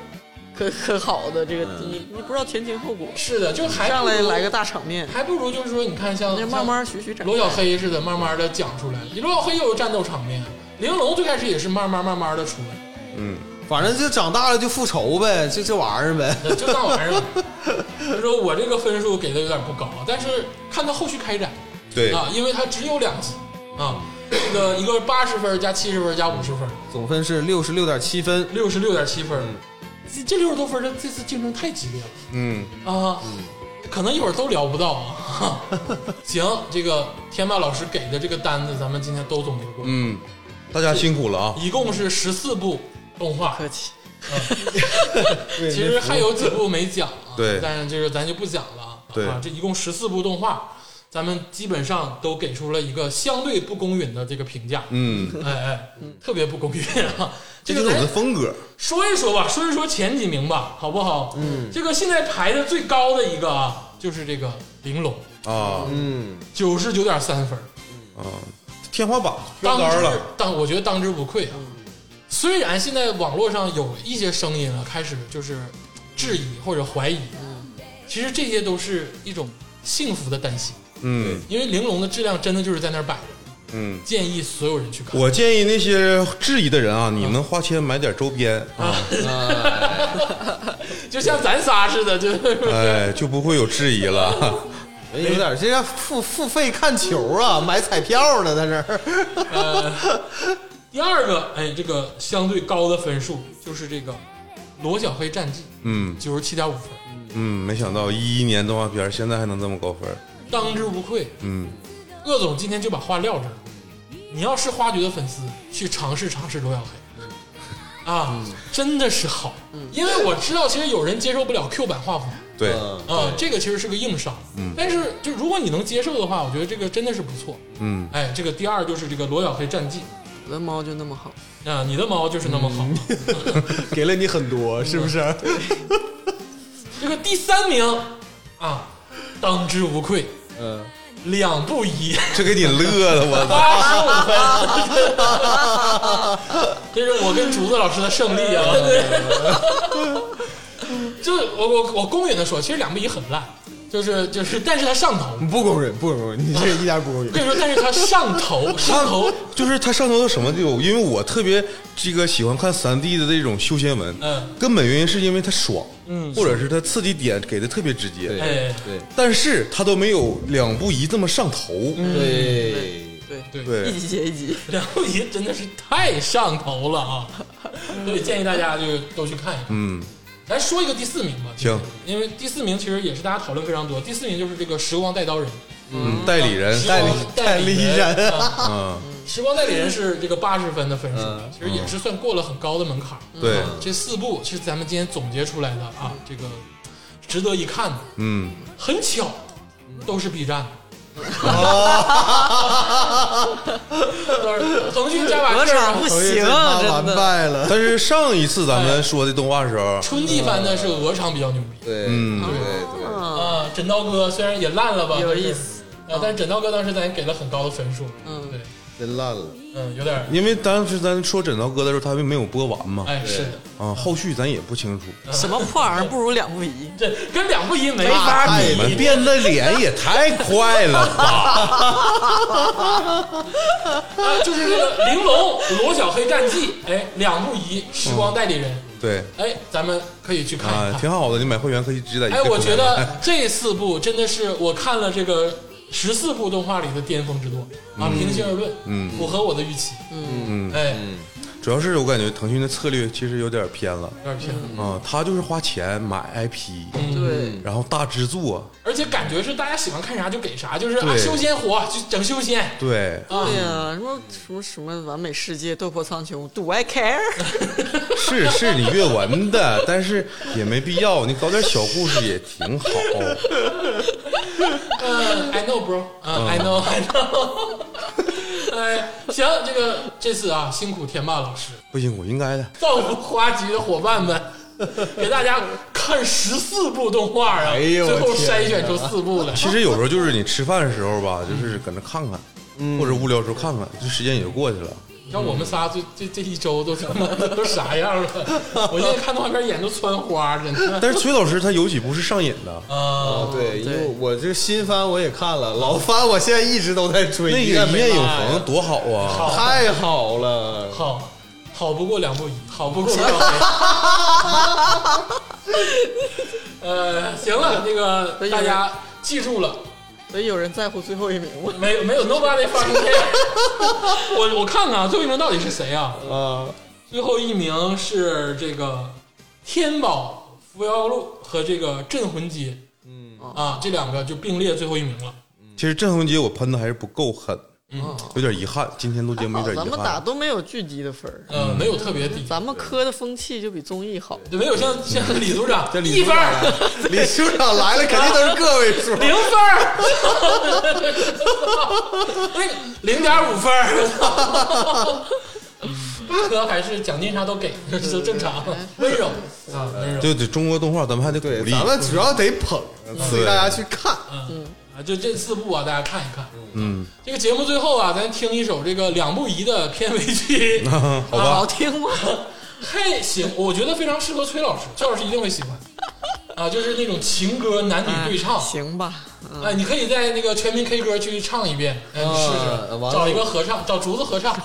[SPEAKER 5] 可可好的，这个
[SPEAKER 3] 嗯
[SPEAKER 5] 你你不知道前情后果，
[SPEAKER 2] 是的，就还
[SPEAKER 5] 上
[SPEAKER 2] 不
[SPEAKER 5] 来
[SPEAKER 2] 如
[SPEAKER 5] 来个，大场面，
[SPEAKER 2] 还不如就是说，你看像
[SPEAKER 5] 那慢慢徐徐
[SPEAKER 2] 哦像
[SPEAKER 5] 展开。
[SPEAKER 2] 罗小黑似的，慢慢的讲出来。罗小黑又有战斗场面，玲珑最开始也是慢慢慢慢的出来，
[SPEAKER 4] 反正就长大了就复仇呗，就这玩意儿呗。
[SPEAKER 2] 就那玩意儿了。 所以说我这个分数给的有点不高，但是看他后续开展，
[SPEAKER 3] 对，嗯
[SPEAKER 2] 啊，因为它只有两集啊，这个一个八十分加七十分加五十分，
[SPEAKER 4] 总分是六十六点七分，
[SPEAKER 2] 六十六点七分，这这六十多分儿，这这次竞争太激烈了
[SPEAKER 3] 嗯，
[SPEAKER 2] 啊，可能一会儿都聊不到啊。 行，这个天霸老师给的这个单子，咱们今天都总结过，
[SPEAKER 3] 嗯，大家辛苦了啊。
[SPEAKER 2] 一共是十四部动画，
[SPEAKER 5] 客气，
[SPEAKER 2] 其
[SPEAKER 4] 其
[SPEAKER 2] 实还有几部没讲啊，
[SPEAKER 3] 对
[SPEAKER 2] 但是这个咱就不讲了啊。
[SPEAKER 3] 对
[SPEAKER 2] 啊，这一共十四部动画，咱们基本上都给出了一个相对不公允的这个评价。
[SPEAKER 3] 嗯，
[SPEAKER 2] 哎哎，特别不公允啊！
[SPEAKER 3] 这
[SPEAKER 2] 这
[SPEAKER 3] 就是
[SPEAKER 2] 个
[SPEAKER 3] 我的
[SPEAKER 2] 咱
[SPEAKER 3] 风格。
[SPEAKER 2] 说一说吧，说一说前几名吧，好不好？嗯，这个现在排的最高的一个啊，就是这个玲珑，
[SPEAKER 3] 啊
[SPEAKER 4] 嗯，
[SPEAKER 2] 九十九点三分，
[SPEAKER 3] 啊，天花板标
[SPEAKER 2] 当
[SPEAKER 3] 杆
[SPEAKER 2] 之
[SPEAKER 3] 了。嗯
[SPEAKER 2] 当我觉得当之无愧啊。虽然现在网络上有一些声音啊，开始就是质疑或者怀疑，
[SPEAKER 3] 嗯
[SPEAKER 2] 其实这些都是一种幸福的担心，
[SPEAKER 3] 嗯
[SPEAKER 2] 因为玲珑的质量真的就是在那儿摆着，
[SPEAKER 3] 嗯，
[SPEAKER 2] 建议所有人去看。
[SPEAKER 3] 我建议那些质疑的人啊，你们花钱买点周边啊，
[SPEAKER 2] 就像咱仨似的，就是
[SPEAKER 3] 哎，就不会有质疑了。
[SPEAKER 4] 哎有点这个付付费看球啊，买彩票呢，在这儿。
[SPEAKER 2] 第二个，哎，这个相对高的分数就是这个罗小黑战绩
[SPEAKER 3] 嗯
[SPEAKER 2] 九十七点五分，
[SPEAKER 3] 嗯，没想到一一年动画片现在还能这么高分。
[SPEAKER 2] 当之无愧。
[SPEAKER 3] 嗯，
[SPEAKER 2] 鄂总今天就把话撂这儿，你要是花局的粉丝，去尝试尝试罗小
[SPEAKER 3] 嗯
[SPEAKER 2] 黑。啊，真的是好，因为我知道其实有人接受不了 Q 版画风
[SPEAKER 3] 嗯对，
[SPEAKER 4] 嗯
[SPEAKER 2] 啊，这个其实是个硬伤。但是就如果你能接受的话，我觉得这个真的是不错。
[SPEAKER 3] 嗯，
[SPEAKER 2] 哎，这个第二就是这个罗小黑战绩
[SPEAKER 5] 我的猫就那么好，
[SPEAKER 2] 啊，你的猫就是那么好。
[SPEAKER 3] 嗯
[SPEAKER 4] 给了你很多，是不是？
[SPEAKER 2] 这个第三名啊，当之无愧，
[SPEAKER 4] 嗯，
[SPEAKER 2] 两不疑，
[SPEAKER 3] 这给你乐的我。
[SPEAKER 2] 八十五分， 这是我跟竹子老师的胜利 啊！ 就是我我我公允的说，其实两不疑很烂，就是就是，但是他上头，我
[SPEAKER 4] 不公允，不公允，你这一点不公允。
[SPEAKER 2] 跟你说，但是他上头，上头，
[SPEAKER 3] 就是他上头到什么地步？因为我特别这个喜欢看三 D 的这种修仙文，
[SPEAKER 2] 嗯
[SPEAKER 3] 根本原因是因为它爽，
[SPEAKER 2] 嗯
[SPEAKER 3] 或者是它刺激点给的特别直接，
[SPEAKER 2] 哎，
[SPEAKER 4] 对
[SPEAKER 3] 但是它都没有两步一这么上头，
[SPEAKER 4] 对，
[SPEAKER 5] 对，
[SPEAKER 3] 对
[SPEAKER 5] 一，集接一集，
[SPEAKER 2] 两不疑真的是太上头了啊！所以建议大家就都去看一看。
[SPEAKER 3] 嗯，
[SPEAKER 2] 咱说一个第四名吧，
[SPEAKER 3] 行，
[SPEAKER 2] 因为第四名其实也是大家讨论非常多。第四名就是这个《时光带刀人》，呃
[SPEAKER 3] 嗯，代理人，
[SPEAKER 2] 时光代
[SPEAKER 4] 代理 人
[SPEAKER 2] 啊
[SPEAKER 3] 啊，
[SPEAKER 2] 时光代理人是这个八十分的分数
[SPEAKER 4] 嗯，
[SPEAKER 2] 其实也是算过了很高的门槛儿。
[SPEAKER 5] 嗯
[SPEAKER 3] 对，
[SPEAKER 2] 这四部是咱们今天总结出来的啊，这个值得一看的。
[SPEAKER 3] 嗯，
[SPEAKER 2] 很巧，都是 B 站 的。都是腾讯加把
[SPEAKER 5] 哦鹅
[SPEAKER 2] 劲儿
[SPEAKER 5] 厂
[SPEAKER 2] 啊
[SPEAKER 5] 不！
[SPEAKER 4] 头一
[SPEAKER 5] 行
[SPEAKER 4] 次他
[SPEAKER 5] 啊，真
[SPEAKER 4] 完
[SPEAKER 5] 的。
[SPEAKER 4] 败了。
[SPEAKER 3] 但是上一次咱们说的动画时候，
[SPEAKER 2] 春季番呢是鹅厂比较牛逼
[SPEAKER 4] 对，
[SPEAKER 3] 嗯
[SPEAKER 4] 对对，
[SPEAKER 5] 嗯，
[SPEAKER 2] 啊，枕刀哥虽然也烂了吧，
[SPEAKER 5] 有
[SPEAKER 2] 但是
[SPEAKER 5] 意思
[SPEAKER 2] 啊，但是枕刀哥当时咱也给了很高的分数。
[SPEAKER 5] 嗯
[SPEAKER 2] 对，
[SPEAKER 4] 真烂了。
[SPEAKER 2] 嗯，有点儿，
[SPEAKER 3] 因为当时咱说枕头哥的时候，他们没有播完嘛，
[SPEAKER 2] 哎，是的，
[SPEAKER 3] 啊，后续咱也不清楚。
[SPEAKER 2] 嗯
[SPEAKER 5] 什么破玩意儿不如两不疑。
[SPEAKER 2] 这跟两不一没
[SPEAKER 5] 法
[SPEAKER 2] 法
[SPEAKER 3] 哎，你们变的脸也太快了吧！
[SPEAKER 2] 啊，就是那个《玲珑》《罗小黑战记》，哎，两不疑，时光代理人，
[SPEAKER 3] 对
[SPEAKER 2] 哎，咱们可以去看一
[SPEAKER 3] 啊，
[SPEAKER 2] 看。
[SPEAKER 3] 挺好的，你买会员可以直接在一
[SPEAKER 2] 哎，
[SPEAKER 3] 个
[SPEAKER 2] 我觉
[SPEAKER 3] 平台买
[SPEAKER 2] 得这四部真的是我看了这个十四部动画里的巅峰之作啊！平心而论，嗯，符合我的预期，嗯嗯，哎，
[SPEAKER 3] 主要是我感觉腾讯的策略其实有点偏了
[SPEAKER 2] 有点偏，
[SPEAKER 4] 嗯
[SPEAKER 3] 啊，他就是花钱买 IP，
[SPEAKER 2] 嗯
[SPEAKER 5] 对，
[SPEAKER 3] 然后大制作，
[SPEAKER 2] 而且感觉是大家喜欢看啥就给啥，就是啊，
[SPEAKER 3] 对
[SPEAKER 2] 修仙火就整修仙
[SPEAKER 3] 对，
[SPEAKER 2] 啊
[SPEAKER 5] 对，呀，什么什么什么完美世界、斗破苍穹，Do I care？
[SPEAKER 3] 是是李月文的，但是也没必要，你搞点小故事也挺 好。
[SPEAKER 2] 嗯，I know bro，嗯，I know I know，哎，行，这个这次啊，辛苦天霸老师，
[SPEAKER 3] 不行，我应该的。
[SPEAKER 2] 造福花局的伙伴 们，给大家看十四部动画啊，
[SPEAKER 4] 哎呦
[SPEAKER 2] 最后
[SPEAKER 4] 我天
[SPEAKER 2] 筛选出四部来。
[SPEAKER 3] 其实有时候就是你吃饭的时候吧，
[SPEAKER 4] 嗯
[SPEAKER 3] 就是搁那看看，或者无聊的时候看看，这时间也就过去了。
[SPEAKER 2] 你看我们仨这这这一周都他妈都啥 样了？我现在看动画片眼都穿花，真的。
[SPEAKER 3] 但是崔老师他有几部是上瘾的，
[SPEAKER 2] 啊，
[SPEAKER 4] 对，因为我这新番我也看了，老番我现在一直都在追，
[SPEAKER 3] 那个
[SPEAKER 4] 一
[SPEAKER 3] 一
[SPEAKER 4] 没
[SPEAKER 3] 夜有
[SPEAKER 4] 落呀
[SPEAKER 3] 恒多好啊！
[SPEAKER 4] 太好了。
[SPEAKER 2] 好，好不过梁不疑，好不过 梁不疑。呃，行了，那个大家记住了，
[SPEAKER 5] 所以有人在乎最后一名吗？
[SPEAKER 2] 没没有 nobody fucking care。我我看看啊，最后一名到底是谁啊？
[SPEAKER 4] 啊，
[SPEAKER 2] 最后一名是这个天宝扶摇路和这个镇魂街，嗯啊，这两个就并列最后一名了。
[SPEAKER 3] 其实镇魂街我喷的还是不够狠，
[SPEAKER 2] 嗯
[SPEAKER 3] 有点遗憾，今天录节目有点
[SPEAKER 5] 咱
[SPEAKER 3] 遗
[SPEAKER 5] 们打
[SPEAKER 3] 憾。
[SPEAKER 5] 都没有剧集的分儿，
[SPEAKER 2] 呃，没有特别低，
[SPEAKER 5] 咱们科的风气就比综艺好。
[SPEAKER 2] 没有像像李组 长
[SPEAKER 4] 李
[SPEAKER 2] 一分儿、。
[SPEAKER 4] 李处长来了，肯定都是个位数
[SPEAKER 2] 零分儿，那个零点五分儿。八哥还是奖金啥都给， 这是正常，温柔啊，温柔
[SPEAKER 3] 对对，中国动画咱们还得鼓
[SPEAKER 4] 对，
[SPEAKER 3] 励。
[SPEAKER 4] 咱们主要得捧，所以大家去看。
[SPEAKER 2] 啊，就这四部啊，大家看一看。嗯，这个节目最后啊，咱听一首这个两不疑的片尾 曲。
[SPEAKER 3] 好吧，
[SPEAKER 5] 好听 吗？
[SPEAKER 2] 嘿，行，我觉得非常适合崔老师， 崔老师一定会喜欢。啊，就是那种情歌男女对唱，
[SPEAKER 5] 哎行吧，嗯，
[SPEAKER 2] 哎，你可以在那个全民 K 歌去唱一遍，哎，你试
[SPEAKER 4] 啊
[SPEAKER 2] 试，
[SPEAKER 4] 完了
[SPEAKER 2] 找一个合唱，找竹子合唱，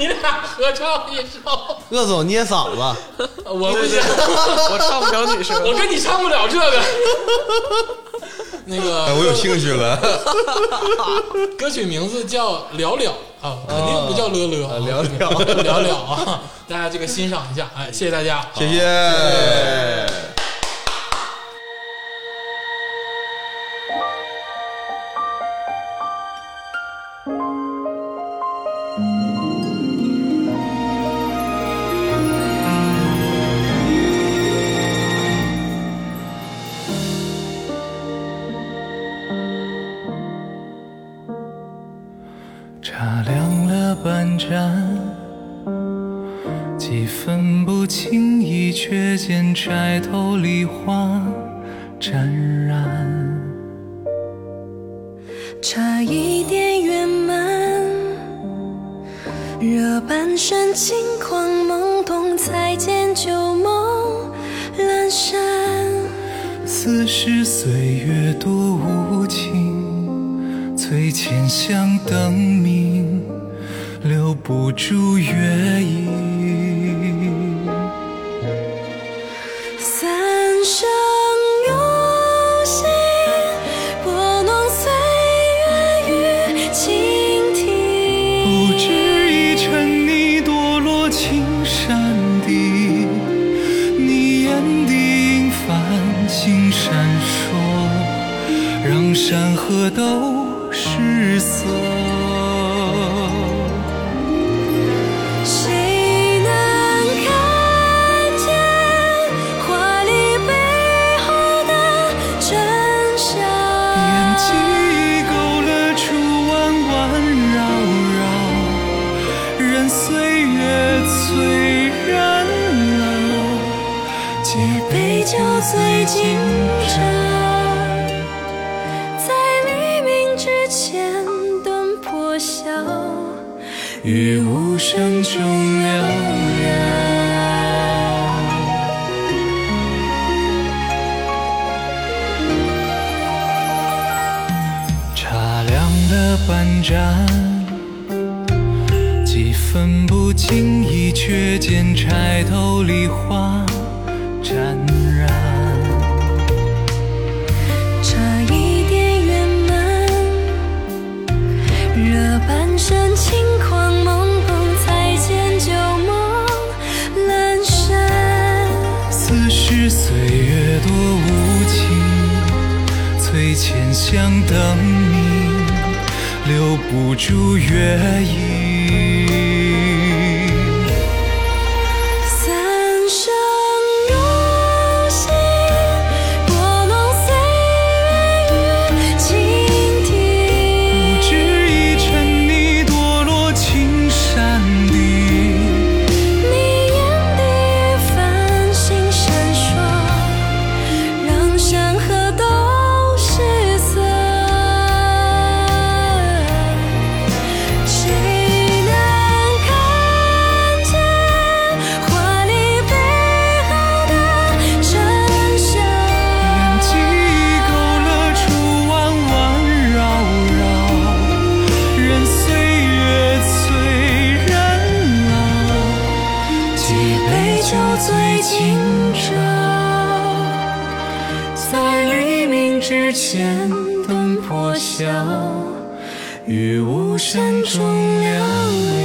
[SPEAKER 2] 你俩合唱一首，
[SPEAKER 4] 鄂总捏嗓子，
[SPEAKER 2] 我不行，
[SPEAKER 5] 我唱不了女
[SPEAKER 2] 我
[SPEAKER 5] 生。
[SPEAKER 2] 跟你唱不了这个。那个，
[SPEAKER 3] 哎，我有兴趣了。
[SPEAKER 2] 歌曲名字叫《聊聊》啊，肯定不叫乐乐啊，
[SPEAKER 4] 聊聊
[SPEAKER 2] 这 个聊聊啊，大家这个欣赏一下，哎，谢谢大家，
[SPEAKER 3] 谢谢。
[SPEAKER 6] 茶凉了半盏，几分不经意，却见钗头梨花沾染。
[SPEAKER 7] 差一点圆满，惹半生轻狂懵懂，才见旧梦阑珊。
[SPEAKER 6] 似是岁月多无情，翠浅香灯明，留不住月影。
[SPEAKER 7] 三生有幸，拨弄岁月与倾听。
[SPEAKER 6] 不知一尘泥堕落青山底，你眼底银繁星闪烁，让山河都失色。
[SPEAKER 7] 谁能看见华丽背后的真相？
[SPEAKER 6] 眼睛勾勒出弯弯绕绕，任岁月催人老，借
[SPEAKER 7] 杯
[SPEAKER 6] 杯
[SPEAKER 7] 酒
[SPEAKER 6] 酒醉
[SPEAKER 7] 醉今
[SPEAKER 6] 今朝。
[SPEAKER 7] 朝，在黎明之前，灯破晓。
[SPEAKER 6] 于无声中了然。茶凉的半盏，几分不经意，却见钗头梨花沾染。
[SPEAKER 7] 差一点圆满，惹半生轻狂懵懂，才见旧梦阑珊。
[SPEAKER 6] 似是岁月多无情，翠浅香灯明，留不住月影。
[SPEAKER 7] 三生有幸，拨弄岁月与蜻蜓。
[SPEAKER 6] 不知一尘泥堕落青山底，
[SPEAKER 7] 你眼底繁星闪烁，让山河都失色。谁能看见华丽背后的真相？
[SPEAKER 6] 眼睛勾勒出弯弯绕绕，任岁月催人老，几杯酒醉今朝，在黎明之前灯破晓，于无声中了。